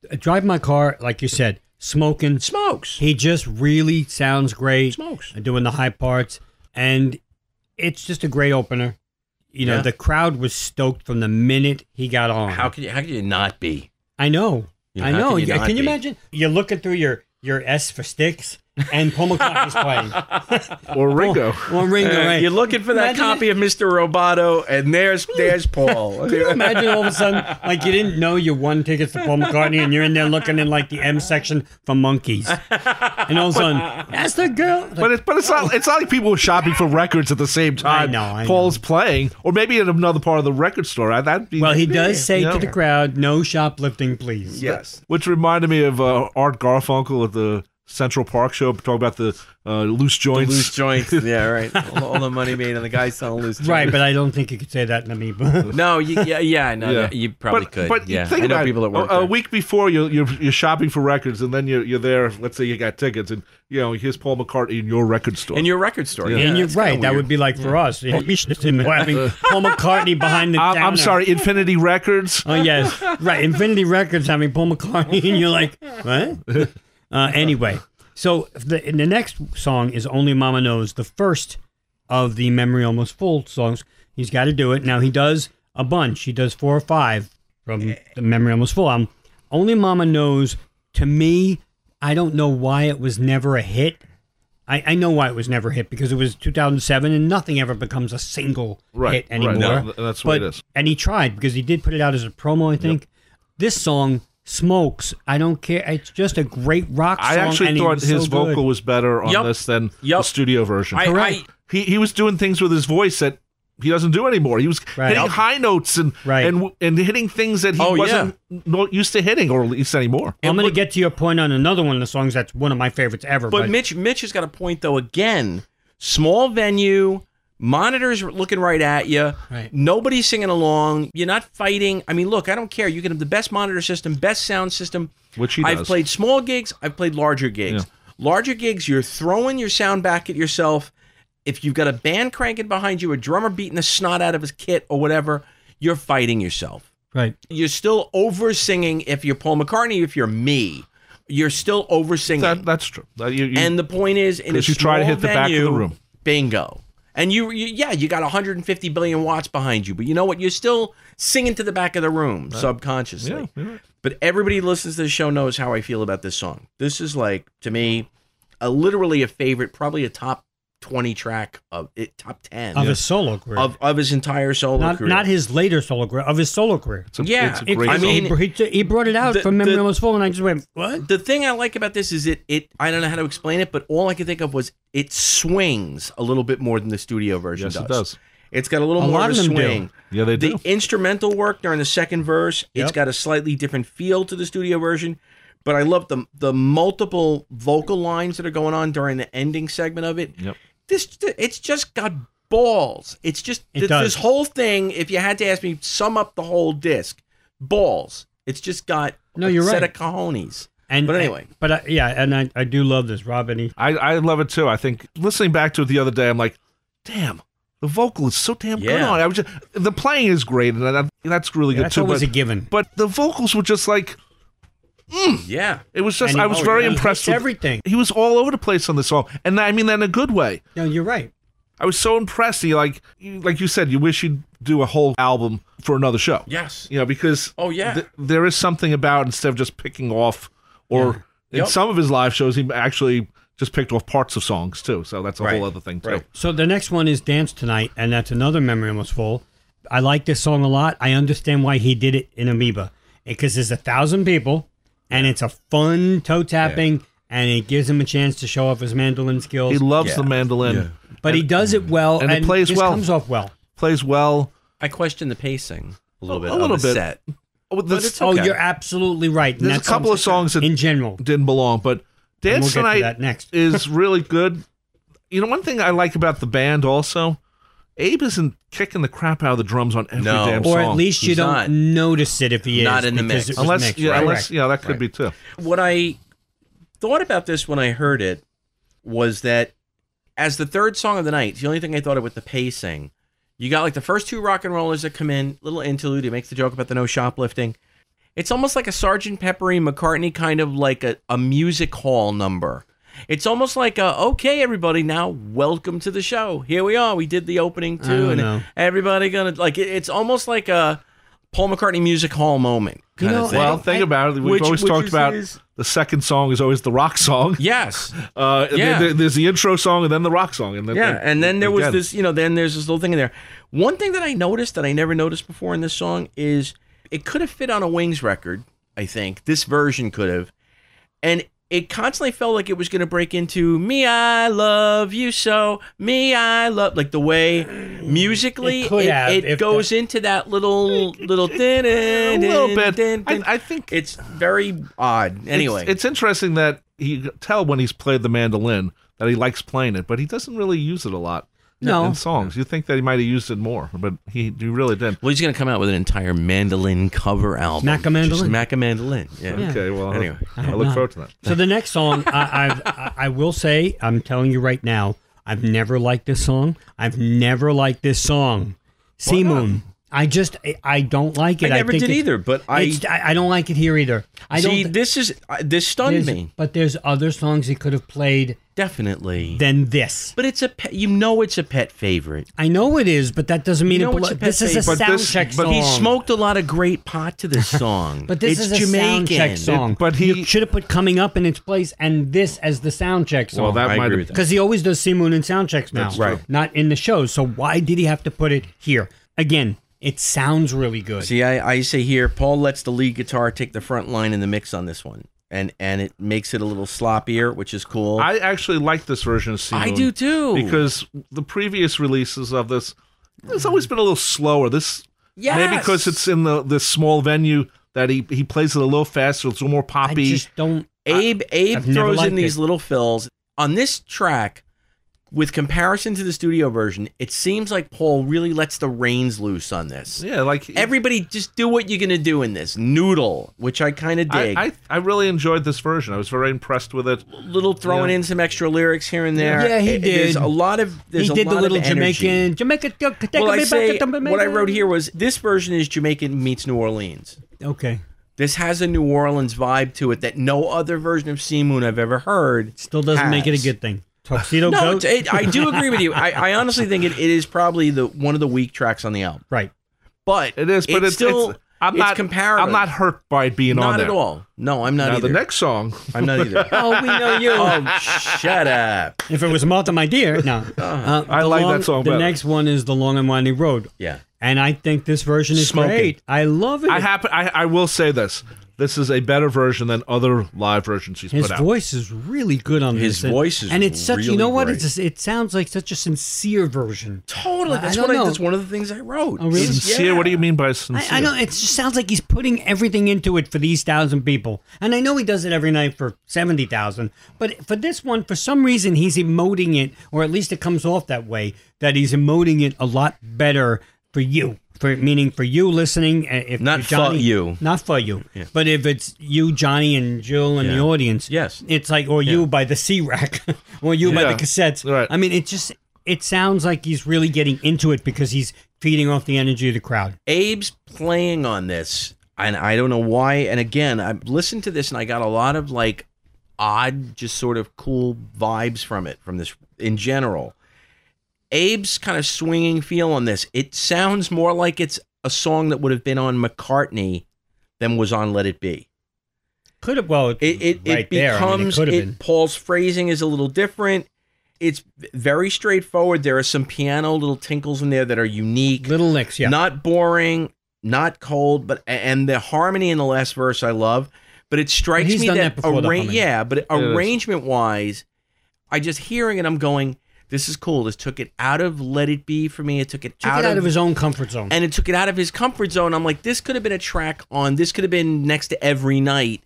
[SPEAKER 2] this. drive my car, like you said, smoking.
[SPEAKER 5] Smokes.
[SPEAKER 2] He just really sounds great.
[SPEAKER 5] Smokes.
[SPEAKER 2] Doing the high parts. And it's just a great opener. You know,
[SPEAKER 5] Yeah.
[SPEAKER 2] the crowd was stoked from the minute he got on.
[SPEAKER 5] How could you? How could you not be?
[SPEAKER 2] I know.
[SPEAKER 5] Yeah,
[SPEAKER 2] I
[SPEAKER 5] how
[SPEAKER 2] know.
[SPEAKER 5] can
[SPEAKER 2] Can you,
[SPEAKER 5] you not
[SPEAKER 2] can you
[SPEAKER 5] be?
[SPEAKER 2] imagine? You're looking through your, your S for sticks and
[SPEAKER 5] [LAUGHS]
[SPEAKER 2] Paul McCartney's playing.
[SPEAKER 4] or Ringo.
[SPEAKER 2] Well, Ringo, right?
[SPEAKER 5] You're looking for that
[SPEAKER 2] Imagine
[SPEAKER 5] copy of Mr. Roboto, and there's there's
[SPEAKER 4] [LAUGHS]
[SPEAKER 5] Paul.
[SPEAKER 2] Can you imagine all of a sudden, like you didn't know you won tickets to Paul McCartney, and you're in there looking in like the M section for monkeys, and all of a sudden, that's the girl.
[SPEAKER 4] but it's but it's not it's not like people were shopping for records at the same time.
[SPEAKER 2] know, I
[SPEAKER 4] Paul's playing, or maybe in another part of the record store. I- That'd be
[SPEAKER 2] well, he does say
[SPEAKER 4] you
[SPEAKER 2] to
[SPEAKER 4] know.
[SPEAKER 2] the crowd, "No shoplifting, please."
[SPEAKER 4] Yes. Which reminded me of uh, Art Garfunkel at the Central Park show, talking about the uh, loose joints.
[SPEAKER 5] loose
[SPEAKER 4] [LAUGHS]
[SPEAKER 5] joints. Yeah, right. All, all the money made on the guy selling loose joints.
[SPEAKER 2] Right, but I don't think you could say that in
[SPEAKER 5] [LAUGHS]
[SPEAKER 2] amoeba.
[SPEAKER 5] No, you, yeah, yeah, no,
[SPEAKER 4] Yeah.
[SPEAKER 5] you probably
[SPEAKER 4] but,
[SPEAKER 5] could.
[SPEAKER 4] But
[SPEAKER 5] yeah,
[SPEAKER 4] think
[SPEAKER 5] I know
[SPEAKER 4] about it. Uh,
[SPEAKER 5] people that work.
[SPEAKER 4] a, a
[SPEAKER 5] there.
[SPEAKER 4] week before you're, you're you're shopping for records, and then you're you're there. Let's say you got tickets, and you know here's Paul McCartney in your record store.
[SPEAKER 5] in your record store. Yeah,
[SPEAKER 2] and you're
[SPEAKER 5] it's kinda
[SPEAKER 2] right. That
[SPEAKER 5] weird.
[SPEAKER 2] would be like for us. Yeah, we should have been having Paul McCartney behind the.
[SPEAKER 4] I'm, I'm
[SPEAKER 2] counter.
[SPEAKER 4] sorry, Infinity Records.
[SPEAKER 2] Oh yes, right. Infinity Records having Paul McCartney, and you're like, what? Uh, anyway, so the the next song is "Only Mama Knows," the first of the Memory Almost Full songs. He's got to do it now. He does a bunch. He does four or five
[SPEAKER 4] Eh.
[SPEAKER 2] from the Memory Almost Full album. "Only Mama Knows." To me, I don't know why it was never a hit. I, I know why it was never a hit because it was 2007 and nothing ever becomes a single
[SPEAKER 4] Right,
[SPEAKER 2] hit
[SPEAKER 4] right. No,
[SPEAKER 2] anymore.
[SPEAKER 4] th- that's the way it
[SPEAKER 2] But-
[SPEAKER 4] is.
[SPEAKER 2] and he tried because he did put it out as a promo, I think. This song smokes. I don't care. It's just a great rock song.
[SPEAKER 4] I actually
[SPEAKER 2] and it
[SPEAKER 4] thought
[SPEAKER 2] was
[SPEAKER 4] his
[SPEAKER 2] so
[SPEAKER 4] vocal
[SPEAKER 2] good.
[SPEAKER 4] was better on
[SPEAKER 5] Yup.
[SPEAKER 4] this than the
[SPEAKER 5] Yup.
[SPEAKER 4] studio version.
[SPEAKER 5] I- I-
[SPEAKER 4] he he was doing things with his voice that he doesn't do anymore. He was
[SPEAKER 2] Right.
[SPEAKER 4] hitting
[SPEAKER 2] Yep.
[SPEAKER 4] high notes and
[SPEAKER 2] Right.
[SPEAKER 4] and and hitting things that he
[SPEAKER 5] Oh, yeah.
[SPEAKER 4] wasn't not used to hitting or at least anymore.
[SPEAKER 2] I'm going to get to your point on another one of the songs that's one of my favorites ever.
[SPEAKER 5] But Mitch, Mitch has got a point though. Again, small venue, monitors looking right at you.
[SPEAKER 2] Right.
[SPEAKER 5] Nobody's singing along. You're not fighting. I mean, look, I don't care. You can have the best monitor system, best sound system.
[SPEAKER 4] Which he
[SPEAKER 5] I've
[SPEAKER 4] does.
[SPEAKER 5] played small gigs. I've played larger gigs. Larger gigs, you're throwing your sound back at yourself. If you've got a band cranking behind you, a drummer beating the snot out of his kit or whatever, you're fighting yourself
[SPEAKER 2] right.
[SPEAKER 5] you're still over singing if you're Paul McCartney, if you're me. You're still over singing.
[SPEAKER 4] That that's true. That you, you-
[SPEAKER 5] and the point is, in a
[SPEAKER 4] 'Cause you try to
[SPEAKER 5] small
[SPEAKER 4] hit the back of the
[SPEAKER 5] venue,
[SPEAKER 4] room.
[SPEAKER 5] Bingo. And you, you, yeah, you got 150 billion watts behind you, but you know what? You're still singing to the back of the room subconsciously.
[SPEAKER 4] yeah, you're right.
[SPEAKER 5] But everybody who listens to the show knows how I feel about this song. This is like to me, a literally a favorite, probably a top 20 track of it, top 10
[SPEAKER 2] Of his solo career.
[SPEAKER 5] of, of his entire solo
[SPEAKER 2] not,
[SPEAKER 5] career.
[SPEAKER 2] not his later solo career, of his solo career.
[SPEAKER 4] It's a,
[SPEAKER 5] yeah,
[SPEAKER 4] it's a
[SPEAKER 5] it-
[SPEAKER 4] great
[SPEAKER 5] I
[SPEAKER 4] song.
[SPEAKER 5] mean-
[SPEAKER 2] he, he, he brought it out
[SPEAKER 5] The-
[SPEAKER 2] from Memory
[SPEAKER 5] the-
[SPEAKER 2] Almost Full, and I just went, what?
[SPEAKER 5] The thing I like about this is it it I don't know how to explain it, but all I could think of was it swings a little bit more than the studio version
[SPEAKER 4] yes,
[SPEAKER 5] does.
[SPEAKER 4] it does.
[SPEAKER 5] It's got a little
[SPEAKER 2] A
[SPEAKER 5] more
[SPEAKER 2] lot
[SPEAKER 5] of a
[SPEAKER 2] of them do.
[SPEAKER 5] swing.
[SPEAKER 4] Yeah, they
[SPEAKER 5] The
[SPEAKER 4] do.
[SPEAKER 5] instrumental work during the second verse, it's
[SPEAKER 2] Yep.
[SPEAKER 5] got a slightly different feel to the studio version, but I love the the multiple vocal lines that are going on during the ending segment of it.
[SPEAKER 4] Yep.
[SPEAKER 5] This it's just got balls. It's just
[SPEAKER 2] It
[SPEAKER 5] th-
[SPEAKER 2] does.
[SPEAKER 5] this whole thing. If you had to ask me, sum up the whole disc, balls. It's just got
[SPEAKER 2] No,
[SPEAKER 5] a
[SPEAKER 2] you're
[SPEAKER 5] set
[SPEAKER 2] right.
[SPEAKER 5] of cojones.
[SPEAKER 2] And,
[SPEAKER 5] But anyway.
[SPEAKER 2] but I, yeah, and I, I do love this, Rob. Any
[SPEAKER 4] I, I love it too. I think listening back to it the other day, I'm like, damn, the vocal is so damn good
[SPEAKER 5] Yeah.
[SPEAKER 4] on it. I was just, the playing is great, and that, that's really good
[SPEAKER 2] that's
[SPEAKER 4] too.
[SPEAKER 2] always
[SPEAKER 4] but,
[SPEAKER 2] a given.
[SPEAKER 4] but the vocals were just like
[SPEAKER 5] Yeah.
[SPEAKER 4] it was just.
[SPEAKER 2] And
[SPEAKER 4] I
[SPEAKER 2] he-
[SPEAKER 4] was
[SPEAKER 2] oh,
[SPEAKER 4] very
[SPEAKER 2] yeah. He
[SPEAKER 4] impressed
[SPEAKER 2] hits
[SPEAKER 4] with
[SPEAKER 2] everything.
[SPEAKER 4] He was all over the place on this song, and I mean that in a good way.
[SPEAKER 2] No, you're right.
[SPEAKER 4] I was so impressed. He like, you, like you said, you wish you'd do a whole album for another show.
[SPEAKER 5] Yes.
[SPEAKER 4] you know because
[SPEAKER 5] Oh, yeah.
[SPEAKER 4] there is something about instead of just picking off or in
[SPEAKER 5] Yep.
[SPEAKER 4] some of his live shows he actually just picked off parts of songs too. So that's a
[SPEAKER 5] Right.
[SPEAKER 4] whole other thing too.
[SPEAKER 5] Right.
[SPEAKER 2] So the next one is Dance Tonight, and that's another memory almost full. I like this song a lot. I understand why he did it in Amoeba because there's a thousand people, and it's a fun toe tapping, and it gives him a chance to show off his mandolin skills.
[SPEAKER 4] He loves the mandolin,
[SPEAKER 2] but he does it well,
[SPEAKER 4] and it plays
[SPEAKER 2] this
[SPEAKER 4] well.
[SPEAKER 2] Comes off well.
[SPEAKER 4] plays well.
[SPEAKER 5] I question the pacing a little bit.
[SPEAKER 4] a little
[SPEAKER 5] of the
[SPEAKER 4] bit.
[SPEAKER 5] Set.
[SPEAKER 4] Oh, there's
[SPEAKER 5] it's-
[SPEAKER 2] Oh,
[SPEAKER 5] Okay.
[SPEAKER 2] you're absolutely right. and
[SPEAKER 4] there's a
[SPEAKER 2] that's
[SPEAKER 4] couple of songs that
[SPEAKER 2] in general.
[SPEAKER 4] didn't belong, but
[SPEAKER 2] And we'll get
[SPEAKER 4] Dance
[SPEAKER 2] to
[SPEAKER 4] Tonight
[SPEAKER 2] that next.
[SPEAKER 4] [LAUGHS]
[SPEAKER 2] [LAUGHS]
[SPEAKER 4] is really good. You know, one thing I like about the band also, Abe isn't kicking the crap out of the drums on every
[SPEAKER 5] No.
[SPEAKER 4] damn song.
[SPEAKER 2] Or at least you
[SPEAKER 5] He's
[SPEAKER 2] don't
[SPEAKER 5] not.
[SPEAKER 2] notice it if he is
[SPEAKER 5] Not in the
[SPEAKER 2] because
[SPEAKER 5] mix.
[SPEAKER 2] it was
[SPEAKER 4] unless,
[SPEAKER 2] mixed,
[SPEAKER 4] yeah,
[SPEAKER 2] right?
[SPEAKER 4] unless, yeah, that could
[SPEAKER 5] Right.
[SPEAKER 4] be too.
[SPEAKER 5] What I thought about this when I heard it was that as the third song of the night, the only thing I thought of with the pacing, you got like the first two rock and rollers that come in, little interlude. He makes the joke about the no shoplifting. It's almost like a Sergeant Peppery McCartney kind of like a, a music hall number. It's almost like a okay, everybody, now welcome to the show. Here we are. We did the opening too,
[SPEAKER 2] don't
[SPEAKER 5] and
[SPEAKER 2] know.
[SPEAKER 5] everybody gonna like. It, it's almost like a Paul McCartney music hall moment kind
[SPEAKER 2] know,
[SPEAKER 5] of thing.
[SPEAKER 4] Well, think
[SPEAKER 2] I-
[SPEAKER 4] about it. We've
[SPEAKER 5] Which-
[SPEAKER 4] always
[SPEAKER 5] which
[SPEAKER 4] talked
[SPEAKER 5] is-
[SPEAKER 4] about
[SPEAKER 5] is-
[SPEAKER 4] the second song is always the rock song. [LAUGHS]
[SPEAKER 5] Yes.
[SPEAKER 4] Uh, and
[SPEAKER 5] Yeah.
[SPEAKER 4] there- there's the intro song and then the rock song. And then,
[SPEAKER 5] Yeah. And then there was
[SPEAKER 4] again,
[SPEAKER 5] this, you know, then there's this little thing in there. One thing that I noticed that I never noticed before in this song is it could have fit on a Wings record, I think. This version could have. And it constantly felt like it was going to break into me, I love you so, me, I love, like the way musically
[SPEAKER 2] It
[SPEAKER 5] it,
[SPEAKER 2] could have,
[SPEAKER 5] it
[SPEAKER 2] if
[SPEAKER 5] goes into that little, little,
[SPEAKER 4] [LAUGHS] a little bit.
[SPEAKER 5] I,
[SPEAKER 4] I, I think it's-
[SPEAKER 5] it's very odd. Anyway,
[SPEAKER 4] it's, interesting that he you tell when he's played the mandolin that he likes playing it, but he doesn't really use it a lot.
[SPEAKER 2] No.
[SPEAKER 4] in songs, you think that he might have used it more, but he, he really didn't.
[SPEAKER 5] Well, he's going to come out with an entire mandolin cover album.
[SPEAKER 2] Mac a mandolin.
[SPEAKER 5] Just Mac a mandolin. Yeah.
[SPEAKER 4] Okay, well,
[SPEAKER 5] Anyway. [LAUGHS]
[SPEAKER 4] I look forward to that.
[SPEAKER 2] So the next
[SPEAKER 4] [LAUGHS]
[SPEAKER 2] song, I, I've, I I will say, I'm telling you right now, I've never liked this song. I've never liked this song, Sea Moon. I just, I, I don't like it.
[SPEAKER 5] I never
[SPEAKER 2] think
[SPEAKER 5] did
[SPEAKER 2] it-
[SPEAKER 5] either, but I
[SPEAKER 2] it's- I, I don't like it here either. I
[SPEAKER 5] see.
[SPEAKER 2] don't.
[SPEAKER 5] this is uh, this stunned
[SPEAKER 2] there's-
[SPEAKER 5] me
[SPEAKER 2] But there's other songs he could have played
[SPEAKER 5] definitely.
[SPEAKER 2] than this.
[SPEAKER 5] but it's a pet, you know it's a pet favorite.
[SPEAKER 2] I know it is, but that doesn't mean
[SPEAKER 5] You know
[SPEAKER 2] it.
[SPEAKER 5] it's
[SPEAKER 2] belo-
[SPEAKER 5] a pet
[SPEAKER 2] this is a
[SPEAKER 5] favorite.
[SPEAKER 4] But
[SPEAKER 2] sound
[SPEAKER 4] this-
[SPEAKER 2] check
[SPEAKER 4] but
[SPEAKER 2] song.
[SPEAKER 5] He smoked a lot of great pot to this
[SPEAKER 2] [LAUGHS]
[SPEAKER 5] song.
[SPEAKER 2] But this
[SPEAKER 5] it's
[SPEAKER 2] is a
[SPEAKER 5] Jamaican.
[SPEAKER 2] sound check song.
[SPEAKER 4] but he-
[SPEAKER 2] should have put coming up in its place, and this as the sound check song.
[SPEAKER 4] Well, that
[SPEAKER 5] I
[SPEAKER 4] might
[SPEAKER 5] agree
[SPEAKER 4] have
[SPEAKER 5] with that.
[SPEAKER 2] Because he always does Sea Moon in sound checks now,
[SPEAKER 4] That's Right. true.
[SPEAKER 2] Not in the shows. So why did he have to put it here? Again, it sounds really good.
[SPEAKER 5] See, I, I say here, Paul lets the lead guitar take the front line in the mix on this one, and and it makes it a little sloppier, which is cool.
[SPEAKER 4] I actually like this version of Sea
[SPEAKER 5] I
[SPEAKER 4] Moon
[SPEAKER 5] do too.
[SPEAKER 4] because the previous releases of this It's always been a little slower. This maybe because
[SPEAKER 5] Yes.
[SPEAKER 4] it's in the this small venue that he he plays it a little faster. It's a little more
[SPEAKER 2] I
[SPEAKER 4] poppy.
[SPEAKER 2] just don't.
[SPEAKER 5] Abe Abe
[SPEAKER 2] I've never
[SPEAKER 5] throws
[SPEAKER 2] liked
[SPEAKER 5] in these
[SPEAKER 2] it.
[SPEAKER 5] little fills on this track. With comparison to the studio version, it seems like Paul really lets the reins loose on this.
[SPEAKER 4] yeah, like
[SPEAKER 5] Everybody, just do what you're gonna do in this noodle, which I kind of dig.
[SPEAKER 4] I, I I really enjoyed this version. I was very impressed with it.
[SPEAKER 5] little throwing
[SPEAKER 4] Yeah.
[SPEAKER 5] in some extra lyrics here and there.
[SPEAKER 2] Yeah, he
[SPEAKER 5] It- There's
[SPEAKER 2] did.
[SPEAKER 5] a lot of there's
[SPEAKER 2] he
[SPEAKER 5] a
[SPEAKER 2] did the
[SPEAKER 5] lot of
[SPEAKER 2] little
[SPEAKER 5] energy.
[SPEAKER 2] Jamaican. Jamaica. take
[SPEAKER 5] Well, I
[SPEAKER 2] me
[SPEAKER 5] say
[SPEAKER 2] back to Jamaica.
[SPEAKER 5] what I wrote here was this version is Jamaican meets New Orleans.
[SPEAKER 2] Okay.
[SPEAKER 5] This has a New Orleans vibe to it that no other version of Sea Moon i've ever heard.
[SPEAKER 2] Still doesn't make it a
[SPEAKER 5] has.
[SPEAKER 2] good
[SPEAKER 5] [LAUGHS]
[SPEAKER 2] thing. Tuxedo
[SPEAKER 5] No,
[SPEAKER 2] Goat.
[SPEAKER 5] it's- it, I do agree with you. I, I honestly think it, it is probably the one of the weak tracks on the album.
[SPEAKER 2] right.
[SPEAKER 5] But
[SPEAKER 4] It is, but it's,
[SPEAKER 5] still
[SPEAKER 4] it's- I'm
[SPEAKER 5] it's
[SPEAKER 4] not
[SPEAKER 5] comparative.
[SPEAKER 4] I'm not hurt by it being on
[SPEAKER 5] not
[SPEAKER 4] there
[SPEAKER 5] at all. No, I'm not
[SPEAKER 4] Now
[SPEAKER 5] either.
[SPEAKER 4] the next song,
[SPEAKER 5] I'm not either. [LAUGHS]
[SPEAKER 4] [LAUGHS]
[SPEAKER 5] oh, we know you. Oh, shut up.
[SPEAKER 2] If it was Malta, my dear.
[SPEAKER 4] [LAUGHS]
[SPEAKER 2] No. Uh,
[SPEAKER 4] Ah, I
[SPEAKER 2] the
[SPEAKER 4] like that
[SPEAKER 2] long-
[SPEAKER 4] song
[SPEAKER 2] The
[SPEAKER 4] better.
[SPEAKER 2] next one is the Long and Winding Road,
[SPEAKER 5] Yeah.
[SPEAKER 2] and I think this version is
[SPEAKER 4] Smoking.
[SPEAKER 2] great. I love it.
[SPEAKER 4] I happen I I will say this. This is a better version than other live versions he's
[SPEAKER 2] His
[SPEAKER 4] put out.
[SPEAKER 2] voice is really good on
[SPEAKER 5] His
[SPEAKER 2] this.
[SPEAKER 5] voice is
[SPEAKER 2] and it's such. you
[SPEAKER 5] really
[SPEAKER 2] know what?
[SPEAKER 5] great.
[SPEAKER 2] It's it sounds like such a sincere version.
[SPEAKER 5] Totally.
[SPEAKER 2] I- I
[SPEAKER 5] That's
[SPEAKER 2] don't
[SPEAKER 5] what I,
[SPEAKER 2] know.
[SPEAKER 5] that's one of the things I wrote.
[SPEAKER 2] Oh, really?
[SPEAKER 4] Sincere. What do you mean by sincere?
[SPEAKER 2] I, I know it just sounds like he's putting everything into it for these thousand people, and I know he does it every night for seventy thousand. But for this one, for some reason, he's emoting it, or at least it comes off that way. That he's emoting it a lot better for you, for meaning for you listening. uh, If
[SPEAKER 5] Not
[SPEAKER 2] you're Johnny,
[SPEAKER 5] for you.
[SPEAKER 2] not for you, but if it's you, Johnny, and Jill, and the audience,
[SPEAKER 5] Yes.
[SPEAKER 2] it's like or you by the C rack, [LAUGHS] or you by
[SPEAKER 4] Yeah.
[SPEAKER 2] the cassettes.
[SPEAKER 4] Right.
[SPEAKER 2] I mean, it just it sounds like he's really getting into it because he's feeding off the energy of the crowd.
[SPEAKER 5] Abe's playing on this, and I don't know why. And again, I listened to this, and I got a lot of like odd, just sort of cool vibes from it, from this in general. Abe's kind of swinging feel on this. It sounds more like it's a song that would have been on McCartney than was on Let It Be.
[SPEAKER 2] Could have well
[SPEAKER 5] It it,
[SPEAKER 2] right
[SPEAKER 5] it
[SPEAKER 2] there. I mean,
[SPEAKER 5] becomes
[SPEAKER 2] it could have
[SPEAKER 5] it,
[SPEAKER 2] been.
[SPEAKER 5] Paul's phrasing is a little different. It's very straightforward. There are some piano little tinkles in there that are unique.
[SPEAKER 2] Little Nicks, yeah.
[SPEAKER 5] Not boring, not cold, but and the harmony in the last verse I love. But it strikes
[SPEAKER 2] He's
[SPEAKER 5] me
[SPEAKER 2] done
[SPEAKER 5] that,
[SPEAKER 2] that before, the
[SPEAKER 5] arra-
[SPEAKER 2] harmony.
[SPEAKER 5] yeah, but
[SPEAKER 4] is.
[SPEAKER 5] arrangement wise, I just hearing it, I'm going, this is cool. This took it out of Let It Be for me. It took it,
[SPEAKER 2] took it out of his own comfort zone.
[SPEAKER 5] and it took it out of his comfort zone. I'm like, this could have been a track on. This could have been next to every night.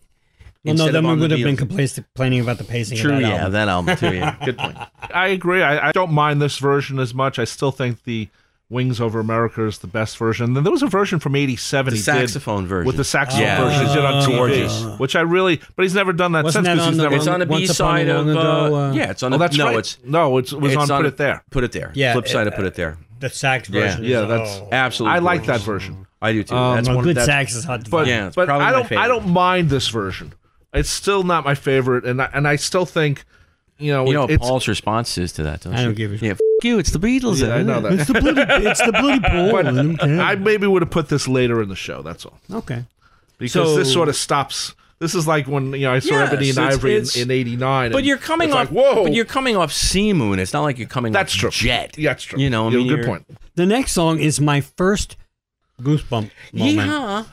[SPEAKER 2] well, no,
[SPEAKER 5] instead
[SPEAKER 2] then
[SPEAKER 5] of
[SPEAKER 2] we
[SPEAKER 5] on the
[SPEAKER 2] would have been
[SPEAKER 5] Beatles.
[SPEAKER 2] compla- complaining about the pacing.
[SPEAKER 5] True,
[SPEAKER 2] of that
[SPEAKER 5] yeah,
[SPEAKER 2] album.
[SPEAKER 5] that album too.
[SPEAKER 2] [LAUGHS]
[SPEAKER 5] Yeah, good point.
[SPEAKER 4] I agree. I, I don't mind this version as much. I still think the Wings Over America is the best version. Then there was a version from
[SPEAKER 5] The
[SPEAKER 4] '87. he did
[SPEAKER 5] saxophone version.
[SPEAKER 4] with the saxophone
[SPEAKER 5] Yeah.
[SPEAKER 4] version he did
[SPEAKER 5] Oh,
[SPEAKER 4] on TV,
[SPEAKER 5] Gorgeous.
[SPEAKER 4] which I really. But he's never done that
[SPEAKER 2] Wasn't
[SPEAKER 4] since
[SPEAKER 2] that
[SPEAKER 4] because
[SPEAKER 2] on
[SPEAKER 4] he's
[SPEAKER 2] the-
[SPEAKER 4] never.
[SPEAKER 5] It's on the
[SPEAKER 2] Once
[SPEAKER 5] B side
[SPEAKER 2] Upon
[SPEAKER 5] of
[SPEAKER 2] a Long Ago,
[SPEAKER 5] uh,
[SPEAKER 2] uh,
[SPEAKER 5] yeah. It's on the
[SPEAKER 4] oh, that's
[SPEAKER 5] no.
[SPEAKER 4] right.
[SPEAKER 5] It's
[SPEAKER 4] no, it's, it was
[SPEAKER 5] it's
[SPEAKER 4] on, Put It There.
[SPEAKER 5] Put it there.
[SPEAKER 2] Yeah,
[SPEAKER 5] Flip side
[SPEAKER 2] it- uh,
[SPEAKER 5] of put it there.
[SPEAKER 2] The sax
[SPEAKER 5] Yeah.
[SPEAKER 2] version.
[SPEAKER 4] Yeah,
[SPEAKER 2] is,
[SPEAKER 4] that's-
[SPEAKER 2] oh.
[SPEAKER 5] Absolutely.
[SPEAKER 4] I like that
[SPEAKER 5] gorgeous.
[SPEAKER 4] version,
[SPEAKER 5] I do too.
[SPEAKER 4] Um,
[SPEAKER 5] that's
[SPEAKER 2] Well,
[SPEAKER 5] one.
[SPEAKER 2] good
[SPEAKER 5] that's,
[SPEAKER 2] sax is hard to
[SPEAKER 4] but
[SPEAKER 2] find.
[SPEAKER 4] [LAUGHS]
[SPEAKER 5] Yeah, it's
[SPEAKER 4] but
[SPEAKER 5] probably
[SPEAKER 4] I
[SPEAKER 5] my
[SPEAKER 4] don't I
[SPEAKER 5] favorite.
[SPEAKER 4] don't mind this version. It's still not my favorite, and I, and I still think you know
[SPEAKER 5] You know
[SPEAKER 4] it-
[SPEAKER 5] what
[SPEAKER 4] it's
[SPEAKER 5] Paul's response is to that, don't
[SPEAKER 2] I
[SPEAKER 5] you?
[SPEAKER 2] don't give a shit.
[SPEAKER 5] Yeah, f- you. It's the Beatles.
[SPEAKER 4] Yeah, I
[SPEAKER 5] [LAUGHS]
[SPEAKER 4] know that.
[SPEAKER 2] the bloody, it's the
[SPEAKER 4] [LAUGHS]
[SPEAKER 2] bloody ball.
[SPEAKER 4] I maybe would have put this later in the show. That's all.
[SPEAKER 2] okay.
[SPEAKER 4] because
[SPEAKER 5] So-
[SPEAKER 4] this sort of stops. This is like when you know I saw
[SPEAKER 5] Yes,
[SPEAKER 4] Ebony and
[SPEAKER 5] it's-
[SPEAKER 4] Ivory in-
[SPEAKER 5] it's-
[SPEAKER 4] in '89.
[SPEAKER 5] But you're coming off.
[SPEAKER 4] Like, Whoa,
[SPEAKER 5] But you're coming off Sea Moon. It's not like you're coming
[SPEAKER 4] that's
[SPEAKER 5] off
[SPEAKER 4] true.
[SPEAKER 5] Jet.
[SPEAKER 4] Yeah, that's true.
[SPEAKER 5] You know, I
[SPEAKER 4] Yeah,
[SPEAKER 5] mean,
[SPEAKER 4] good
[SPEAKER 5] you're-
[SPEAKER 4] point.
[SPEAKER 2] The next song is my first goosebump moment.
[SPEAKER 5] Yeah.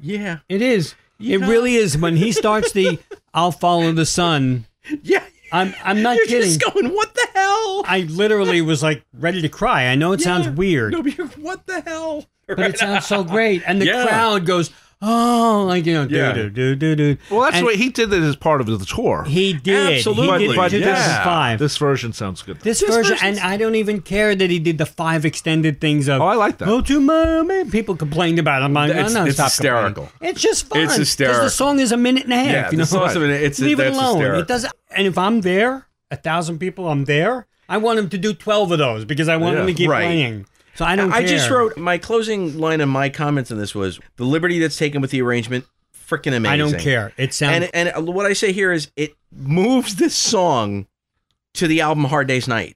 [SPEAKER 5] Yeah.
[SPEAKER 2] It is. It really is. When he starts
[SPEAKER 5] [LAUGHS]
[SPEAKER 2] the "I'll follow the sun,"
[SPEAKER 5] Yeah.
[SPEAKER 2] I'm I'm not
[SPEAKER 5] you're
[SPEAKER 2] kidding.
[SPEAKER 5] just going. What the hell?
[SPEAKER 2] I literally was like ready to cry. I know it sounds weird.
[SPEAKER 5] No, but you're, what the hell? [LAUGHS]
[SPEAKER 2] but it sounds so great, and the
[SPEAKER 5] Yeah.
[SPEAKER 2] crowd goes, "Oh, like you know,
[SPEAKER 5] Yeah.
[SPEAKER 2] do do do do."
[SPEAKER 4] Well, that's
[SPEAKER 2] and
[SPEAKER 4] what he did. That as part of the tour.
[SPEAKER 2] he did.
[SPEAKER 5] Absolutely.
[SPEAKER 2] he did
[SPEAKER 5] But-
[SPEAKER 2] but,
[SPEAKER 5] but yeah.
[SPEAKER 2] 2005. This,
[SPEAKER 4] This version sounds good.
[SPEAKER 2] version, and I don't even care that he did the five extended things of.
[SPEAKER 4] Oh, I like that.
[SPEAKER 2] Go to mommy. People complained about it. I'm like,
[SPEAKER 5] It's-
[SPEAKER 2] no, no,
[SPEAKER 5] it's
[SPEAKER 2] stop
[SPEAKER 5] hysterical.
[SPEAKER 2] complaining. It's just fun.
[SPEAKER 5] It's
[SPEAKER 2] 'cause
[SPEAKER 5] hysterical.
[SPEAKER 2] The song is a minute and a half.
[SPEAKER 5] Yeah,
[SPEAKER 2] you know? [LAUGHS]
[SPEAKER 5] the song's a minute- it's-
[SPEAKER 2] Leave it
[SPEAKER 5] that's
[SPEAKER 2] alone.
[SPEAKER 5] hysterical.
[SPEAKER 2] It does. And if I'm there, a thousand people, I'm there. I want him to do twelve of those because I want him to keep
[SPEAKER 5] Right.
[SPEAKER 2] playing. So I don't.
[SPEAKER 5] I just
[SPEAKER 2] care.
[SPEAKER 5] wrote my closing line of my comments on this was the liberty that's taken with the arrangement, freaking amazing.
[SPEAKER 2] I don't care. It sounds.
[SPEAKER 5] And and what I say here is it moves this song to the album Hard Day's Night.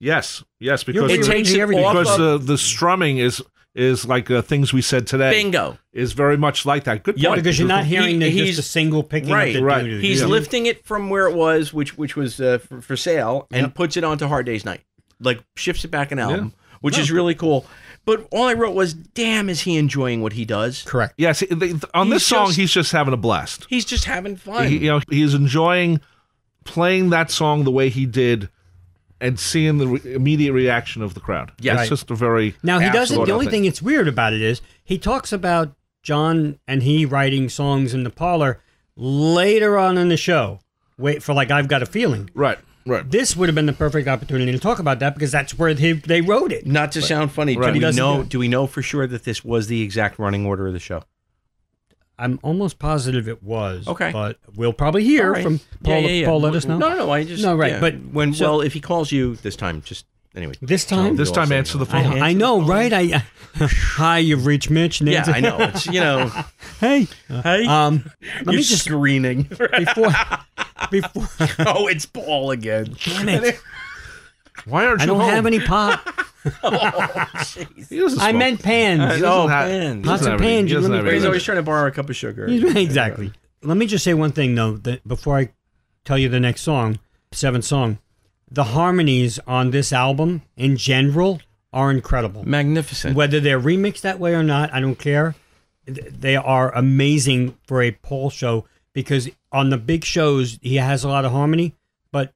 [SPEAKER 4] Yes, yes, because
[SPEAKER 2] You're
[SPEAKER 5] It
[SPEAKER 2] It
[SPEAKER 5] takes
[SPEAKER 2] takes
[SPEAKER 5] it
[SPEAKER 2] everything.
[SPEAKER 5] off
[SPEAKER 4] because
[SPEAKER 5] of
[SPEAKER 4] the the strumming is is like uh, things we said today.
[SPEAKER 5] bingo.
[SPEAKER 4] is very much like that. Good point.
[SPEAKER 5] Yeah,
[SPEAKER 2] because you're not hearing
[SPEAKER 5] He-
[SPEAKER 2] the,
[SPEAKER 5] he's-
[SPEAKER 2] just a single picking
[SPEAKER 5] right,
[SPEAKER 2] up the
[SPEAKER 4] right.
[SPEAKER 2] doo-doo.
[SPEAKER 5] He's
[SPEAKER 4] Yeah.
[SPEAKER 5] lifting it from where it was, which which was uh, for, for sale, and puts it onto Hard Day's Night. Like shifts it back an album, which is really cool. [LAUGHS] But all I wrote was, "Damn, is he enjoying what he does?
[SPEAKER 2] correct.
[SPEAKER 4] Yes, he- they- on
[SPEAKER 5] He's
[SPEAKER 4] this song,
[SPEAKER 5] just-
[SPEAKER 4] he's just having a blast.
[SPEAKER 5] He's just having fun."
[SPEAKER 4] He, you know, he's enjoying playing that song the way he did and seeing the re- immediate reaction of the crowd.
[SPEAKER 5] Yeah.
[SPEAKER 4] it's
[SPEAKER 2] Right.
[SPEAKER 4] just a very
[SPEAKER 2] Now he doesn't.
[SPEAKER 4] absolute
[SPEAKER 2] The only thing that's weird about it is he talks about John and he writing songs in the parlor later on in the show. Wait for like I've got a feeling.
[SPEAKER 4] Right, right.
[SPEAKER 2] This would have been the perfect opportunity to talk about that because that's where they, they wrote it.
[SPEAKER 5] Not to sound funny,
[SPEAKER 4] Right.
[SPEAKER 5] do we
[SPEAKER 2] Doesn't
[SPEAKER 5] know?
[SPEAKER 2] do it.
[SPEAKER 5] Do we know for sure that this was the exact running order of the show?
[SPEAKER 2] I'm almost positive it was.
[SPEAKER 5] Okay.
[SPEAKER 2] but we'll probably hear
[SPEAKER 5] All right.
[SPEAKER 2] from Paul.
[SPEAKER 5] Yeah, yeah, yeah.
[SPEAKER 2] Paul, let us know.
[SPEAKER 5] No, no, no. I just
[SPEAKER 2] No, right,
[SPEAKER 5] yeah.
[SPEAKER 2] but-
[SPEAKER 5] when
[SPEAKER 2] so-
[SPEAKER 5] well, if he calls you this time, just anyway.
[SPEAKER 2] This time?
[SPEAKER 4] This
[SPEAKER 5] You'll
[SPEAKER 4] time
[SPEAKER 5] say
[SPEAKER 4] answer the
[SPEAKER 5] no.
[SPEAKER 4] phone.
[SPEAKER 2] I know, right? I [LAUGHS] hi, you've reached Mitch.
[SPEAKER 5] Yeah,
[SPEAKER 2] Nancy.
[SPEAKER 5] I know. It's you know.
[SPEAKER 2] hey,
[SPEAKER 5] hey,
[SPEAKER 2] um, [LAUGHS] let
[SPEAKER 5] you're
[SPEAKER 2] me just
[SPEAKER 5] screening. [LAUGHS]
[SPEAKER 2] before before
[SPEAKER 5] oh, it's Paul again.
[SPEAKER 2] damn it,
[SPEAKER 4] Why aren't
[SPEAKER 2] I
[SPEAKER 4] you
[SPEAKER 2] don't
[SPEAKER 4] home?
[SPEAKER 2] have any
[SPEAKER 5] [LAUGHS]
[SPEAKER 2] pot.
[SPEAKER 4] He doesn't
[SPEAKER 2] I
[SPEAKER 4] smoke.
[SPEAKER 2] meant pans.
[SPEAKER 4] He doesn't
[SPEAKER 5] Oh,
[SPEAKER 4] have-
[SPEAKER 5] man.
[SPEAKER 4] he doesn't
[SPEAKER 2] Pots and
[SPEAKER 4] have any-
[SPEAKER 2] pans,
[SPEAKER 4] he
[SPEAKER 2] you let
[SPEAKER 4] doesn't
[SPEAKER 2] me-
[SPEAKER 4] have
[SPEAKER 2] But
[SPEAKER 5] He's
[SPEAKER 4] any-
[SPEAKER 5] always trying to borrow a cup of
[SPEAKER 2] [LAUGHS]
[SPEAKER 5] sugar.
[SPEAKER 2] exactly. Let me just say one thing though, that before I tell you the next song, seventh song, the harmonies on this album in general are incredible.
[SPEAKER 5] Magnificent.
[SPEAKER 2] Whether they're remixed that way or not, I don't care. Th- They are amazing for a Paul show because on the big shows he has a lot of harmony, but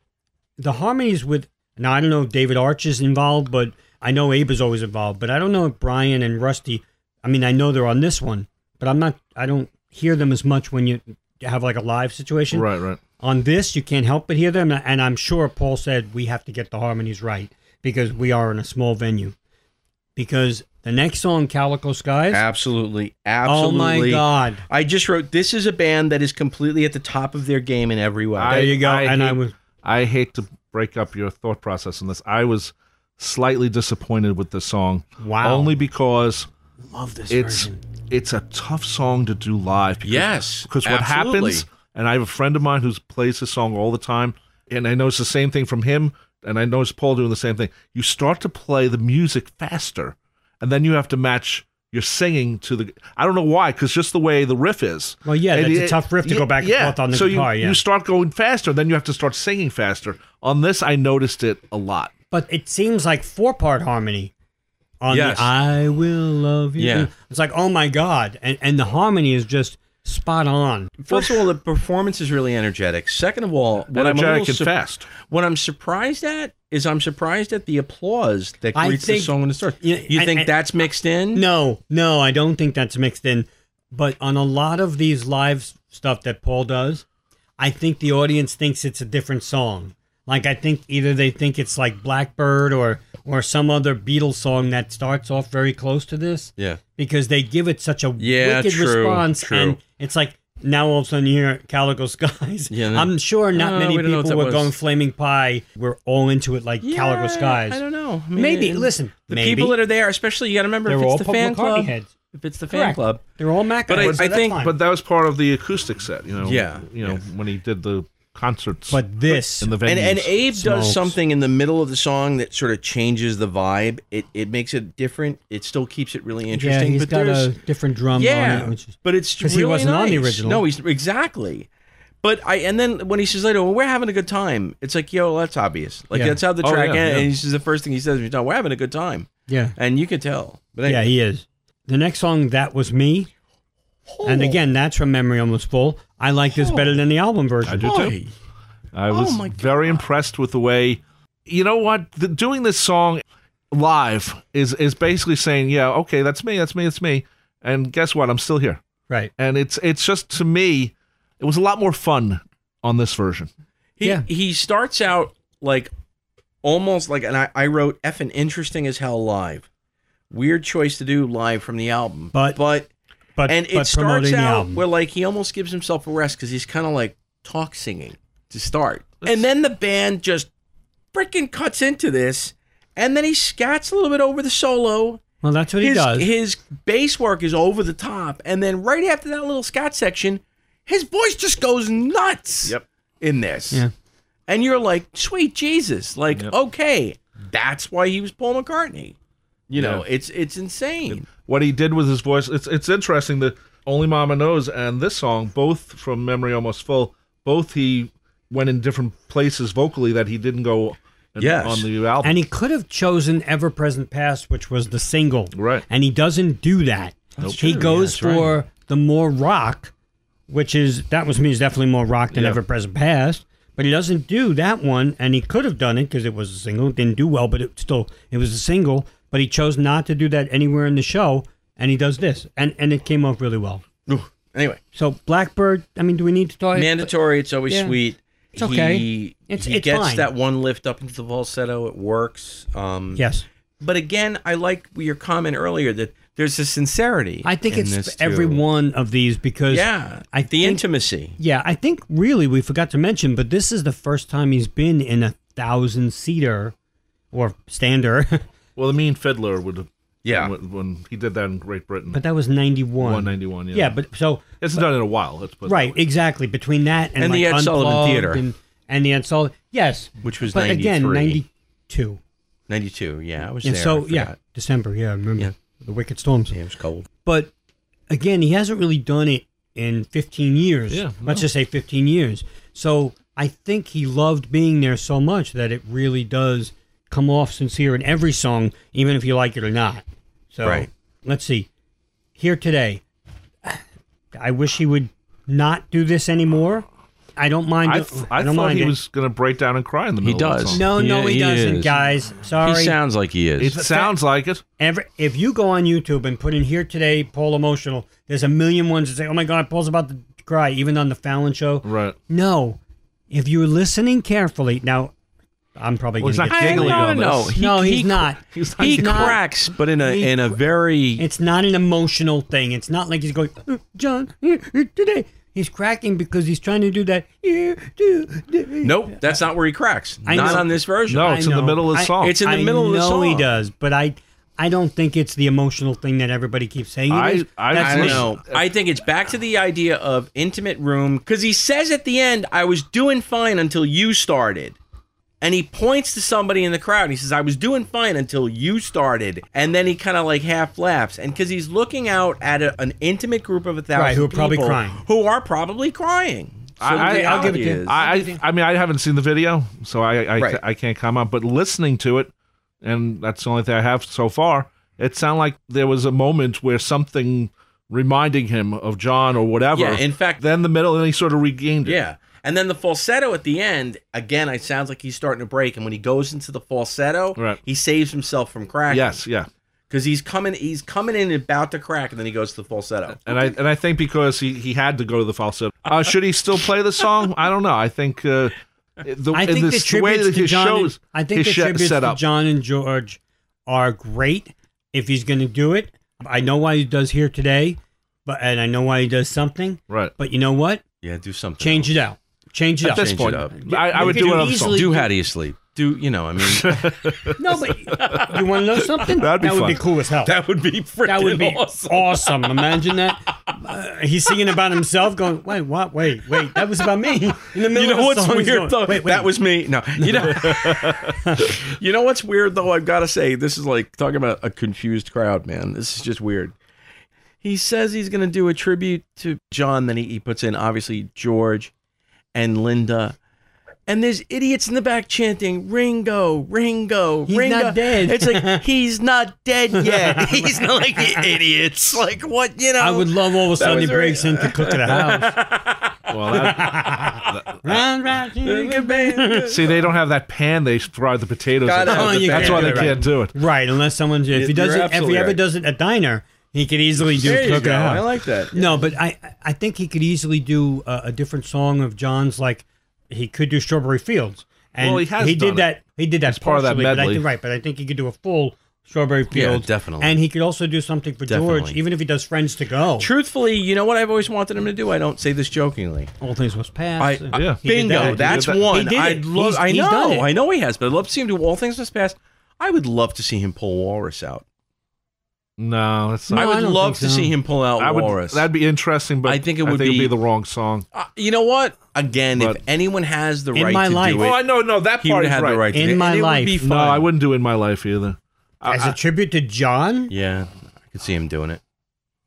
[SPEAKER 2] the harmonies with now I don't know if David Arch is involved, but I know Abe is always involved, but I don't know if Brian and Rusty. I mean, I know they're on this one, but I'm not. I don't hear them as much when you have like a live situation.
[SPEAKER 4] Right, right.
[SPEAKER 2] On this, you can't help but hear them, and I'm sure Paul said we have to get the harmonies right because we are in a small venue. Because the next song, Calico Skies,
[SPEAKER 5] Absolutely.
[SPEAKER 2] oh
[SPEAKER 5] Absolutely.
[SPEAKER 2] my God,
[SPEAKER 5] I just wrote this is a band that is completely at the top of their game in every way.
[SPEAKER 4] I-
[SPEAKER 2] there you go.
[SPEAKER 4] I
[SPEAKER 2] and I
[SPEAKER 4] hate-
[SPEAKER 2] was
[SPEAKER 4] I hate to break up your thought process on this. I was slightly disappointed with the song.
[SPEAKER 2] Wow.
[SPEAKER 4] Only because
[SPEAKER 2] love this
[SPEAKER 4] it's
[SPEAKER 2] version.
[SPEAKER 4] it's a tough song to do live. Because,
[SPEAKER 5] Yes,
[SPEAKER 4] because what
[SPEAKER 5] absolutely.
[SPEAKER 4] happens, and I have a friend of mine who plays this song all the time, and I notice the same thing from him, and I notice Paul doing the same thing. You start to play the music faster, and then you have to match your singing to the. I don't know why, because just the way the riff is.
[SPEAKER 2] Well, yeah,
[SPEAKER 4] And
[SPEAKER 2] that's a tough riff to go back and forth on the
[SPEAKER 4] so
[SPEAKER 2] guitar,
[SPEAKER 4] You,
[SPEAKER 2] yeah.
[SPEAKER 4] you start going faster, then you have to start singing faster. On this, I noticed it a lot.
[SPEAKER 2] But it seems like four part harmony on
[SPEAKER 5] Yes.
[SPEAKER 2] the I Will Love You.
[SPEAKER 5] Yeah.
[SPEAKER 2] It's like, oh my God. And, and the harmony is just spot on.
[SPEAKER 5] First of all, the performance is really energetic. Second of all, what I'm, a
[SPEAKER 4] Energetic
[SPEAKER 5] little
[SPEAKER 4] and
[SPEAKER 5] sur-
[SPEAKER 4] fast.
[SPEAKER 5] what I'm surprised at is I'm surprised at the applause that
[SPEAKER 2] I
[SPEAKER 5] greets the
[SPEAKER 2] think-
[SPEAKER 5] song when it starts.
[SPEAKER 2] Yeah,
[SPEAKER 5] You
[SPEAKER 2] I-
[SPEAKER 5] think
[SPEAKER 2] I-
[SPEAKER 5] that's mixed in?
[SPEAKER 2] No, no, I don't think that's mixed in. But on a lot of these live s- stuff that Paul does, I think the audience thinks it's a different song. Like I think either they think it's like Blackbird or or some other Beatles song that starts off very close to this
[SPEAKER 5] Yeah.
[SPEAKER 2] because they give it such a
[SPEAKER 5] Yeah,
[SPEAKER 2] wicked
[SPEAKER 5] true,
[SPEAKER 2] response,
[SPEAKER 5] true.
[SPEAKER 2] and it's like now all of a sudden you hear Calico Skies.
[SPEAKER 5] Yeah, no.
[SPEAKER 2] I'm sure not
[SPEAKER 5] Uh,
[SPEAKER 2] many
[SPEAKER 5] we don't know what
[SPEAKER 2] people
[SPEAKER 5] that
[SPEAKER 2] were
[SPEAKER 5] was.
[SPEAKER 2] going Flaming Pie. We're all into it like Calico Skies.
[SPEAKER 5] I don't know. I mean,
[SPEAKER 2] Maybe
[SPEAKER 5] it-
[SPEAKER 2] listen,
[SPEAKER 5] The
[SPEAKER 2] maybe
[SPEAKER 5] people that are there, especially you got to remember
[SPEAKER 2] they're
[SPEAKER 5] if
[SPEAKER 2] all
[SPEAKER 5] it's the
[SPEAKER 2] Paul
[SPEAKER 5] fan
[SPEAKER 2] McCartney
[SPEAKER 5] club.
[SPEAKER 2] heads.
[SPEAKER 5] If it's the fan
[SPEAKER 2] Correct.
[SPEAKER 5] club,
[SPEAKER 2] They're all Mac.
[SPEAKER 5] But I-
[SPEAKER 2] guys, so
[SPEAKER 5] I
[SPEAKER 2] that's
[SPEAKER 5] think-
[SPEAKER 2] fine.
[SPEAKER 4] But that was part of the acoustic set, you know.
[SPEAKER 5] Yeah,
[SPEAKER 4] You know,
[SPEAKER 5] yeah.
[SPEAKER 4] when he did the concerts.
[SPEAKER 2] But this,
[SPEAKER 4] in the venues.
[SPEAKER 5] and and Abe
[SPEAKER 2] Smokes.
[SPEAKER 5] does something in the middle of the song that sort of changes the vibe. It it makes it different. It still keeps it really interesting.
[SPEAKER 2] yeah, he's
[SPEAKER 5] but
[SPEAKER 2] got
[SPEAKER 5] there's
[SPEAKER 2] a different drum
[SPEAKER 5] yeah,
[SPEAKER 2] on it, which is
[SPEAKER 5] but it's
[SPEAKER 2] 'cause
[SPEAKER 5] really
[SPEAKER 2] he wasn't on the
[SPEAKER 5] nice.
[SPEAKER 2] original.
[SPEAKER 5] No, he's exactly. But I and then when he says later, well, we're having a good time. It's like, yo, that's obvious. Like
[SPEAKER 2] Yeah.
[SPEAKER 5] that's how the
[SPEAKER 4] Oh,
[SPEAKER 5] track
[SPEAKER 4] yeah,
[SPEAKER 5] ends.
[SPEAKER 4] yeah.
[SPEAKER 5] And he's just the first thing he says. He's done. We're having a good time,
[SPEAKER 2] yeah,
[SPEAKER 5] and you can tell. But
[SPEAKER 2] yeah,
[SPEAKER 5] anyway.
[SPEAKER 2] he is. The next song, that was me, and
[SPEAKER 5] Oh.
[SPEAKER 2] again, that's from Memory Almost Full. I like this better than the album version.
[SPEAKER 4] I do too. I was
[SPEAKER 5] my
[SPEAKER 4] very impressed with the way, you know what, the, doing this song live is is basically saying, yeah, okay, that's me, that's me, that's me, and guess what, I'm still here,
[SPEAKER 2] Right?
[SPEAKER 4] and it's it's just to me, it was a lot more fun on this version.
[SPEAKER 5] He,
[SPEAKER 2] Yeah.
[SPEAKER 5] he starts out like almost like, and I, I wrote effing interesting as hell live. Weird choice to do live from the album,
[SPEAKER 2] But-
[SPEAKER 5] but
[SPEAKER 2] But
[SPEAKER 5] and
[SPEAKER 2] but
[SPEAKER 5] it starts
[SPEAKER 2] promoting the
[SPEAKER 5] out
[SPEAKER 2] album.
[SPEAKER 5] where like he almost gives himself a rest because he's kind of like talk singing to start, and then the band just freaking cuts into this, and then he scats a little bit over the solo.
[SPEAKER 2] well, that's what
[SPEAKER 5] his,
[SPEAKER 2] he does.
[SPEAKER 5] his bass work is over the top, and then right after that little scat section, his voice just goes nuts.
[SPEAKER 4] Yep.
[SPEAKER 5] In this,
[SPEAKER 2] Yeah.
[SPEAKER 5] and you're like, sweet Jesus, like okay, that's why he was Paul McCartney. You know, it's it's insane.
[SPEAKER 4] What he did with his voice, it's it's interesting that only Mama knows and this song, both from Memory Almost Full, both he went in different places vocally that he didn't go.
[SPEAKER 5] Yes.
[SPEAKER 4] on the album.
[SPEAKER 2] and he could have chosen Ever Present Past, which was the single.
[SPEAKER 4] Right.
[SPEAKER 2] And he doesn't do that. He
[SPEAKER 5] true.
[SPEAKER 2] goes
[SPEAKER 5] Yeah, that's
[SPEAKER 2] for the more rock, which is that was me is definitely more rock than
[SPEAKER 4] Yeah.
[SPEAKER 2] Ever Present Past. But he doesn't do that one, and he could have done it because it was a single. It didn't do well, but it still it was a single. But he chose not to do that anywhere in the show, and he does this, and and it came off really well.
[SPEAKER 5] Anyway,
[SPEAKER 2] So Blackbird, I mean, do we need to talk?
[SPEAKER 5] mandatory. It's always
[SPEAKER 2] Yeah.
[SPEAKER 5] sweet.
[SPEAKER 2] It's okay.
[SPEAKER 5] He,
[SPEAKER 2] It's-
[SPEAKER 5] he
[SPEAKER 2] it's
[SPEAKER 5] gets
[SPEAKER 2] fine.
[SPEAKER 5] that one lift up into the falsetto. It works. Um,
[SPEAKER 2] Yes,
[SPEAKER 5] But again, I like your comment earlier that there's a sincerity.
[SPEAKER 2] I think
[SPEAKER 5] in
[SPEAKER 2] it's
[SPEAKER 5] this,
[SPEAKER 2] for every
[SPEAKER 5] too.
[SPEAKER 2] one of these because
[SPEAKER 5] Yeah,
[SPEAKER 2] I
[SPEAKER 5] the
[SPEAKER 2] think-
[SPEAKER 5] intimacy.
[SPEAKER 2] yeah, I think really we forgot to mention, but this is the first time he's been in a thousand seater or stander, [LAUGHS]
[SPEAKER 4] Well, the mean fiddler would have.
[SPEAKER 5] Yeah.
[SPEAKER 4] When, when he did that in Great Britain.
[SPEAKER 2] but that was ninety one.
[SPEAKER 4] 191, yeah.
[SPEAKER 2] yeah, but so
[SPEAKER 4] it's done in a while. Let's put it
[SPEAKER 2] Right,
[SPEAKER 4] that way.
[SPEAKER 2] exactly. Between that and,
[SPEAKER 5] And
[SPEAKER 2] like
[SPEAKER 5] the Ed Sullivan
[SPEAKER 2] Unplugged
[SPEAKER 5] Theater.
[SPEAKER 2] and, and the Ed Sullivan, yes,
[SPEAKER 5] Which was
[SPEAKER 2] but again
[SPEAKER 5] 93.
[SPEAKER 2] ninety two.
[SPEAKER 5] 92. Yeah, I was
[SPEAKER 2] And
[SPEAKER 5] there. I
[SPEAKER 2] so
[SPEAKER 5] forgot.
[SPEAKER 2] yeah, December. Yeah, I remember
[SPEAKER 5] Yeah.
[SPEAKER 2] the Wicked Storms.
[SPEAKER 5] Yeah, it was cold.
[SPEAKER 2] But again, he hasn't really done it in fifteen years.
[SPEAKER 4] Yeah,
[SPEAKER 2] let's just say fifteen years. So I think he loved being there so much that it really does come off sincere in every song, even if you like it or not. So
[SPEAKER 5] Right.
[SPEAKER 2] let's see. Here today, I wish he would not do this anymore. I don't mind.
[SPEAKER 4] I,
[SPEAKER 2] it.
[SPEAKER 4] th-
[SPEAKER 2] I
[SPEAKER 4] I
[SPEAKER 2] don't
[SPEAKER 4] thought
[SPEAKER 2] mind
[SPEAKER 4] he
[SPEAKER 2] it.
[SPEAKER 4] was going to break down and cry in the
[SPEAKER 3] He
[SPEAKER 4] middle of that
[SPEAKER 3] does.
[SPEAKER 4] song.
[SPEAKER 2] No, no,
[SPEAKER 3] Yeah,
[SPEAKER 2] he,
[SPEAKER 3] he
[SPEAKER 2] doesn't,
[SPEAKER 3] is.
[SPEAKER 2] guys. Sorry.
[SPEAKER 3] He sounds like he
[SPEAKER 4] It
[SPEAKER 3] is.
[SPEAKER 4] sounds like it.
[SPEAKER 2] Every, if you go on YouTube and put in here today, Paul emotional, there's a million ones that say, "Oh my God, Paul's about to cry," even on the Fallon show.
[SPEAKER 4] Right.
[SPEAKER 2] No, if you're listening carefully, now I'm probably
[SPEAKER 4] Well, he's
[SPEAKER 2] going
[SPEAKER 4] not
[SPEAKER 2] to get.
[SPEAKER 4] giggling
[SPEAKER 5] no,
[SPEAKER 4] on
[SPEAKER 5] no,
[SPEAKER 4] this.
[SPEAKER 5] he-
[SPEAKER 2] no, he's not.
[SPEAKER 5] [LAUGHS]
[SPEAKER 4] He's
[SPEAKER 5] He
[SPEAKER 4] like-
[SPEAKER 5] cracks, but in a
[SPEAKER 2] He
[SPEAKER 5] in a very
[SPEAKER 2] It's not an emotional thing. It's not like he's going, "Uh, John, uh, uh, today. He's cracking because he's trying to do that. uh, do, do, uh,
[SPEAKER 5] nope. That's not where he cracks.
[SPEAKER 2] I
[SPEAKER 5] not
[SPEAKER 2] know.
[SPEAKER 5] on this version.
[SPEAKER 4] No,
[SPEAKER 2] I
[SPEAKER 4] it's in the
[SPEAKER 2] know.
[SPEAKER 4] middle of the
[SPEAKER 2] I-
[SPEAKER 4] song.
[SPEAKER 5] It's in the
[SPEAKER 2] I
[SPEAKER 5] middle of the
[SPEAKER 2] know he
[SPEAKER 5] song.
[SPEAKER 2] does, but I, I don't think it's the emotional thing that everybody keeps saying. it
[SPEAKER 4] I-
[SPEAKER 2] is.
[SPEAKER 4] I-
[SPEAKER 2] That's
[SPEAKER 5] I don't
[SPEAKER 2] me.
[SPEAKER 5] know. I think it's back to the idea of intimate room because he says at the end, "I was doing fine until you started," and he points to somebody in the crowd. And he says, "I was doing fine until you started," and then he kind of like half laughs, and because he's looking out at a, an intimate group of a thousand
[SPEAKER 2] Right, who are probably
[SPEAKER 5] people
[SPEAKER 2] crying.
[SPEAKER 5] who are probably crying. So
[SPEAKER 4] I-
[SPEAKER 5] the
[SPEAKER 4] I- I'll give it
[SPEAKER 5] reality
[SPEAKER 2] to you.
[SPEAKER 5] is-
[SPEAKER 4] I, I, I mean, I haven't seen the video, so I, I,
[SPEAKER 5] Right.
[SPEAKER 4] I can't comment. But listening to it, and that's the only thing I have so far. It sounded like there was a moment where something reminding him of John or whatever.
[SPEAKER 5] Yeah, in fact-
[SPEAKER 4] then the middle, and he sort of regained it.
[SPEAKER 5] Yeah. And then the falsetto at the end, again, it sounds like he's starting to break. And when he goes into the falsetto,
[SPEAKER 4] Right.
[SPEAKER 5] he saves himself from cracking.
[SPEAKER 4] Yes, yeah.
[SPEAKER 5] because he's coming, he's coming in about to crack, and then he goes to the falsetto.
[SPEAKER 4] And I and I think because he, he had to go to the falsetto. Uh, should he still play the song? I don't know. I think uh, the,
[SPEAKER 2] I think
[SPEAKER 4] in
[SPEAKER 2] the
[SPEAKER 4] this, the way
[SPEAKER 2] tributes
[SPEAKER 4] that
[SPEAKER 2] to
[SPEAKER 4] his
[SPEAKER 2] John.
[SPEAKER 4] shows,
[SPEAKER 2] and, I think
[SPEAKER 4] his
[SPEAKER 2] the
[SPEAKER 4] sh-
[SPEAKER 2] tributes
[SPEAKER 4] set
[SPEAKER 2] to
[SPEAKER 4] up.
[SPEAKER 2] John and George are great. If he's going to do it, I know why he does here today, but and I know why he does something.
[SPEAKER 4] right
[SPEAKER 2] But you know what?
[SPEAKER 3] yeah, do something.
[SPEAKER 2] Change it out. Change it
[SPEAKER 4] at
[SPEAKER 2] up.
[SPEAKER 4] this
[SPEAKER 3] Change
[SPEAKER 4] point.
[SPEAKER 3] it up.
[SPEAKER 4] I, I
[SPEAKER 2] You
[SPEAKER 4] would
[SPEAKER 2] could
[SPEAKER 4] do another
[SPEAKER 2] easily-
[SPEAKER 4] song.
[SPEAKER 3] Do how do you sleep?
[SPEAKER 5] Do you know? I mean,
[SPEAKER 2] No, but you want to know something?
[SPEAKER 4] [LAUGHS] That'd be
[SPEAKER 2] that would be
[SPEAKER 4] fun.
[SPEAKER 2] cool as hell.
[SPEAKER 5] [LAUGHS] [LAUGHS] that would be freaking
[SPEAKER 2] That would be
[SPEAKER 5] awesome.
[SPEAKER 2] awesome. Imagine that. Uh, he's singing about himself, going, "Wait, what? Wait, wait. That was about me." In the middle
[SPEAKER 5] You know
[SPEAKER 2] of the
[SPEAKER 5] what's
[SPEAKER 2] song, he's
[SPEAKER 5] weird
[SPEAKER 2] going,
[SPEAKER 5] though?
[SPEAKER 2] Wait, wait.
[SPEAKER 5] That was me. No, you know, [LAUGHS] you know what's weird though? I've got to say, this is like talking about a confused crowd, man. This is just weird. He says he's going to do a tribute to John. Then he, he puts in obviously George and Linda. And there's idiots in the back chanting "Ringo, Ringo,
[SPEAKER 2] He's
[SPEAKER 5] Ringo."
[SPEAKER 2] not dead. [LAUGHS]
[SPEAKER 5] It's like he's not dead yet. He's not like the idiots. Like what you know?
[SPEAKER 2] I would love all of a sudden he
[SPEAKER 5] was very-
[SPEAKER 2] breaks into cook
[SPEAKER 4] [LAUGHS]
[SPEAKER 2] at a house. [LAUGHS]
[SPEAKER 4] Well, that,
[SPEAKER 2] Round, round, you can
[SPEAKER 4] see, they don't have that pan they fry the potatoes.
[SPEAKER 5] Gotta
[SPEAKER 4] in.
[SPEAKER 5] have
[SPEAKER 2] the
[SPEAKER 4] That's
[SPEAKER 2] pan.
[SPEAKER 4] why they
[SPEAKER 2] Right.
[SPEAKER 4] can't do it.
[SPEAKER 2] Right, unless someone if he
[SPEAKER 5] You're
[SPEAKER 2] does it, if
[SPEAKER 5] absolutely
[SPEAKER 2] he ever
[SPEAKER 5] right.
[SPEAKER 2] does it at diner, he could easily do
[SPEAKER 5] There you
[SPEAKER 2] cook
[SPEAKER 5] go.
[SPEAKER 2] it out.
[SPEAKER 5] I like that.
[SPEAKER 2] No, but I I think he could easily do a, a different song of John's. Like he could do Strawberry Fields, and
[SPEAKER 4] Well, he has
[SPEAKER 2] did
[SPEAKER 4] done it.
[SPEAKER 2] that. He did that
[SPEAKER 4] It's part of that
[SPEAKER 2] partially, but I
[SPEAKER 4] medley.
[SPEAKER 2] think, right, but I think he could do a full Strawberry Fields.
[SPEAKER 3] definitely.
[SPEAKER 2] And he could also do something for George,
[SPEAKER 3] Definitely.
[SPEAKER 2] even if he does Friends to Go.
[SPEAKER 5] Truthfully, you know what I've always wanted him to do. I don't say this jokingly.
[SPEAKER 2] All things must
[SPEAKER 5] I,
[SPEAKER 2] pass.
[SPEAKER 5] I-
[SPEAKER 4] Yeah.
[SPEAKER 2] He did
[SPEAKER 5] bingo.
[SPEAKER 2] that. He
[SPEAKER 5] That's
[SPEAKER 4] did that.
[SPEAKER 2] He
[SPEAKER 5] one.
[SPEAKER 2] did it.
[SPEAKER 5] I'd love.
[SPEAKER 2] He's-
[SPEAKER 5] I
[SPEAKER 2] he's done
[SPEAKER 5] know.
[SPEAKER 2] it.
[SPEAKER 5] I know he has, but I'd love to see him do all things must pass. I would love to see him pull Walrus out.
[SPEAKER 4] No, that's not.
[SPEAKER 5] I
[SPEAKER 2] No,
[SPEAKER 5] would
[SPEAKER 2] I don't
[SPEAKER 5] love
[SPEAKER 2] think
[SPEAKER 5] to
[SPEAKER 2] so.
[SPEAKER 5] see him pull out
[SPEAKER 4] I would.
[SPEAKER 5] Walrus.
[SPEAKER 4] That'd be interesting, but I think it would be, the wrong song.
[SPEAKER 5] Uh, you know what? Again,
[SPEAKER 4] But-
[SPEAKER 5] if anyone has the
[SPEAKER 2] In
[SPEAKER 5] right
[SPEAKER 2] my
[SPEAKER 5] to
[SPEAKER 2] life-
[SPEAKER 5] do
[SPEAKER 2] Oh,
[SPEAKER 5] it,
[SPEAKER 4] I know, no, that
[SPEAKER 5] he would have the right to
[SPEAKER 2] In
[SPEAKER 5] do it.
[SPEAKER 2] my
[SPEAKER 5] and it
[SPEAKER 2] life.
[SPEAKER 5] would be
[SPEAKER 2] No,
[SPEAKER 5] fun.
[SPEAKER 4] No, I wouldn't do in my life either. I-
[SPEAKER 2] As a
[SPEAKER 4] I-
[SPEAKER 2] tribute to John.
[SPEAKER 3] Yeah, I could see him doing it.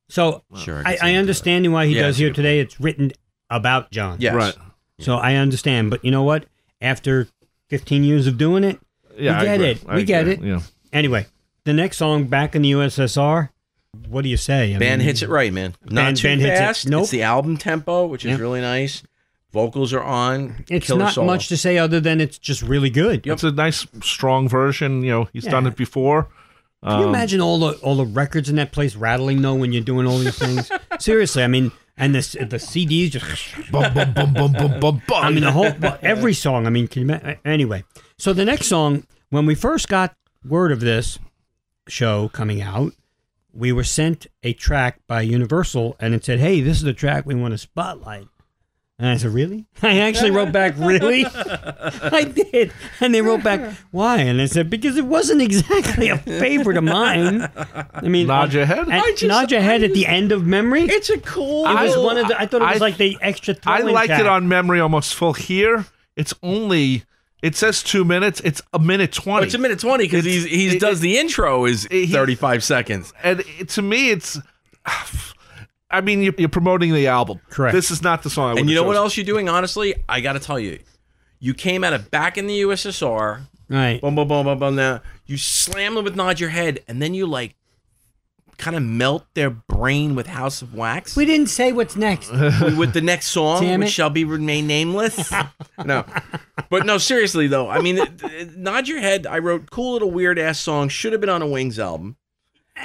[SPEAKER 2] So
[SPEAKER 3] Sure,
[SPEAKER 2] I,
[SPEAKER 3] could see him
[SPEAKER 2] I
[SPEAKER 3] doing it.
[SPEAKER 2] understand why he
[SPEAKER 5] Yeah,
[SPEAKER 2] does
[SPEAKER 5] that's a
[SPEAKER 2] here
[SPEAKER 5] good
[SPEAKER 2] today. It's written about John.
[SPEAKER 5] Yes.
[SPEAKER 4] Right.
[SPEAKER 2] So I understand. But you know what? After 15 years of doing it,
[SPEAKER 4] Yeah,
[SPEAKER 2] We
[SPEAKER 4] I
[SPEAKER 2] get
[SPEAKER 4] agree.
[SPEAKER 2] it.
[SPEAKER 4] I
[SPEAKER 2] We get
[SPEAKER 4] agree.
[SPEAKER 2] it.
[SPEAKER 4] Yeah.
[SPEAKER 2] Anyway, the next song back in the USSR. What do you say? I
[SPEAKER 5] Band
[SPEAKER 2] mean,
[SPEAKER 5] hits it right, man. Not
[SPEAKER 2] Band-
[SPEAKER 5] too
[SPEAKER 2] band hits it.
[SPEAKER 5] fast.
[SPEAKER 2] Nope.
[SPEAKER 5] It's the album tempo, which is
[SPEAKER 2] Yeah.
[SPEAKER 5] really nice. Vocals are on.
[SPEAKER 2] It's
[SPEAKER 5] killer
[SPEAKER 2] not
[SPEAKER 5] solo.
[SPEAKER 2] much to say other than it's just really good.
[SPEAKER 4] It's a nice, strong version. You know, he's done
[SPEAKER 2] Yeah.
[SPEAKER 4] it before.
[SPEAKER 2] Can you
[SPEAKER 4] Um,
[SPEAKER 2] imagine all the all the records in that place rattling though when you're doing all these
[SPEAKER 5] [LAUGHS]
[SPEAKER 2] things? Seriously, I mean, and the the CDs just.
[SPEAKER 4] bum, bum, bum, bum, bum, bum, bum.
[SPEAKER 2] I mean, the whole well, every song. I mean, can you, ma- anyway. So the next song, when we first got word of this show coming out, we were sent a track by Universal, and it said, "Hey, this is the track we want to spotlight." And I said, "Really?" [LAUGHS] I actually wrote back, "Really?" [LAUGHS] I did, and they wrote back, "Why?" And I said, "Because it wasn't exactly a favorite of mine." I mean, um,
[SPEAKER 4] Nod your head?
[SPEAKER 2] and
[SPEAKER 4] I
[SPEAKER 5] just-
[SPEAKER 2] nod your head at the end of memory. It
[SPEAKER 5] It's a cool.
[SPEAKER 2] was
[SPEAKER 4] I-
[SPEAKER 2] one of the. I thought it was
[SPEAKER 4] I-
[SPEAKER 2] like the extra.
[SPEAKER 4] I
[SPEAKER 2] throw-in
[SPEAKER 4] like
[SPEAKER 2] track.
[SPEAKER 4] it on memory almost full. Here, it's only it says two minutes. It's a minute twenty.
[SPEAKER 5] Oh, it's a minute twenty because he's he's
[SPEAKER 4] it-
[SPEAKER 5] does the intro is
[SPEAKER 4] he-
[SPEAKER 5] thirty five seconds.
[SPEAKER 4] and it, to me, it's. [SIGHS] I mean, you're, you're promoting the album.
[SPEAKER 2] Correct.
[SPEAKER 4] This is not the song. I
[SPEAKER 5] And
[SPEAKER 4] would've
[SPEAKER 5] you know what
[SPEAKER 4] chosen.
[SPEAKER 5] else you're doing? Honestly, I got to tell you, you came out of back in the USSR.
[SPEAKER 2] right.
[SPEAKER 5] Boom, boom, boom, boom, boom. Now you slam them with nod your head, and then you like kind of melt their brain with House of Wax
[SPEAKER 2] We didn't say what's next.
[SPEAKER 5] with the next song,
[SPEAKER 2] Damn
[SPEAKER 5] which
[SPEAKER 2] it.
[SPEAKER 5] shall be remain
[SPEAKER 2] [LAUGHS]
[SPEAKER 5] nameless. no, but no, seriously though. I mean, th- th- nod your head. I wrote cool little weird ass song. Should have been on a Wings album.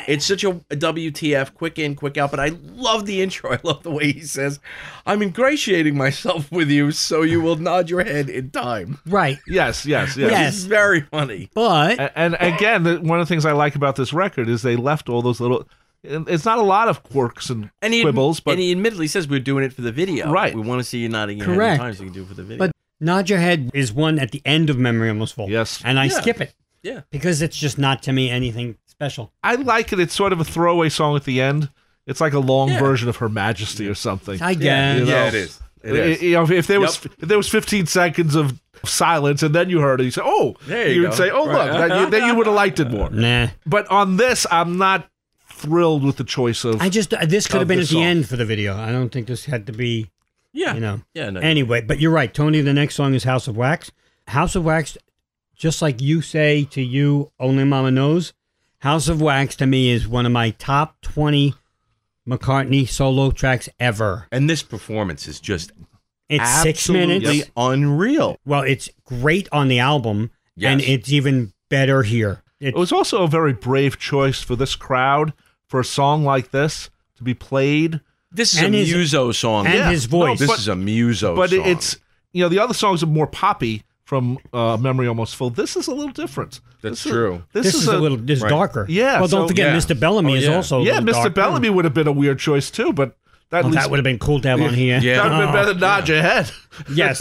[SPEAKER 5] It's such a, a WTF, quick in, quick out. But I love the intro. [LAUGHS] I love the way he says, "I'm ingratiating myself with you, so you will nod your head in time."
[SPEAKER 2] right.
[SPEAKER 4] Yes, yes, yes.
[SPEAKER 2] Yes.
[SPEAKER 5] It's very funny.
[SPEAKER 2] But
[SPEAKER 4] A- And again, the- one of the things I like about this record is they left all those little. It's not a lot of quirks and,
[SPEAKER 5] And he,
[SPEAKER 4] quibbles, but
[SPEAKER 5] and he admittedly says we're doing it for the video.
[SPEAKER 4] Right.
[SPEAKER 5] We want to see you nodding your head in
[SPEAKER 2] Correct.
[SPEAKER 5] time so you can do it for the video.
[SPEAKER 2] but nod your head is one at the end of memory almost full.
[SPEAKER 4] Yes.
[SPEAKER 2] And I
[SPEAKER 5] Yeah.
[SPEAKER 2] skip it
[SPEAKER 5] yeah.
[SPEAKER 2] because it's just not to me anything special.
[SPEAKER 4] I like it. It's sort of a throwaway song at the end. It's like a long
[SPEAKER 5] Yeah.
[SPEAKER 4] version of Her Majesty or something.
[SPEAKER 2] I guess.
[SPEAKER 4] You know?
[SPEAKER 5] Yeah, it is. It
[SPEAKER 4] I-
[SPEAKER 5] is.
[SPEAKER 4] you know, if- if there was if there was 15 seconds of silence and then you heard it, you say, "Oh,"
[SPEAKER 5] There you
[SPEAKER 4] would
[SPEAKER 5] go.
[SPEAKER 4] say, "Oh,
[SPEAKER 5] Right.
[SPEAKER 4] look," that, you, then you would have liked it
[SPEAKER 5] [LAUGHS]
[SPEAKER 4] more.
[SPEAKER 2] Nah.
[SPEAKER 4] But on this, I'm not thrilled with the choice of.
[SPEAKER 2] I just uh, this could have
[SPEAKER 4] Of
[SPEAKER 2] been
[SPEAKER 4] the
[SPEAKER 2] at
[SPEAKER 4] song.
[SPEAKER 2] the end for the video. I don't think this had to be,
[SPEAKER 5] yeah.
[SPEAKER 2] you know.
[SPEAKER 5] Yeah. No,
[SPEAKER 2] Anyway, but you're right, Tony. The next song is House of Wax. House of Wax, just like you say to you, only Mama knows. House of Wax to me is one of my top twenty McCartney solo tracks ever.
[SPEAKER 5] And this performance is just
[SPEAKER 2] It's six minutes.
[SPEAKER 5] absolutely unreal.
[SPEAKER 2] Well, it's great on the album, and
[SPEAKER 5] Yes.
[SPEAKER 2] it's even better here. It,
[SPEAKER 4] it was also a very brave choice for this crowd for a song like this to be played.
[SPEAKER 5] This is
[SPEAKER 2] And
[SPEAKER 5] a
[SPEAKER 2] his-
[SPEAKER 5] Muso song.
[SPEAKER 2] and
[SPEAKER 4] Yeah.
[SPEAKER 2] his voice.
[SPEAKER 5] this
[SPEAKER 4] but-
[SPEAKER 5] is a Muso
[SPEAKER 4] but
[SPEAKER 5] song.
[SPEAKER 4] it it's you know the other songs are more poppy from uh, Memory Almost Full. This is a little different.
[SPEAKER 5] That's
[SPEAKER 4] This is-
[SPEAKER 5] true.
[SPEAKER 4] this,
[SPEAKER 2] this, is, a, little this is
[SPEAKER 5] right.
[SPEAKER 2] darker.
[SPEAKER 4] Yeah,
[SPEAKER 2] Well, don't
[SPEAKER 4] so-
[SPEAKER 2] forget,
[SPEAKER 5] yeah.
[SPEAKER 2] Mr. Bellamy
[SPEAKER 5] Oh,
[SPEAKER 2] is
[SPEAKER 5] yeah.
[SPEAKER 2] also a
[SPEAKER 4] yeah.
[SPEAKER 2] little
[SPEAKER 4] Mr.
[SPEAKER 2] darker.
[SPEAKER 4] Bellamy would have been a weird choice too, but that,
[SPEAKER 2] Well,
[SPEAKER 4] least,
[SPEAKER 2] that would have been Oh, cool to have on here.
[SPEAKER 5] Yeah.
[SPEAKER 4] that would have been better than nod your head.
[SPEAKER 2] [LAUGHS]
[SPEAKER 5] [LAUGHS]
[SPEAKER 2] Yes.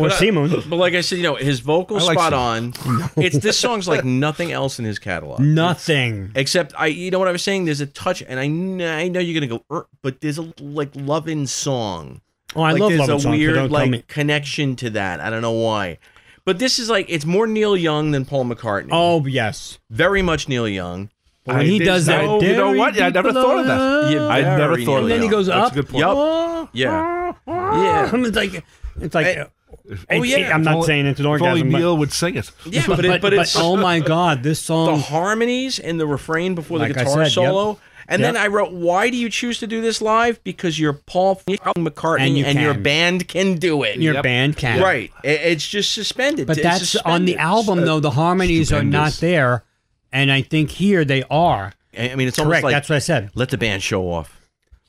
[SPEAKER 2] or Simon.
[SPEAKER 5] but like I said, you know, his vocal
[SPEAKER 4] I like
[SPEAKER 5] spot on.
[SPEAKER 2] [LAUGHS]
[SPEAKER 5] It's this song's like nothing else in his catalog.
[SPEAKER 2] Nothing.
[SPEAKER 5] Except I, you know what I was saying. There's a touch, and I, kn- I know you're gonna go, "Er," but there's a like loving song.
[SPEAKER 2] Oh, I
[SPEAKER 5] like,
[SPEAKER 2] love
[SPEAKER 5] there's
[SPEAKER 2] Love
[SPEAKER 5] a
[SPEAKER 2] Songs, but
[SPEAKER 5] weird
[SPEAKER 2] don't tell me.
[SPEAKER 5] like connection to that. I don't know why, but this is like it's more Neil Young than Paul McCartney.
[SPEAKER 2] Oh, yes.
[SPEAKER 5] very much Neil Young.
[SPEAKER 2] When he does that,
[SPEAKER 4] Oh, you know what? Yeah, I never thought of that. Oh,
[SPEAKER 5] Yeah,
[SPEAKER 4] I never
[SPEAKER 5] very
[SPEAKER 4] thought
[SPEAKER 5] Neil
[SPEAKER 4] of
[SPEAKER 2] And then he
[SPEAKER 5] Young.
[SPEAKER 2] goes
[SPEAKER 4] That's
[SPEAKER 2] up.
[SPEAKER 4] a good point.
[SPEAKER 2] Yup.
[SPEAKER 5] Yeah. Yeah.
[SPEAKER 2] [LAUGHS] it's like, it's like,
[SPEAKER 5] Hey.
[SPEAKER 2] it's-
[SPEAKER 5] yeah.
[SPEAKER 2] I'm not
[SPEAKER 4] Only-
[SPEAKER 2] saying it's an
[SPEAKER 4] If only
[SPEAKER 2] orgasm, but,
[SPEAKER 4] Neil would sing it.
[SPEAKER 5] Yeah, but, it,
[SPEAKER 2] but,
[SPEAKER 5] but it's
[SPEAKER 2] but oh
[SPEAKER 5] [LAUGHS]
[SPEAKER 2] my God, this
[SPEAKER 5] the
[SPEAKER 2] song.
[SPEAKER 5] harmonies and the refrain before the
[SPEAKER 2] Like I
[SPEAKER 5] guitar
[SPEAKER 2] said,
[SPEAKER 5] solo. And then
[SPEAKER 2] Yep.
[SPEAKER 5] I wrote, "Why do you choose to do this live? Because you're Paul f***ing McCartney and,
[SPEAKER 2] And you
[SPEAKER 5] your
[SPEAKER 2] can.
[SPEAKER 5] band can do it.
[SPEAKER 2] Your
[SPEAKER 4] Yep.
[SPEAKER 2] band can.
[SPEAKER 5] Right? I- It's just suspended.
[SPEAKER 2] But
[SPEAKER 5] It's
[SPEAKER 2] that's on the
[SPEAKER 5] suspended.
[SPEAKER 2] album, though. The harmonies are not
[SPEAKER 3] stupendous.
[SPEAKER 2] there, and I think here they are.
[SPEAKER 5] I I mean, it's almost
[SPEAKER 2] Correct.
[SPEAKER 5] like
[SPEAKER 2] that's what I said.
[SPEAKER 5] let the band show off.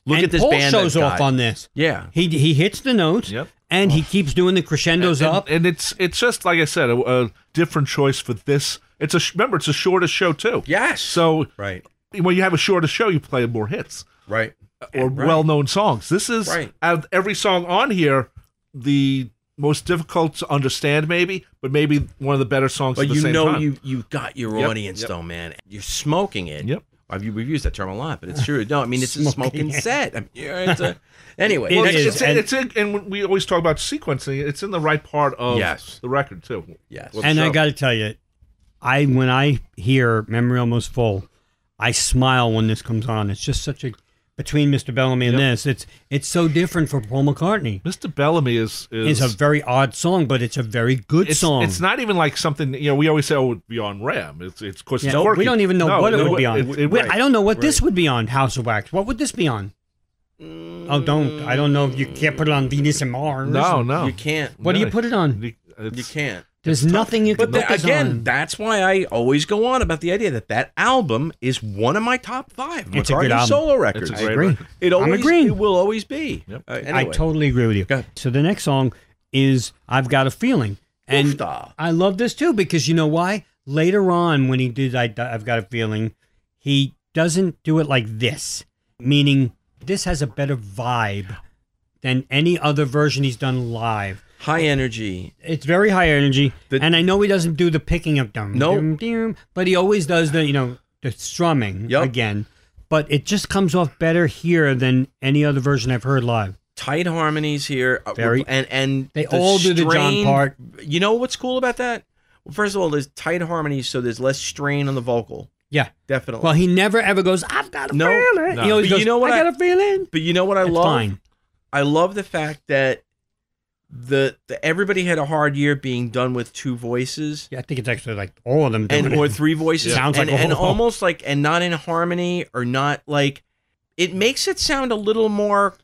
[SPEAKER 5] Look
[SPEAKER 2] and
[SPEAKER 5] at this
[SPEAKER 2] Paul
[SPEAKER 5] band.
[SPEAKER 2] shows
[SPEAKER 5] I've
[SPEAKER 2] off
[SPEAKER 5] got.
[SPEAKER 2] on this.
[SPEAKER 5] Yeah,
[SPEAKER 2] He he hits the notes,
[SPEAKER 4] Yep.
[SPEAKER 2] and he keeps doing the crescendos
[SPEAKER 4] and,
[SPEAKER 2] up.
[SPEAKER 4] and it's it's just like I said, a, a different choice for this. It's a sh- remember, it's the shortest show too.
[SPEAKER 5] Yes.
[SPEAKER 4] So
[SPEAKER 5] right,
[SPEAKER 4] when you have a shorter show, you play more hits
[SPEAKER 5] right.
[SPEAKER 4] or well-known songs. This is
[SPEAKER 5] Right.
[SPEAKER 4] out of every song on here, the most difficult to understand, maybe, but maybe one of the better songs.
[SPEAKER 5] But
[SPEAKER 4] at the
[SPEAKER 5] you
[SPEAKER 4] same
[SPEAKER 5] know,
[SPEAKER 4] time.
[SPEAKER 5] you you got your
[SPEAKER 4] Yep,
[SPEAKER 5] audience
[SPEAKER 4] yep.
[SPEAKER 5] though, man. You're smoking it.
[SPEAKER 4] Yep.
[SPEAKER 5] I've we've used that term a lot, but it's true. No, I mean it's a
[SPEAKER 2] Smoking
[SPEAKER 5] smoking
[SPEAKER 2] it.
[SPEAKER 5] set. I mean,
[SPEAKER 2] [LAUGHS]
[SPEAKER 5] yeah, it's a- anyway,
[SPEAKER 2] It
[SPEAKER 4] Well,
[SPEAKER 5] next-
[SPEAKER 4] it's,
[SPEAKER 2] is,
[SPEAKER 4] it's,
[SPEAKER 2] and-
[SPEAKER 4] it's in, and we always talk about sequencing. It's in the right part of
[SPEAKER 5] Yes.
[SPEAKER 4] the record too.
[SPEAKER 5] Yes.
[SPEAKER 4] Well,
[SPEAKER 2] and I
[SPEAKER 4] so-
[SPEAKER 2] got to tell you, I when I hear "Memory Almost Full," I smile when this comes on. It's just such a between Mr. Bellamy and this. It's it's so different for Paul McCartney.
[SPEAKER 4] Mr. Bellamy is
[SPEAKER 2] It's
[SPEAKER 4] is
[SPEAKER 2] a very odd song, but it's a very good
[SPEAKER 4] it's,
[SPEAKER 2] song.
[SPEAKER 4] it's not even like something you know. We always say, "Oh, it would be on Ram." It's it's of course
[SPEAKER 2] Yeah,
[SPEAKER 4] it's quirky.
[SPEAKER 2] we don't even know
[SPEAKER 4] No,
[SPEAKER 2] what it
[SPEAKER 4] no,
[SPEAKER 2] would be on.
[SPEAKER 4] it- it-
[SPEAKER 2] We-
[SPEAKER 4] right.
[SPEAKER 2] I don't know what this would be on House of Wax. What would this be on? Oh, don't. I don't know if you can't put it on Venus and Mars.
[SPEAKER 4] No, no.
[SPEAKER 5] You can't.
[SPEAKER 2] What do you
[SPEAKER 4] No.
[SPEAKER 2] put it on?
[SPEAKER 4] You-
[SPEAKER 5] You
[SPEAKER 4] it's-
[SPEAKER 5] can't.
[SPEAKER 2] There's nothing you can
[SPEAKER 5] But
[SPEAKER 2] put
[SPEAKER 5] the-
[SPEAKER 2] this
[SPEAKER 5] again,
[SPEAKER 2] on.
[SPEAKER 5] that's why I always go on about the idea that that album is one of my top five
[SPEAKER 2] It's a good
[SPEAKER 5] McCartney
[SPEAKER 2] album.
[SPEAKER 5] solo records.
[SPEAKER 4] It's a
[SPEAKER 2] I
[SPEAKER 4] great
[SPEAKER 2] agree.
[SPEAKER 4] record.
[SPEAKER 5] It
[SPEAKER 2] I'm
[SPEAKER 5] always,
[SPEAKER 2] agreeing.
[SPEAKER 5] It will always be.
[SPEAKER 4] Yep.
[SPEAKER 5] Uh, anyway.
[SPEAKER 2] I totally agree with you.
[SPEAKER 5] Go ahead.
[SPEAKER 2] So the next song is "I've Got a Feeling," and
[SPEAKER 5] Oofda.
[SPEAKER 2] I love this too because you know why? Later on, when he did I, "I've Got a Feeling," he doesn't do it like this, meaning this has a better vibe than any other version he's done live.
[SPEAKER 5] high energy.
[SPEAKER 2] It's very high energy,
[SPEAKER 5] The-
[SPEAKER 2] and I know he doesn't do the picking up dum
[SPEAKER 5] Nope.
[SPEAKER 2] dum dum, but he always does the you know the strumming
[SPEAKER 5] Yup.
[SPEAKER 2] again. But it just comes off better here than any other version I've heard live.
[SPEAKER 5] tight harmonies here. uh,
[SPEAKER 2] Very.
[SPEAKER 5] and and
[SPEAKER 2] They all do the John part.
[SPEAKER 5] You know what's cool about that? Well, first of all, there's tight harmonies, so there's less strain on the vocal,
[SPEAKER 2] Yeah.
[SPEAKER 5] definitely.
[SPEAKER 2] Well, he never ever goes. I've got a
[SPEAKER 5] No,
[SPEAKER 2] feeling.
[SPEAKER 5] no.
[SPEAKER 2] He always
[SPEAKER 5] But you
[SPEAKER 2] goes,
[SPEAKER 5] know what
[SPEAKER 2] I,
[SPEAKER 5] I-
[SPEAKER 2] got a feeling.
[SPEAKER 5] but you know what I
[SPEAKER 2] It's
[SPEAKER 5] love?
[SPEAKER 2] fine.
[SPEAKER 5] I love the fact that the, the everybody had a hard year being done with two voices
[SPEAKER 2] Yeah, I think it's actually like all of them.
[SPEAKER 5] and
[SPEAKER 2] doing
[SPEAKER 5] or
[SPEAKER 2] it.
[SPEAKER 5] three voices,
[SPEAKER 2] Sounds like
[SPEAKER 5] and,
[SPEAKER 2] a
[SPEAKER 5] and
[SPEAKER 2] whole-
[SPEAKER 5] almost like and not in harmony or not like it makes it sound a little more.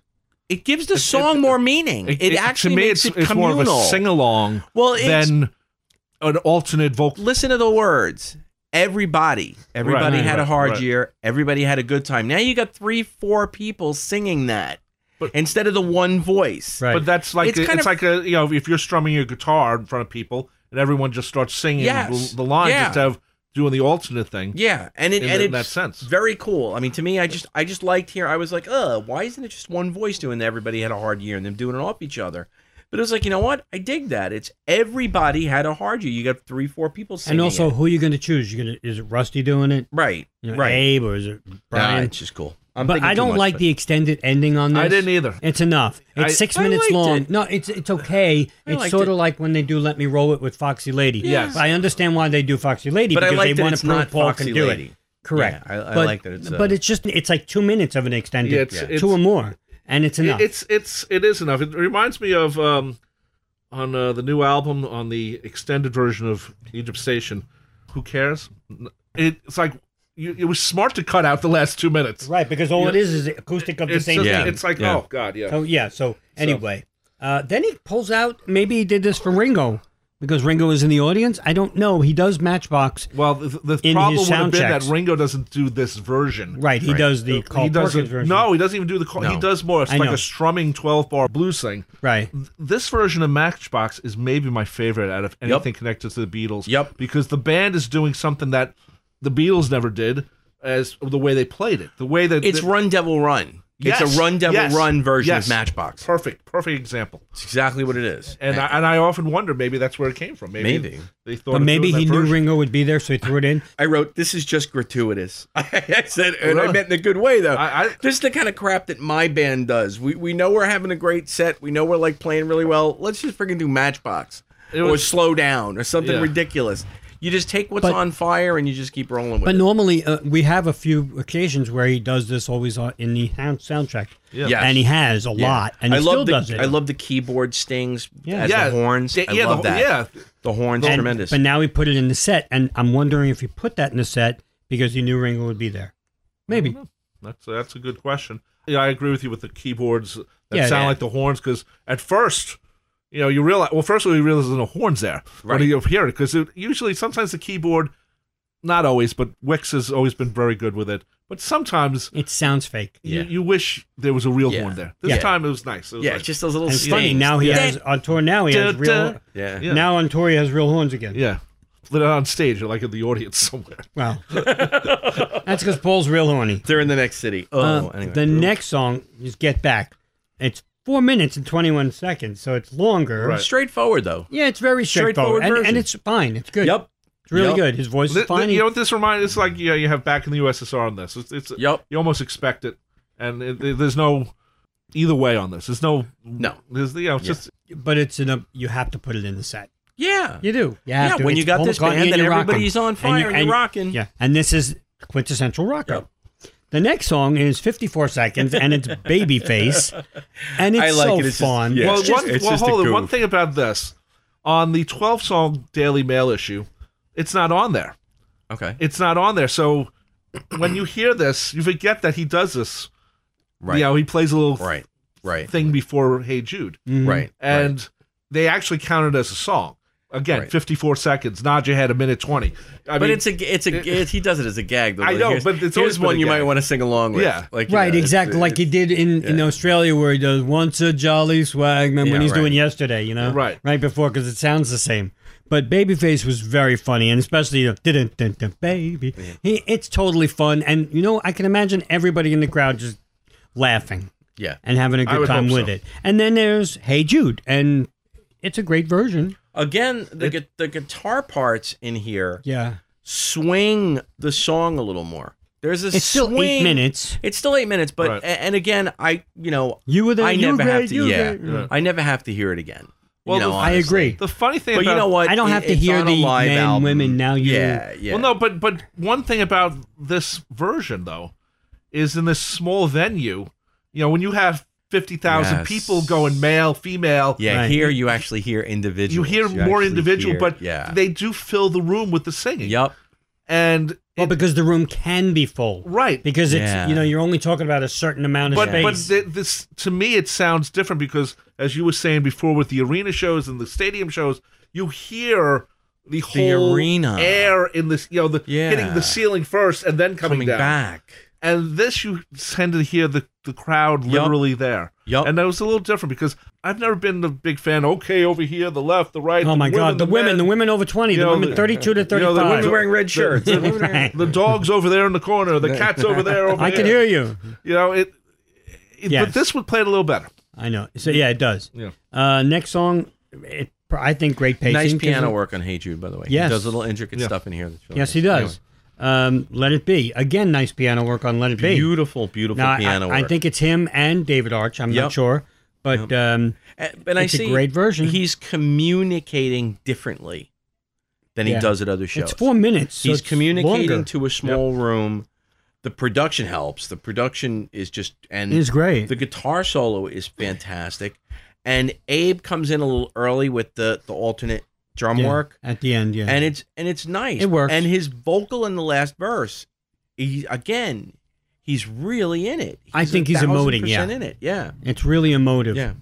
[SPEAKER 5] It gives the
[SPEAKER 4] It- it-
[SPEAKER 5] song more meaning. It,
[SPEAKER 4] to
[SPEAKER 5] actually
[SPEAKER 4] me,
[SPEAKER 5] makes
[SPEAKER 4] it's,
[SPEAKER 5] it
[SPEAKER 4] it's more
[SPEAKER 5] communal.
[SPEAKER 4] of a sing along
[SPEAKER 5] well, it's,
[SPEAKER 4] than an alternate vocal.
[SPEAKER 5] listen to the words. Everybody, everybody
[SPEAKER 4] Right,
[SPEAKER 5] had a
[SPEAKER 4] right,
[SPEAKER 5] hard
[SPEAKER 4] right.
[SPEAKER 5] year. Everybody had a good time. Now you got three, four people singing that
[SPEAKER 4] But-
[SPEAKER 5] instead of the one voice.
[SPEAKER 2] Right.
[SPEAKER 4] But that's like
[SPEAKER 5] It's
[SPEAKER 4] it's,
[SPEAKER 5] kind of-
[SPEAKER 4] like a you know if you're strumming your guitar in front of people and everyone just starts singing
[SPEAKER 5] Yes.
[SPEAKER 4] the, the lines
[SPEAKER 5] Yeah.
[SPEAKER 4] instead of doing the alternate thing.
[SPEAKER 5] Yeah, and it
[SPEAKER 4] In
[SPEAKER 5] and
[SPEAKER 4] th-
[SPEAKER 5] it's
[SPEAKER 4] that sense.
[SPEAKER 5] very cool. I mean, to me, I just I just liked here. I was like, uh, why isn't it just one voice doing that? Everybody had a hard year and them doing it off each other. But it was like, you know what? I dig that. It's everybody had a hard year. You got three, four people
[SPEAKER 2] and
[SPEAKER 5] singing.
[SPEAKER 2] also,
[SPEAKER 5] it.
[SPEAKER 2] who are you going to choose? You going to is it Rusty doing it?
[SPEAKER 5] right,
[SPEAKER 2] You know,
[SPEAKER 5] right.
[SPEAKER 2] Abe or is it
[SPEAKER 5] Nah,
[SPEAKER 2] Brian?
[SPEAKER 5] it's just cool. I'm
[SPEAKER 2] but
[SPEAKER 5] thinking
[SPEAKER 2] I
[SPEAKER 5] too
[SPEAKER 2] don't
[SPEAKER 5] much,
[SPEAKER 2] like
[SPEAKER 5] but-
[SPEAKER 2] the extended ending on this.
[SPEAKER 4] I didn't either.
[SPEAKER 2] It's enough. It's
[SPEAKER 4] I-
[SPEAKER 2] six
[SPEAKER 5] I
[SPEAKER 2] minutes
[SPEAKER 5] liked
[SPEAKER 2] long.
[SPEAKER 5] it.
[SPEAKER 2] No, it's it's okay.
[SPEAKER 5] [LAUGHS] I
[SPEAKER 2] it's
[SPEAKER 5] liked
[SPEAKER 2] sort
[SPEAKER 5] it.
[SPEAKER 2] of like when they do "Let Me Roll It" with Foxy Lady.
[SPEAKER 5] Yes.
[SPEAKER 2] But I understand why they do Foxy Lady
[SPEAKER 5] But I
[SPEAKER 2] because
[SPEAKER 5] like
[SPEAKER 2] they
[SPEAKER 5] that
[SPEAKER 2] want
[SPEAKER 5] it's
[SPEAKER 2] to prove
[SPEAKER 5] not
[SPEAKER 2] Paul
[SPEAKER 5] Foxy
[SPEAKER 2] can do
[SPEAKER 5] Lady.
[SPEAKER 2] it. Correct.
[SPEAKER 5] Yeah, I- I
[SPEAKER 2] But-
[SPEAKER 5] like that it's, uh,
[SPEAKER 2] but it's just it's like two minutes of an extended.
[SPEAKER 4] Yeah, it's- it's-
[SPEAKER 2] two or more, and it's enough.
[SPEAKER 4] It's it's it is enough. It reminds me of um, on uh, the new album on the extended version of Egypt Station. Who cares? It, it's like you, it was smart to cut out the last two minutes.
[SPEAKER 2] Right, because all
[SPEAKER 4] You-
[SPEAKER 2] it is is the acoustic of the
[SPEAKER 4] It's,
[SPEAKER 2] same
[SPEAKER 4] just-
[SPEAKER 2] thing.
[SPEAKER 3] Yeah.
[SPEAKER 4] it's like
[SPEAKER 3] Yeah.
[SPEAKER 4] oh god, yeah.
[SPEAKER 2] So yeah. So anyway, uh, then he pulls out. Maybe he did this for Ringo because Ringo is in the audience. I don't know. He does Matchbox.
[SPEAKER 4] Well, the, the
[SPEAKER 2] In
[SPEAKER 4] problem
[SPEAKER 2] his
[SPEAKER 4] would have
[SPEAKER 2] sound
[SPEAKER 4] been
[SPEAKER 2] checks.
[SPEAKER 4] that Ringo doesn't do this version.
[SPEAKER 2] Right. He does the Carl
[SPEAKER 4] he
[SPEAKER 2] Perkins
[SPEAKER 4] doesn't.
[SPEAKER 2] version.
[SPEAKER 4] No, he doesn't even do the. Call, He
[SPEAKER 5] No.
[SPEAKER 4] does more. It's
[SPEAKER 2] I
[SPEAKER 4] like
[SPEAKER 2] know.
[SPEAKER 4] a strumming twelve-bar blues thing.
[SPEAKER 2] Right.
[SPEAKER 4] This version of Matchbox is maybe my favorite out of anything connected to the Beatles.
[SPEAKER 5] Yep.
[SPEAKER 4] Because the band is doing something that the Beatles never did, as the way they played it, the way that
[SPEAKER 5] It's
[SPEAKER 4] that-
[SPEAKER 5] Run Devil Run. it's
[SPEAKER 4] Yes,
[SPEAKER 5] a Run Devil
[SPEAKER 4] yes,
[SPEAKER 5] Run version
[SPEAKER 4] yes.
[SPEAKER 5] of Matchbox.
[SPEAKER 4] Perfect, perfect example.
[SPEAKER 5] It's exactly what it is.
[SPEAKER 4] And I, and I often wonder maybe that's where it came from. Maybe,
[SPEAKER 5] Maybe.
[SPEAKER 4] they thought.
[SPEAKER 2] But
[SPEAKER 4] of
[SPEAKER 2] maybe
[SPEAKER 4] doing
[SPEAKER 2] he
[SPEAKER 4] that
[SPEAKER 2] knew
[SPEAKER 4] version.
[SPEAKER 2] Ringo would be there, so he threw it in.
[SPEAKER 5] I wrote, "This is just gratuitous." [LAUGHS] I said, and I
[SPEAKER 4] Really?
[SPEAKER 5] meant in a good way though.
[SPEAKER 4] I- I-
[SPEAKER 5] this is the kind of crap that my band does. We we know we're having a great set. We know we're like playing really well. Let's just freaking do Matchbox
[SPEAKER 4] It
[SPEAKER 5] or
[SPEAKER 4] was-
[SPEAKER 5] slow down or something
[SPEAKER 4] Yeah.
[SPEAKER 5] ridiculous. You just take what's
[SPEAKER 2] But-
[SPEAKER 5] on fire and you just keep rolling with
[SPEAKER 2] But
[SPEAKER 5] it.
[SPEAKER 2] normally uh, we have a few occasions where he does this always on- in the sound soundtrack.
[SPEAKER 4] Yeah.
[SPEAKER 5] Yes.
[SPEAKER 2] And he has a
[SPEAKER 5] Yeah.
[SPEAKER 2] lot, and he
[SPEAKER 5] I
[SPEAKER 2] still
[SPEAKER 5] love the,
[SPEAKER 2] does it.
[SPEAKER 5] I love the keyboard stings
[SPEAKER 2] Yeah.
[SPEAKER 5] as
[SPEAKER 4] Yeah,
[SPEAKER 5] the horns.
[SPEAKER 4] the-
[SPEAKER 5] I
[SPEAKER 4] yeah,
[SPEAKER 5] love
[SPEAKER 4] the-
[SPEAKER 5] that.
[SPEAKER 4] yeah.
[SPEAKER 5] the horns
[SPEAKER 2] And-
[SPEAKER 5] tremendous.
[SPEAKER 2] But now he put it in the set, and I'm wondering if he put that in the set because he knew Ringo would be there. Maybe.
[SPEAKER 4] That's that's a good question. Yeah, I agree with you with the keyboards that
[SPEAKER 2] Yeah,
[SPEAKER 4] sound
[SPEAKER 2] yeah.
[SPEAKER 4] like the horns because at first, you know, you realize. Well, first of all, you realize there's no horns there
[SPEAKER 5] Right.
[SPEAKER 4] when you hear it because it, usually sometimes the keyboard, not always, but Wix has always been very good with it. But sometimes
[SPEAKER 2] It sounds fake.
[SPEAKER 4] you-
[SPEAKER 5] Yeah.
[SPEAKER 4] you, wish there was a real
[SPEAKER 5] Yeah.
[SPEAKER 4] horn there. This
[SPEAKER 5] Yeah.
[SPEAKER 4] time it was nice. It was
[SPEAKER 5] yeah,
[SPEAKER 4] nice.
[SPEAKER 5] just those little
[SPEAKER 2] And it's funny
[SPEAKER 5] stings.
[SPEAKER 2] now he
[SPEAKER 5] Yeah.
[SPEAKER 2] has on tour. Now he has
[SPEAKER 4] Da,
[SPEAKER 2] real.
[SPEAKER 5] yeah.
[SPEAKER 4] yeah.
[SPEAKER 2] Now on tour he has real horns again.
[SPEAKER 4] yeah. But on stage, you're like in the audience [LAUGHS] somewhere.
[SPEAKER 2] Wow. That's because Paul's real horny.
[SPEAKER 5] They're in the next city. Oh,
[SPEAKER 2] Uh,
[SPEAKER 5] anyway.
[SPEAKER 2] the next song is "Get Back." It's four minutes and twenty-one seconds, so it's longer.
[SPEAKER 4] Right.
[SPEAKER 5] straightforward though.
[SPEAKER 2] Yeah, it's very straightforward,
[SPEAKER 5] Straightforward
[SPEAKER 2] and,
[SPEAKER 5] version.
[SPEAKER 2] and it's fine. It's good.
[SPEAKER 5] Yep.
[SPEAKER 2] it's really
[SPEAKER 5] Yep.
[SPEAKER 2] good. His voice
[SPEAKER 4] Th-
[SPEAKER 2] is
[SPEAKER 4] th-
[SPEAKER 2] fine.
[SPEAKER 4] you know what this reminds? It's like yeah, you have back in the USSR on this. It's, it's
[SPEAKER 5] Yup.
[SPEAKER 4] You almost expect it, and it, it- there's no either way on this. There's no
[SPEAKER 5] No.
[SPEAKER 4] There's you know, it's
[SPEAKER 5] Yeah.
[SPEAKER 4] just
[SPEAKER 2] but it's in a. You have to put it in the set.
[SPEAKER 5] Yeah.
[SPEAKER 2] You do. You
[SPEAKER 5] Yeah,
[SPEAKER 2] have to.
[SPEAKER 5] when you
[SPEAKER 2] It's
[SPEAKER 5] got
[SPEAKER 2] Paul
[SPEAKER 5] this
[SPEAKER 2] McCartney
[SPEAKER 5] band
[SPEAKER 2] and
[SPEAKER 5] and
[SPEAKER 2] you rock 'em.
[SPEAKER 5] everybody's on fire and you're rocking.
[SPEAKER 2] Yeah, and this is quintessential rocker. The next song is 54 seconds, and
[SPEAKER 5] [LAUGHS]
[SPEAKER 2] it's Babyface, and it's
[SPEAKER 5] I like
[SPEAKER 2] so
[SPEAKER 5] it. It's just-
[SPEAKER 2] fun.
[SPEAKER 5] yeah.
[SPEAKER 4] well.
[SPEAKER 5] It's
[SPEAKER 4] one,
[SPEAKER 5] just- it's
[SPEAKER 4] well,
[SPEAKER 5] just a
[SPEAKER 4] hold on. One
[SPEAKER 5] goof.
[SPEAKER 4] thing about this on the 12 song Daily Mail issue, it's not on there.
[SPEAKER 5] Okay.
[SPEAKER 4] It's not on there. So when you hear this, you forget that he does this
[SPEAKER 3] Right.
[SPEAKER 4] You know, he plays a little
[SPEAKER 3] Right. Right.
[SPEAKER 4] thing before Hey Jude.
[SPEAKER 5] Mm.
[SPEAKER 3] Right.
[SPEAKER 4] And they actually counted as a song. Again,
[SPEAKER 3] Right.
[SPEAKER 4] 54 seconds. Nod your head a minute 20. I
[SPEAKER 3] but
[SPEAKER 4] mean,
[SPEAKER 3] it's a it's a it's, he does it as a gag. Though.
[SPEAKER 4] I
[SPEAKER 3] Like,
[SPEAKER 4] know,
[SPEAKER 3] here's-
[SPEAKER 4] but it's always
[SPEAKER 3] here's
[SPEAKER 4] been
[SPEAKER 3] one
[SPEAKER 4] a
[SPEAKER 3] you might
[SPEAKER 4] gag.
[SPEAKER 3] want to sing along with.
[SPEAKER 4] Yeah.
[SPEAKER 3] like you
[SPEAKER 2] Right,
[SPEAKER 3] know, it's-
[SPEAKER 2] exactly. like he
[SPEAKER 3] it's-
[SPEAKER 2] did in, in
[SPEAKER 3] yeah.
[SPEAKER 2] Australia, where he does "Once a Jolly Swagman"
[SPEAKER 3] Yeah,
[SPEAKER 2] when he's
[SPEAKER 3] right.
[SPEAKER 2] doing "Yesterday," you know,
[SPEAKER 4] Right.
[SPEAKER 2] right before, because it sounds the same. But Babyface was very funny, and especially the dun dun dun baby. He, it's totally fun, and you know, I can imagine everybody in the crowd just laughing
[SPEAKER 3] Yeah.
[SPEAKER 2] and having a
[SPEAKER 4] I
[SPEAKER 2] good
[SPEAKER 4] would
[SPEAKER 2] time
[SPEAKER 4] hope
[SPEAKER 2] with
[SPEAKER 4] so.
[SPEAKER 2] it. And then there's "Hey Jude," and it's a great version.
[SPEAKER 5] Again, the gu- the guitar parts in here
[SPEAKER 2] Yeah,
[SPEAKER 5] swing the song a little more. There's a
[SPEAKER 2] it's still
[SPEAKER 5] swing.
[SPEAKER 2] eight minutes.
[SPEAKER 5] It's still eight minutes, but
[SPEAKER 4] Right.
[SPEAKER 5] a- and again, I you know
[SPEAKER 2] You were there.
[SPEAKER 5] I
[SPEAKER 2] you
[SPEAKER 5] never
[SPEAKER 2] were
[SPEAKER 5] have
[SPEAKER 2] there,
[SPEAKER 5] to-
[SPEAKER 2] you were
[SPEAKER 5] yeah.
[SPEAKER 2] there.
[SPEAKER 4] Yeah.
[SPEAKER 5] I never have to hear it again.
[SPEAKER 4] Well,
[SPEAKER 5] you know,
[SPEAKER 4] the-
[SPEAKER 2] I
[SPEAKER 5] honestly.
[SPEAKER 2] agree.
[SPEAKER 4] the funny thing
[SPEAKER 5] But
[SPEAKER 4] about
[SPEAKER 5] you know what?
[SPEAKER 2] I don't
[SPEAKER 5] It-
[SPEAKER 2] have to
[SPEAKER 5] it's
[SPEAKER 2] hear
[SPEAKER 5] on a
[SPEAKER 2] the
[SPEAKER 5] live
[SPEAKER 2] men,
[SPEAKER 5] album.
[SPEAKER 2] women, now you-
[SPEAKER 5] Yeah, yeah.
[SPEAKER 4] Well, no, but but one thing about this version though is in this small venue, you know, when you have fifty thousand
[SPEAKER 5] Yes.
[SPEAKER 4] people going male, female,
[SPEAKER 5] Yeah,
[SPEAKER 2] Right.
[SPEAKER 5] here you actually hear individuals.
[SPEAKER 4] you hear more
[SPEAKER 5] actually
[SPEAKER 4] individual,
[SPEAKER 5] hear-
[SPEAKER 4] but
[SPEAKER 5] yeah,
[SPEAKER 4] they do fill the room with the singing.
[SPEAKER 5] yep,
[SPEAKER 4] and
[SPEAKER 2] Well,
[SPEAKER 4] it-
[SPEAKER 2] because the room can be full.
[SPEAKER 4] right,
[SPEAKER 2] Because it's
[SPEAKER 5] Yeah.
[SPEAKER 2] you know you're only talking about a certain amount of
[SPEAKER 4] but
[SPEAKER 2] space.
[SPEAKER 4] but th- this to me it sounds different because as you were saying before with the arena shows and the stadium shows, you hear. The whole
[SPEAKER 5] arena.
[SPEAKER 4] air in this, you know, the
[SPEAKER 5] Yeah.
[SPEAKER 4] hitting the ceiling first and then coming,
[SPEAKER 5] coming
[SPEAKER 4] down.
[SPEAKER 5] back.
[SPEAKER 4] and this you tend to hear the, the crowd
[SPEAKER 5] Yup.
[SPEAKER 4] literally there.
[SPEAKER 5] Yup.
[SPEAKER 4] And that was a little different because I've never been a big fan. Okay, over here, the left, the right.
[SPEAKER 2] oh my
[SPEAKER 4] women,
[SPEAKER 2] God, the, women,
[SPEAKER 4] men,
[SPEAKER 2] the women over twenty,
[SPEAKER 4] you
[SPEAKER 2] the
[SPEAKER 4] know,
[SPEAKER 2] women
[SPEAKER 4] the-
[SPEAKER 2] thirty-two to
[SPEAKER 4] you know,
[SPEAKER 2] thirty-five.
[SPEAKER 4] the women wearing
[SPEAKER 5] red shirts.
[SPEAKER 4] The,
[SPEAKER 2] [LAUGHS]
[SPEAKER 4] the dogs over there in the corner. The cats over there. Over
[SPEAKER 2] I can
[SPEAKER 4] here.
[SPEAKER 2] hear you.
[SPEAKER 4] You know it. it-
[SPEAKER 2] Yes.
[SPEAKER 4] But this would play it a little better.
[SPEAKER 2] I know. So yeah, it does.
[SPEAKER 4] Yeah.
[SPEAKER 2] Uh, next song, it, I think great pacing.
[SPEAKER 5] Nice
[SPEAKER 2] 'cause
[SPEAKER 5] piano
[SPEAKER 2] it-
[SPEAKER 5] work on Hey Jude, by the way.
[SPEAKER 2] Yes.
[SPEAKER 5] He does little intricate
[SPEAKER 4] Yeah.
[SPEAKER 5] stuff in here. That's really
[SPEAKER 2] Yes, he
[SPEAKER 5] nice.
[SPEAKER 2] does. Um, Let it be again. Nice piano work on Let it
[SPEAKER 5] Anyway,
[SPEAKER 2] be.
[SPEAKER 5] beautiful, beautiful
[SPEAKER 2] Now, I-
[SPEAKER 5] piano
[SPEAKER 2] I,
[SPEAKER 5] work.
[SPEAKER 2] think it's him and David Arch. I'm
[SPEAKER 5] Yep.
[SPEAKER 2] not sure, but um,
[SPEAKER 5] And- but I
[SPEAKER 2] it's a
[SPEAKER 5] see
[SPEAKER 2] great version.
[SPEAKER 5] He's communicating differently than
[SPEAKER 2] Yeah.
[SPEAKER 5] he does at other shows.
[SPEAKER 2] it's four minutes. so
[SPEAKER 5] He's
[SPEAKER 2] it's
[SPEAKER 5] communicating
[SPEAKER 2] longer.
[SPEAKER 5] to a small room. The production helps. The production is just and
[SPEAKER 2] It is great.
[SPEAKER 5] The guitar solo is fantastic, and Abe comes in a little early with the the alternate drum
[SPEAKER 2] Yeah,
[SPEAKER 5] work,
[SPEAKER 2] at the end. Yeah,
[SPEAKER 5] and it's and it's nice.
[SPEAKER 2] It works.
[SPEAKER 5] And his vocal in the last verse, he again, he's really in it.
[SPEAKER 2] I think he's
[SPEAKER 5] 1000%
[SPEAKER 2] emoting, yeah.
[SPEAKER 5] in it. Yeah,
[SPEAKER 2] it's really emotive.
[SPEAKER 5] yeah.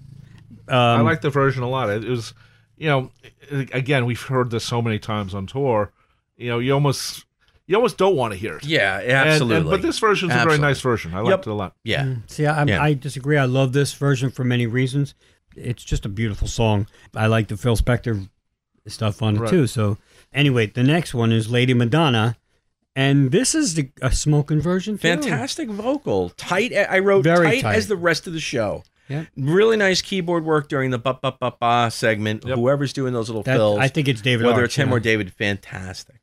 [SPEAKER 2] Um,
[SPEAKER 4] I like the version a lot. It, it was, you know, it- again we've heard this so many times on tour. You know, you almost you almost don't want to hear it.
[SPEAKER 5] Yeah,
[SPEAKER 4] And- and-
[SPEAKER 5] absolutely.
[SPEAKER 4] but this version's a
[SPEAKER 5] Absolutely.
[SPEAKER 4] very nice version. I
[SPEAKER 5] Yep.
[SPEAKER 4] liked it a lot.
[SPEAKER 5] yeah,
[SPEAKER 2] Mm. See, I,
[SPEAKER 5] Yeah.
[SPEAKER 2] I disagree. I love this version for many reasons. It's just a beautiful song. I like the Phil Spector stuff on it
[SPEAKER 4] Right.
[SPEAKER 2] too. So, anyway, the next one is Lady Madonna, and this is the, a smoking version. too.
[SPEAKER 5] fantastic vocal. Tight. I wrote
[SPEAKER 2] Very
[SPEAKER 5] tight,
[SPEAKER 2] tight.
[SPEAKER 5] as the rest of the show.
[SPEAKER 2] Yeah.
[SPEAKER 5] Really nice keyboard work during the ba ba ba ba segment.
[SPEAKER 4] Yep.
[SPEAKER 5] Whoever's doing those little
[SPEAKER 2] That,
[SPEAKER 5] fills,
[SPEAKER 2] I think it's David.
[SPEAKER 5] whether
[SPEAKER 2] Arch,
[SPEAKER 5] it's him
[SPEAKER 2] you know.
[SPEAKER 5] or David, fantastic.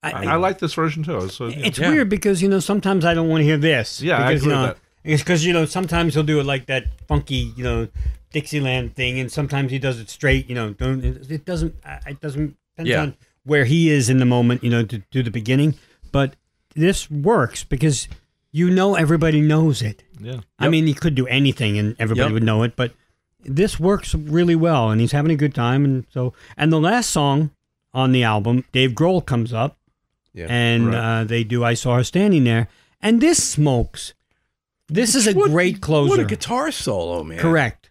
[SPEAKER 2] I,
[SPEAKER 4] I, like this version too. So, yeah.
[SPEAKER 2] It's
[SPEAKER 5] Yeah.
[SPEAKER 2] weird because you know sometimes I don't want to hear this.
[SPEAKER 4] Yeah, I
[SPEAKER 2] because,
[SPEAKER 4] agree
[SPEAKER 2] you know,
[SPEAKER 4] with
[SPEAKER 2] It's because you know sometimes he'll do it like that funky you know Dixieland thing, and sometimes he does it straight. You know, don't it, it doesn't I- it doesn't depends
[SPEAKER 5] Yeah.
[SPEAKER 2] on where he is in the moment. You know, to do the beginning, but this works because you know everybody knows it.
[SPEAKER 4] yeah.
[SPEAKER 2] I mean, he could do anything and everybody
[SPEAKER 5] Yep.
[SPEAKER 2] would know it, but this works really well and he's having a good time and so and the last song on the album, Dave Grohl comes up
[SPEAKER 3] Yeah,
[SPEAKER 2] and uh, they do I Saw Her Standing There and this smokes. This is a
[SPEAKER 5] What-
[SPEAKER 2] great closer.
[SPEAKER 5] What a guitar solo, man.
[SPEAKER 2] Correct.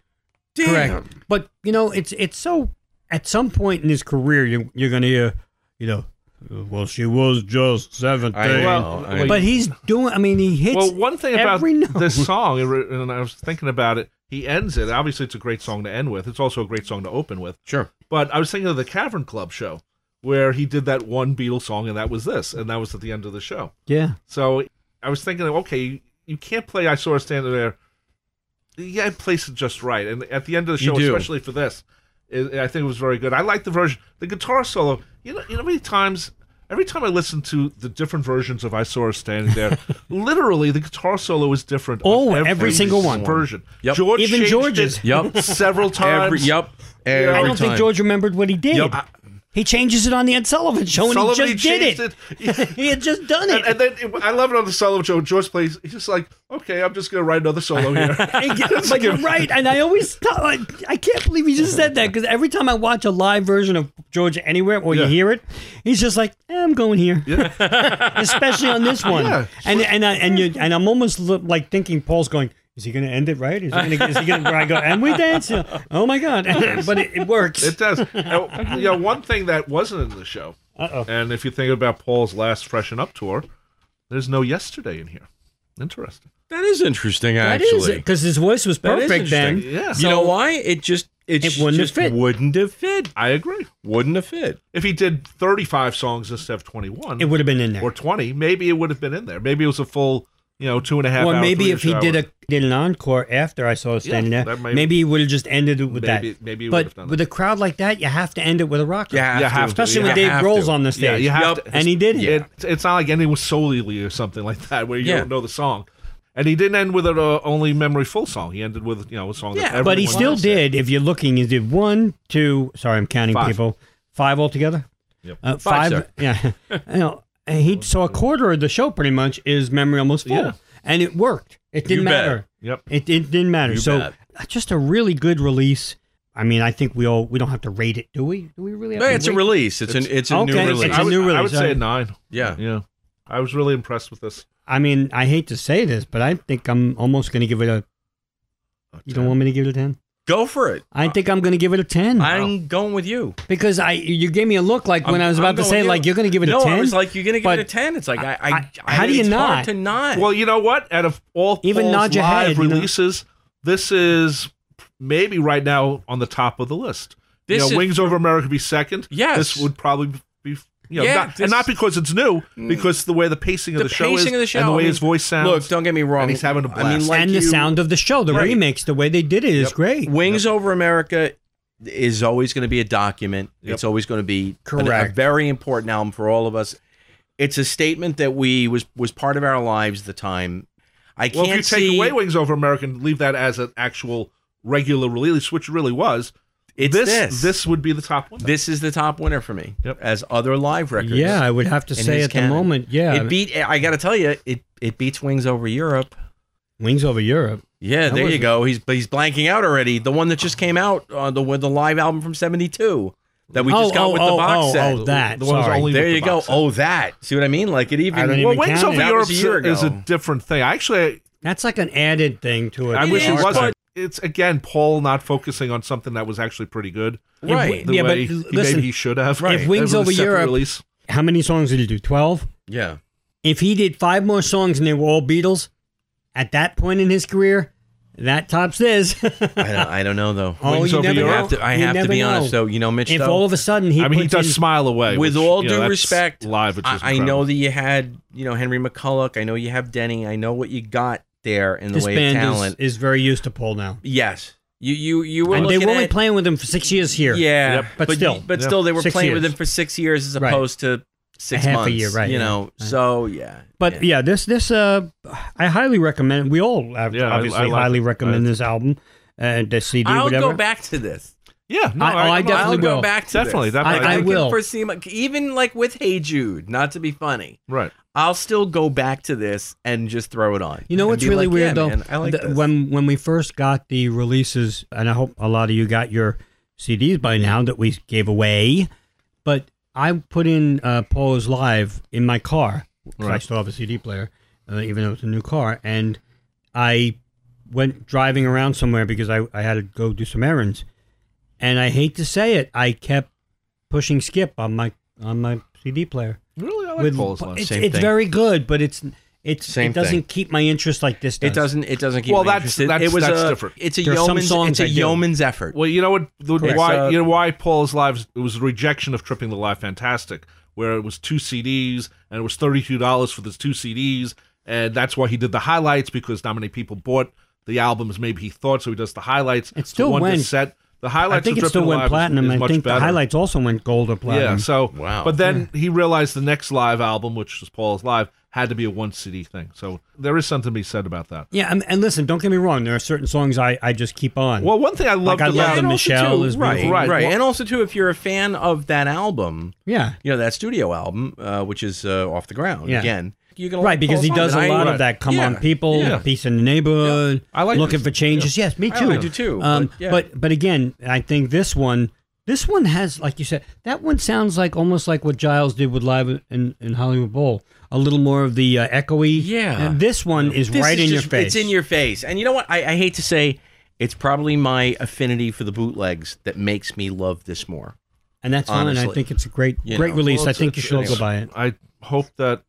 [SPEAKER 5] Damn.
[SPEAKER 2] Correct. But you know, it's it's so at some point in his career you you're gonna hear, you know, well she was just seventeen.
[SPEAKER 5] I
[SPEAKER 4] Well,
[SPEAKER 5] know. I-
[SPEAKER 2] but he's doing I mean he hits
[SPEAKER 4] well, one thing about
[SPEAKER 2] every note.
[SPEAKER 4] this song, and I was thinking about it, he ends it. Obviously, it's a great song to end with. It's also a great song to open with.
[SPEAKER 5] sure.
[SPEAKER 4] But I was thinking of the Cavern Club show, where he did that one Beatles song, and that was this, and that was at the end of the show.
[SPEAKER 2] [LAUGHS] Yeah.
[SPEAKER 4] So I was thinking, okay, you can't play "I Saw Her Standing There." Yeah, place it just right, and at the end of the
[SPEAKER 5] You
[SPEAKER 4] show,
[SPEAKER 5] do.
[SPEAKER 4] especially for this, it, I think it was very good. I like the version, the guitar solo. You know, you know, how many times. Every time I listen to the different versions of "I Saw Her
[SPEAKER 2] [LAUGHS]
[SPEAKER 4] Standing There," literally the guitar solo is different. on
[SPEAKER 2] Oh, every single one.
[SPEAKER 4] version.
[SPEAKER 5] Yep.
[SPEAKER 4] George
[SPEAKER 2] Even
[SPEAKER 4] changed
[SPEAKER 2] George's.
[SPEAKER 4] it
[SPEAKER 5] Yep.
[SPEAKER 4] several times.
[SPEAKER 5] Every, yep. Every
[SPEAKER 2] I don't think
[SPEAKER 5] time.
[SPEAKER 2] George remembered what he did. He changes it on the Ed Sullivan show, and
[SPEAKER 4] Sullivan
[SPEAKER 2] he just did
[SPEAKER 4] changed
[SPEAKER 2] it.
[SPEAKER 4] it. [LAUGHS]
[SPEAKER 2] he had just done
[SPEAKER 4] And,
[SPEAKER 2] it.
[SPEAKER 4] and then it- I love it on the solo show. George plays. He's just like, okay, I'm just gonna write another solo
[SPEAKER 2] [LAUGHS]
[SPEAKER 4] here.
[SPEAKER 2] But you're right, and I always thought I, I can't believe he just said that because every time I watch a live version of George anywhere or
[SPEAKER 4] Yeah.
[SPEAKER 2] you hear it, he's just like, eh, "I'm going here," [LAUGHS] especially on this one.
[SPEAKER 4] Yeah.
[SPEAKER 2] And and I, and you and I'm almost li- like thinking Paul's going, Is he going to end it right? Is he going to? Is he going to? I go and we dance. Oh my god! [LAUGHS] but it, it works.
[SPEAKER 4] [LAUGHS] It does. yeah, one thing that wasn't in the show,
[SPEAKER 2] Uh-oh.
[SPEAKER 4] and if you think about Paul's last Freshen Up tour, there's no yesterday in here. Interesting.
[SPEAKER 5] That is interesting,
[SPEAKER 2] That
[SPEAKER 5] actually.
[SPEAKER 2] is because his voice was
[SPEAKER 5] That is
[SPEAKER 2] perfect then.
[SPEAKER 5] interesting.
[SPEAKER 4] Yeah.
[SPEAKER 5] You know why? It just it,
[SPEAKER 2] It wouldn't have
[SPEAKER 5] just
[SPEAKER 2] fit.
[SPEAKER 5] Wouldn't have fit.
[SPEAKER 4] I agree.
[SPEAKER 5] Wouldn't have fit.
[SPEAKER 4] If he did 35 songs instead of 21
[SPEAKER 2] It would have been in there.
[SPEAKER 4] or 20, maybe it would have been in there. Maybe it was a full, you know, two and a half.
[SPEAKER 2] Or
[SPEAKER 4] hour,
[SPEAKER 2] maybe if he
[SPEAKER 4] three-ish
[SPEAKER 2] did
[SPEAKER 4] hour.
[SPEAKER 2] a did an encore after I saw it standing
[SPEAKER 4] Yeah,
[SPEAKER 2] there,
[SPEAKER 4] that might-
[SPEAKER 2] maybe he would have just ended it with
[SPEAKER 4] Maybe-
[SPEAKER 2] that.
[SPEAKER 4] maybe he would
[SPEAKER 2] but
[SPEAKER 4] have done
[SPEAKER 2] with
[SPEAKER 4] that.
[SPEAKER 2] a crowd like that, you have to end it with a rocker.
[SPEAKER 4] You have to.
[SPEAKER 2] especially
[SPEAKER 4] You
[SPEAKER 2] when Dave
[SPEAKER 5] have
[SPEAKER 2] Grohl's
[SPEAKER 5] to.
[SPEAKER 2] on the stage.
[SPEAKER 4] yeah, you have
[SPEAKER 5] Yup.
[SPEAKER 4] to,
[SPEAKER 2] and he did it.
[SPEAKER 4] It, it's not like anything was solely or something [LAUGHS] like that where you
[SPEAKER 5] Yeah.
[SPEAKER 4] don't know the song. And he didn't end with an uh, only memory full song. He ended with you know a song. that
[SPEAKER 5] Yeah,
[SPEAKER 4] everyone
[SPEAKER 2] But he still
[SPEAKER 4] knows it.
[SPEAKER 2] did. If you're looking, he did one, two. Sorry, I'm counting
[SPEAKER 4] Five.
[SPEAKER 2] people. Five altogether.
[SPEAKER 4] Yep.
[SPEAKER 2] Uh,
[SPEAKER 5] Five, sir.
[SPEAKER 4] [LAUGHS]
[SPEAKER 2] Yeah. you know, and he saw a quarter of the show pretty much is memory almost full,
[SPEAKER 4] Yeah.
[SPEAKER 2] and it worked. It didn't
[SPEAKER 5] You bet.
[SPEAKER 2] matter.
[SPEAKER 4] Yep.
[SPEAKER 2] It, it didn't matter.
[SPEAKER 5] You
[SPEAKER 2] so
[SPEAKER 5] bet.
[SPEAKER 2] uh, just a really good release. I mean, I think we all we don't have to rate it, do we? Do we really? Have
[SPEAKER 5] Yeah,
[SPEAKER 2] to
[SPEAKER 5] it's a
[SPEAKER 2] rate
[SPEAKER 5] release. It's, an it's a
[SPEAKER 2] Okay,
[SPEAKER 5] new
[SPEAKER 2] it's
[SPEAKER 5] release.
[SPEAKER 2] a
[SPEAKER 4] I would,
[SPEAKER 2] new
[SPEAKER 4] I would
[SPEAKER 2] release,
[SPEAKER 4] say
[SPEAKER 2] uh,
[SPEAKER 4] a nine.
[SPEAKER 5] yeah.
[SPEAKER 4] Yeah. I was really impressed with this.
[SPEAKER 2] I mean, I hate to say this, but I think I'm almost going to give it a. You don't want me to give it a ten?
[SPEAKER 5] Go for it.
[SPEAKER 2] I think I'm going to give it a ten
[SPEAKER 5] I'm going with you.
[SPEAKER 2] because I you gave me a look like when
[SPEAKER 5] I'm-
[SPEAKER 2] I was
[SPEAKER 5] I'm
[SPEAKER 2] about to
[SPEAKER 5] going
[SPEAKER 2] say
[SPEAKER 5] with you.
[SPEAKER 2] like you're going to give it
[SPEAKER 5] no,
[SPEAKER 2] a ten.
[SPEAKER 5] I was like, you're gonna give
[SPEAKER 2] but
[SPEAKER 5] it a ten. It's like I, I,
[SPEAKER 2] I- how do you
[SPEAKER 5] it's hard
[SPEAKER 2] not?
[SPEAKER 5] to not?
[SPEAKER 4] Well, you know what? Out of all
[SPEAKER 2] Even
[SPEAKER 4] Paul's
[SPEAKER 2] nod your
[SPEAKER 4] live
[SPEAKER 2] head, you know.
[SPEAKER 4] releases, this is maybe right now on the top of the list.
[SPEAKER 5] This
[SPEAKER 4] you know,
[SPEAKER 5] is-
[SPEAKER 4] Wings Over America be second.
[SPEAKER 5] Yes.
[SPEAKER 4] this would probably be. You know,
[SPEAKER 5] Yeah,
[SPEAKER 4] not,
[SPEAKER 5] this-
[SPEAKER 4] and not because it's new,
[SPEAKER 2] Mm.
[SPEAKER 4] because the way the pacing of the,
[SPEAKER 5] the
[SPEAKER 4] show
[SPEAKER 5] pacing
[SPEAKER 4] is
[SPEAKER 5] of the show
[SPEAKER 4] and the way
[SPEAKER 5] I mean,
[SPEAKER 4] his voice sounds.
[SPEAKER 5] Look, don't get me wrong.
[SPEAKER 4] And he's having a
[SPEAKER 5] I mean,
[SPEAKER 4] blast.
[SPEAKER 5] like
[SPEAKER 2] and the
[SPEAKER 5] you-
[SPEAKER 2] sound of the show, the
[SPEAKER 5] Right.
[SPEAKER 2] remix, the way they did it is
[SPEAKER 4] Yep.
[SPEAKER 2] great.
[SPEAKER 5] Wings over America is always going to be a document.
[SPEAKER 4] Yep.
[SPEAKER 5] It's always going to be an- a
[SPEAKER 2] Correct.
[SPEAKER 5] very important album for all of us. It's a statement that we was was part of our lives at the time. I
[SPEAKER 4] well,
[SPEAKER 5] can't
[SPEAKER 4] if you take
[SPEAKER 5] see
[SPEAKER 4] away Wings Over America and leave that as an actual regular release, which it really was,
[SPEAKER 5] it's
[SPEAKER 4] this,
[SPEAKER 5] this.
[SPEAKER 4] would be the top one.
[SPEAKER 5] This is the top winner for me
[SPEAKER 4] Yep.
[SPEAKER 5] as other live records.
[SPEAKER 2] Yeah, I would have to
[SPEAKER 5] in
[SPEAKER 2] say
[SPEAKER 5] his
[SPEAKER 2] at
[SPEAKER 5] canon.
[SPEAKER 2] the moment, yeah,
[SPEAKER 5] It beat. I got to tell you, it it beats Wings over Europe.
[SPEAKER 2] Wings over Europe.
[SPEAKER 5] Yeah,
[SPEAKER 2] That
[SPEAKER 5] there you
[SPEAKER 2] wasn't-
[SPEAKER 5] go. He's he's blanking out already. The one that just came out, uh, the with the live album from '72 that we
[SPEAKER 2] Oh,
[SPEAKER 5] just got
[SPEAKER 2] oh,
[SPEAKER 5] with the
[SPEAKER 2] oh,
[SPEAKER 5] box
[SPEAKER 2] oh,
[SPEAKER 5] set.
[SPEAKER 2] oh, that.
[SPEAKER 4] The one who's
[SPEAKER 2] Sorry.
[SPEAKER 4] only-
[SPEAKER 5] there
[SPEAKER 4] with
[SPEAKER 5] you
[SPEAKER 4] the
[SPEAKER 5] go.
[SPEAKER 4] box set.
[SPEAKER 5] Oh, that. See what I mean? Like it even.
[SPEAKER 2] I don't
[SPEAKER 4] well,
[SPEAKER 2] even
[SPEAKER 4] Wings
[SPEAKER 2] count
[SPEAKER 4] Over
[SPEAKER 2] it.
[SPEAKER 5] That
[SPEAKER 4] Europe
[SPEAKER 5] was a year
[SPEAKER 4] is a
[SPEAKER 5] ago.
[SPEAKER 4] different thing. Actually,
[SPEAKER 2] That's like an added thing to it.
[SPEAKER 4] I wish
[SPEAKER 5] is,
[SPEAKER 4] it
[SPEAKER 5] but-
[SPEAKER 4] wasn't. it's again Paul not focusing on something that was actually pretty good.
[SPEAKER 5] Right.
[SPEAKER 4] The
[SPEAKER 2] Yeah, but
[SPEAKER 4] way
[SPEAKER 2] l-
[SPEAKER 4] he-
[SPEAKER 2] listen,
[SPEAKER 4] maybe he should have.
[SPEAKER 2] Right. if Wings
[SPEAKER 4] That was a
[SPEAKER 2] Over
[SPEAKER 4] separate
[SPEAKER 2] Europe-
[SPEAKER 4] release.
[SPEAKER 2] How many songs did he do? Twelve.
[SPEAKER 5] yeah.
[SPEAKER 2] If he did five more songs and they were all Beatles, at that point in his career, that tops [LAUGHS] this.
[SPEAKER 5] I don't, I don't know though.
[SPEAKER 2] Oh,
[SPEAKER 4] Wings
[SPEAKER 2] you
[SPEAKER 4] over
[SPEAKER 2] never
[SPEAKER 5] I
[SPEAKER 4] Europe.
[SPEAKER 2] know.
[SPEAKER 5] have to. I
[SPEAKER 2] You
[SPEAKER 5] have to
[SPEAKER 2] never
[SPEAKER 5] be honest.
[SPEAKER 2] know.
[SPEAKER 5] though. you know, Mitch.
[SPEAKER 2] if
[SPEAKER 5] though,
[SPEAKER 2] all of a sudden he,
[SPEAKER 4] I mean, he
[SPEAKER 2] puts
[SPEAKER 4] does
[SPEAKER 2] in-
[SPEAKER 4] smile away.
[SPEAKER 5] with
[SPEAKER 4] which,
[SPEAKER 5] all
[SPEAKER 4] you know,
[SPEAKER 5] due
[SPEAKER 4] that's
[SPEAKER 5] respect,
[SPEAKER 4] live. Which is
[SPEAKER 5] I, I know
[SPEAKER 4] incredible.
[SPEAKER 5] that you had you know Henry McCulloch. I know you have Denny. I know what you got there in the
[SPEAKER 2] this
[SPEAKER 5] way
[SPEAKER 2] band
[SPEAKER 5] of
[SPEAKER 2] is,
[SPEAKER 5] talent.
[SPEAKER 2] is very used to Paul now,
[SPEAKER 5] yes. You you you were
[SPEAKER 2] and they
[SPEAKER 5] looking
[SPEAKER 2] were only
[SPEAKER 5] at-
[SPEAKER 2] playing with him for six years here.
[SPEAKER 5] Yeah,
[SPEAKER 4] Yep.
[SPEAKER 2] But still.
[SPEAKER 5] but
[SPEAKER 4] Yeah.
[SPEAKER 5] still, they were
[SPEAKER 2] Six
[SPEAKER 5] playing with
[SPEAKER 2] years.
[SPEAKER 5] him for six years as
[SPEAKER 2] Right.
[SPEAKER 5] opposed to six
[SPEAKER 2] half a
[SPEAKER 5] months.
[SPEAKER 2] year, right,
[SPEAKER 5] You
[SPEAKER 2] yeah.
[SPEAKER 5] know,
[SPEAKER 2] Right.
[SPEAKER 5] so yeah,
[SPEAKER 2] But yeah. this this uh, I highly recommend. We all have
[SPEAKER 4] Yeah, I-
[SPEAKER 2] obviously
[SPEAKER 4] I like
[SPEAKER 2] highly
[SPEAKER 4] it.
[SPEAKER 2] recommend
[SPEAKER 4] I-
[SPEAKER 2] this album and the CD.
[SPEAKER 5] I'll
[SPEAKER 2] whatever.
[SPEAKER 5] go back to this.
[SPEAKER 4] Yeah, no,
[SPEAKER 2] I- oh, I
[SPEAKER 4] I'm not-
[SPEAKER 2] definitely
[SPEAKER 5] I'll
[SPEAKER 2] will.
[SPEAKER 5] go back to
[SPEAKER 4] Definitely,
[SPEAKER 5] this.
[SPEAKER 4] definitely.
[SPEAKER 2] I
[SPEAKER 5] can
[SPEAKER 2] will.
[SPEAKER 5] foresee my- even like with Hey Jude, not to be funny.
[SPEAKER 4] Right.
[SPEAKER 5] I'll still go back to this and just throw it on.
[SPEAKER 2] You know
[SPEAKER 5] And
[SPEAKER 2] what's
[SPEAKER 5] be
[SPEAKER 2] really
[SPEAKER 5] like,
[SPEAKER 2] weird
[SPEAKER 5] yeah,
[SPEAKER 2] though?
[SPEAKER 5] man, I like
[SPEAKER 2] The-
[SPEAKER 5] this.
[SPEAKER 2] When when we first got the releases, and I hope a lot of you got your CDs by now that we gave away, but I put in uh, Paul's live in my car. 'cause I
[SPEAKER 4] Right.
[SPEAKER 2] still have a CD player, uh, even though it's a new car, and I went driving around somewhere because I, I had to go do some errands, and I hate to say it, I kept pushing skip on my on my CD player.
[SPEAKER 4] Really, I like
[SPEAKER 2] With,
[SPEAKER 4] Paul's live.
[SPEAKER 2] it's
[SPEAKER 5] Same
[SPEAKER 2] it's
[SPEAKER 5] thing.
[SPEAKER 2] very good, but it's it's
[SPEAKER 5] Same
[SPEAKER 2] it doesn't
[SPEAKER 5] thing.
[SPEAKER 2] keep my interest like this does.
[SPEAKER 5] it doesn't. It doesn't keep.
[SPEAKER 4] Well,
[SPEAKER 5] me
[SPEAKER 4] that's-
[SPEAKER 5] interested.
[SPEAKER 4] that's-
[SPEAKER 5] it was
[SPEAKER 4] that's
[SPEAKER 5] a,
[SPEAKER 4] different.
[SPEAKER 5] It's a
[SPEAKER 2] There are some
[SPEAKER 5] yeoman's.
[SPEAKER 2] songs
[SPEAKER 5] It's a
[SPEAKER 2] I do.
[SPEAKER 5] yours effort.
[SPEAKER 4] Well, you know what? the-
[SPEAKER 5] Correct.
[SPEAKER 4] why
[SPEAKER 5] So-
[SPEAKER 4] you know why Paul's live? It was a rejection of tripping the live fantastic, where it was two CDs and it was thirty two dollars for the two CDs, and that's why he did the highlights because not many people bought the albums. Maybe he thought so. He does the highlights.
[SPEAKER 2] It
[SPEAKER 4] So
[SPEAKER 2] still
[SPEAKER 4] one
[SPEAKER 2] went-
[SPEAKER 4] cassette. The
[SPEAKER 2] I
[SPEAKER 4] highlights.
[SPEAKER 2] think
[SPEAKER 4] of
[SPEAKER 2] it still
[SPEAKER 4] Tripping
[SPEAKER 2] went
[SPEAKER 4] Live is-
[SPEAKER 2] platinum.
[SPEAKER 4] Is,
[SPEAKER 2] I
[SPEAKER 4] much
[SPEAKER 2] think
[SPEAKER 4] better.
[SPEAKER 2] the highlights also went gold or platinum.
[SPEAKER 4] Yeah. So
[SPEAKER 5] Wow.
[SPEAKER 4] But then he realized the next live album, which was Paul's live, had to be a one CD thing. So there is something to be said about that.
[SPEAKER 2] yeah, and, and listen, don't get me wrong. There are certain songs I, I just keep on.
[SPEAKER 4] Well, one thing I loved
[SPEAKER 2] Like, I love
[SPEAKER 4] about
[SPEAKER 2] the
[SPEAKER 4] and
[SPEAKER 2] Michelle
[SPEAKER 4] also, too,
[SPEAKER 2] is
[SPEAKER 5] right,
[SPEAKER 2] beautiful.
[SPEAKER 4] right,
[SPEAKER 5] right,
[SPEAKER 4] Well,
[SPEAKER 5] and also too, if you're a fan of that album,
[SPEAKER 2] yeah,
[SPEAKER 5] you know that studio album, uh, which is uh, off the ground
[SPEAKER 2] Yeah.
[SPEAKER 5] again. You're gonna
[SPEAKER 2] right.
[SPEAKER 5] like
[SPEAKER 2] Because he
[SPEAKER 5] Paul
[SPEAKER 2] does a
[SPEAKER 5] Simon.
[SPEAKER 2] lot
[SPEAKER 5] I-
[SPEAKER 2] of that. Come on,
[SPEAKER 5] Yeah.
[SPEAKER 2] people,
[SPEAKER 5] Yeah.
[SPEAKER 2] peace in the neighborhood.
[SPEAKER 4] I like
[SPEAKER 2] looking
[SPEAKER 4] this.
[SPEAKER 2] for changes. Yes, me
[SPEAKER 5] I
[SPEAKER 2] too.
[SPEAKER 5] do too,
[SPEAKER 2] Um,
[SPEAKER 5] but yeah.
[SPEAKER 2] but but again, I think this one This one has, like you said, that one sounds like almost like what Giles did with Live in, in Hollywood Bowl. A little more of the uh, echoey.
[SPEAKER 5] Yeah.
[SPEAKER 2] And this one is
[SPEAKER 5] This
[SPEAKER 2] right in
[SPEAKER 5] is just-
[SPEAKER 2] your face.
[SPEAKER 5] It's in your face. And you know what? I, I hate to say it's probably my affinity for the bootlegs that makes me love this more.
[SPEAKER 2] and that's fine. I
[SPEAKER 5] honestly.
[SPEAKER 2] think it's a great,
[SPEAKER 5] You
[SPEAKER 2] great
[SPEAKER 5] know,
[SPEAKER 2] release.
[SPEAKER 4] Well,
[SPEAKER 2] I
[SPEAKER 4] it's-
[SPEAKER 2] think you
[SPEAKER 4] it's-
[SPEAKER 2] should all go
[SPEAKER 4] anyway,
[SPEAKER 2] buy it.
[SPEAKER 4] I hope that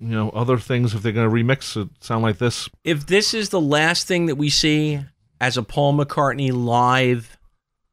[SPEAKER 4] you know other things if they're going to remix it sound like this.
[SPEAKER 5] If this is the last thing that we see as a Paul McCartney live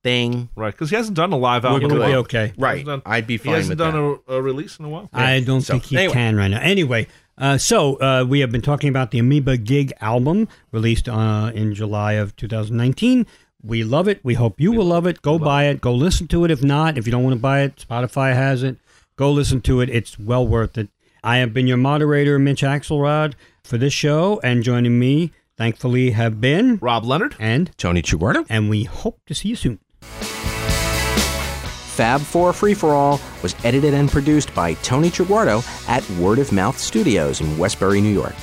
[SPEAKER 5] thing,
[SPEAKER 4] Right, because he hasn't done a live
[SPEAKER 2] It
[SPEAKER 4] album.
[SPEAKER 2] would
[SPEAKER 4] in a
[SPEAKER 2] be
[SPEAKER 4] while.
[SPEAKER 2] okay.
[SPEAKER 5] right,
[SPEAKER 4] He hasn't done-
[SPEAKER 5] I'd be
[SPEAKER 4] He
[SPEAKER 5] fine with
[SPEAKER 4] hasn't
[SPEAKER 5] that.
[SPEAKER 4] done a, a release in a while.
[SPEAKER 2] I don't
[SPEAKER 5] So,
[SPEAKER 2] think he
[SPEAKER 5] anyway.
[SPEAKER 2] can right now. Anyway, uh, so uh, we have been talking about the Amoeba Gig album released uh, in July of 2019. We love it. We hope you will love it. Go buy it. Go listen to it. If not, if you don't want to buy it, Spotify has it. Go listen to it. It's well worth it. I have been your moderator, Mitch Axelrod, for this show, and joining me, thankfully, have been
[SPEAKER 4] Rob Leonard.
[SPEAKER 2] and
[SPEAKER 3] Tony Chiguardo.
[SPEAKER 2] and we hope to see you soon.
[SPEAKER 8] Fab 4 Free for All was edited and produced by Tony Triguardo at Word of Mouth Studios in Westbury, New York.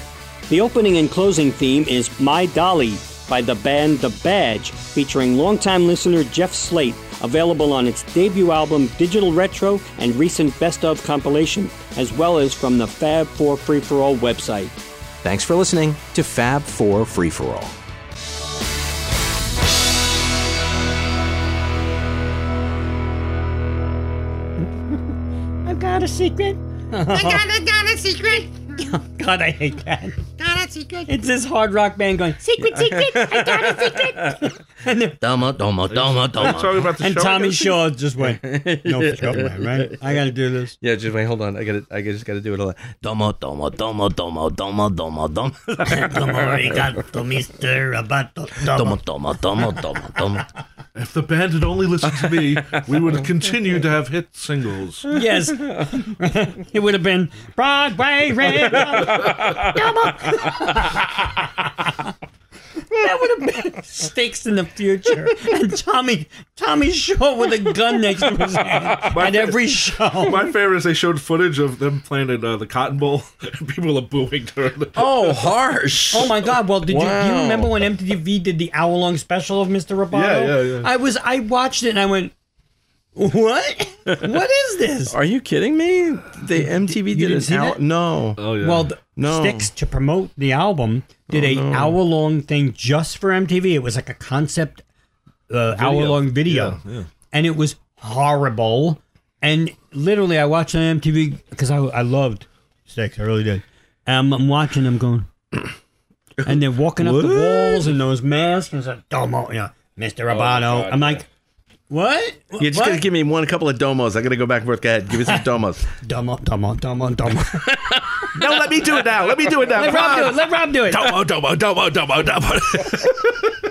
[SPEAKER 10] The opening and closing theme is My Dolly by the band The Badge, featuring longtime listener Jeff Slate, available on its debut album Digital Retro and recent Best of compilation, as well as from the Fab 4 Free For All website.
[SPEAKER 8] Thanks for listening to Fab 4 Free for All.
[SPEAKER 2] I've got a secret.
[SPEAKER 11] I got, I got a secret.
[SPEAKER 2] God, I hate that.
[SPEAKER 11] Got a secret.
[SPEAKER 2] It's this hard rock band going secret, secret. I got a secret. and then
[SPEAKER 3] Domo, domo, domo, domo.
[SPEAKER 4] Talking about the
[SPEAKER 2] And
[SPEAKER 4] show.
[SPEAKER 2] Tommy Shaw just went, no fuck man, right? I gotta do this.
[SPEAKER 3] Yeah, just wait. Hold on. I got to I just got to do it. All domo, domo, domo, domo, domo, domo, domo, [LAUGHS] domo, domo, domo, domo,
[SPEAKER 2] [LAUGHS]
[SPEAKER 3] domo.
[SPEAKER 4] [LAUGHS] If the band had only listened to me, we would have continued to have hit
[SPEAKER 2] [LAUGHS]
[SPEAKER 4] singles.
[SPEAKER 2] Yes. it would have been Broadway Red. that would have been stakes in the future. And Tommy Tommy Shaw with a gun next to his head at every show.
[SPEAKER 4] My favorite is they showed footage of them playing at uh, the Cotton Bowl. [LAUGHS] People are booing during the.
[SPEAKER 5] Oh, harsh.
[SPEAKER 2] Oh my God! Well, did you do you
[SPEAKER 5] Wow.
[SPEAKER 2] remember when MTV did the hour long special of Mr. Roboto?
[SPEAKER 4] Yeah, yeah, yeah.
[SPEAKER 2] I was I watched it and I went,
[SPEAKER 4] [LAUGHS]
[SPEAKER 2] what? what is this?
[SPEAKER 3] Are you kidding me? The MTV did
[SPEAKER 2] didn't
[SPEAKER 3] an
[SPEAKER 2] see
[SPEAKER 3] hour.
[SPEAKER 2] that? Uh,
[SPEAKER 3] No.
[SPEAKER 4] Oh yeah.
[SPEAKER 2] Well, the
[SPEAKER 3] No.
[SPEAKER 2] Sticks to promote the album did a hour long thing just for MTV. It was like a concept uh, hour long video, and it was horrible. And literally, I watched it on MTV because I, I loved Sticks. I really did. And I'm, I'm watching them [COUGHS] going, and they're walking up the walls in those masks. And it's like, Domo, yeah, Mr. Roboto. I'm like, what?
[SPEAKER 3] You're just
[SPEAKER 2] What?
[SPEAKER 3] gonna give me one couple of domos. I gotta go back and forth. Go ahead, give me some
[SPEAKER 2] [LAUGHS]
[SPEAKER 3] domos.
[SPEAKER 2] Domo, Domo, Domo, Domo.
[SPEAKER 3] no, let me do it now. Let me do it now.
[SPEAKER 2] Let [LAUGHS] Rob do it. Let Rob do it.
[SPEAKER 3] Domo, domo, domo, domo, domo. [LAUGHS] you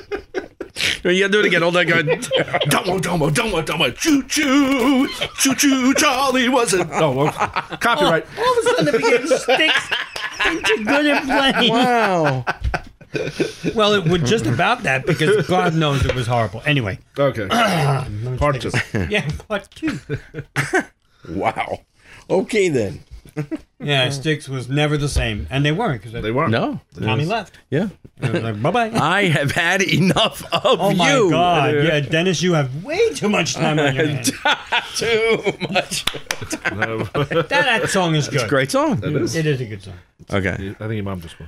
[SPEAKER 3] gotta do it again. Hold on, go ahead.
[SPEAKER 2] [LAUGHS]
[SPEAKER 4] Domo, domo, domo, domo, choo choo, choo choo, Charlie was it?
[SPEAKER 2] [LAUGHS]
[SPEAKER 4] No,
[SPEAKER 2] Oh.
[SPEAKER 4] well, Oh, copyright.
[SPEAKER 2] [COUGHS] All of a sudden, it became sticks into good and plenty.
[SPEAKER 3] Wow.
[SPEAKER 2] Well, it was just about that because God knows it was horrible. Anyway,
[SPEAKER 4] Okay. Part two.
[SPEAKER 2] yeah, part two.
[SPEAKER 3] Wow. Okay then.
[SPEAKER 2] Yeah, sticks was never the same, and they weren't because
[SPEAKER 4] They weren't.
[SPEAKER 3] No.
[SPEAKER 2] Tommy left.
[SPEAKER 3] Yeah.
[SPEAKER 2] It was like, bye bye.
[SPEAKER 3] I have had enough of
[SPEAKER 2] Oh my
[SPEAKER 3] you.
[SPEAKER 2] God! Yeah, Dennis, you have way too much time on
[SPEAKER 3] [LAUGHS]
[SPEAKER 2] your hands.
[SPEAKER 3] Too much.
[SPEAKER 4] No. [LAUGHS]
[SPEAKER 2] That, that song is good.
[SPEAKER 3] Great song.
[SPEAKER 2] It is a good song.
[SPEAKER 3] Okay.
[SPEAKER 4] I think your mom just won.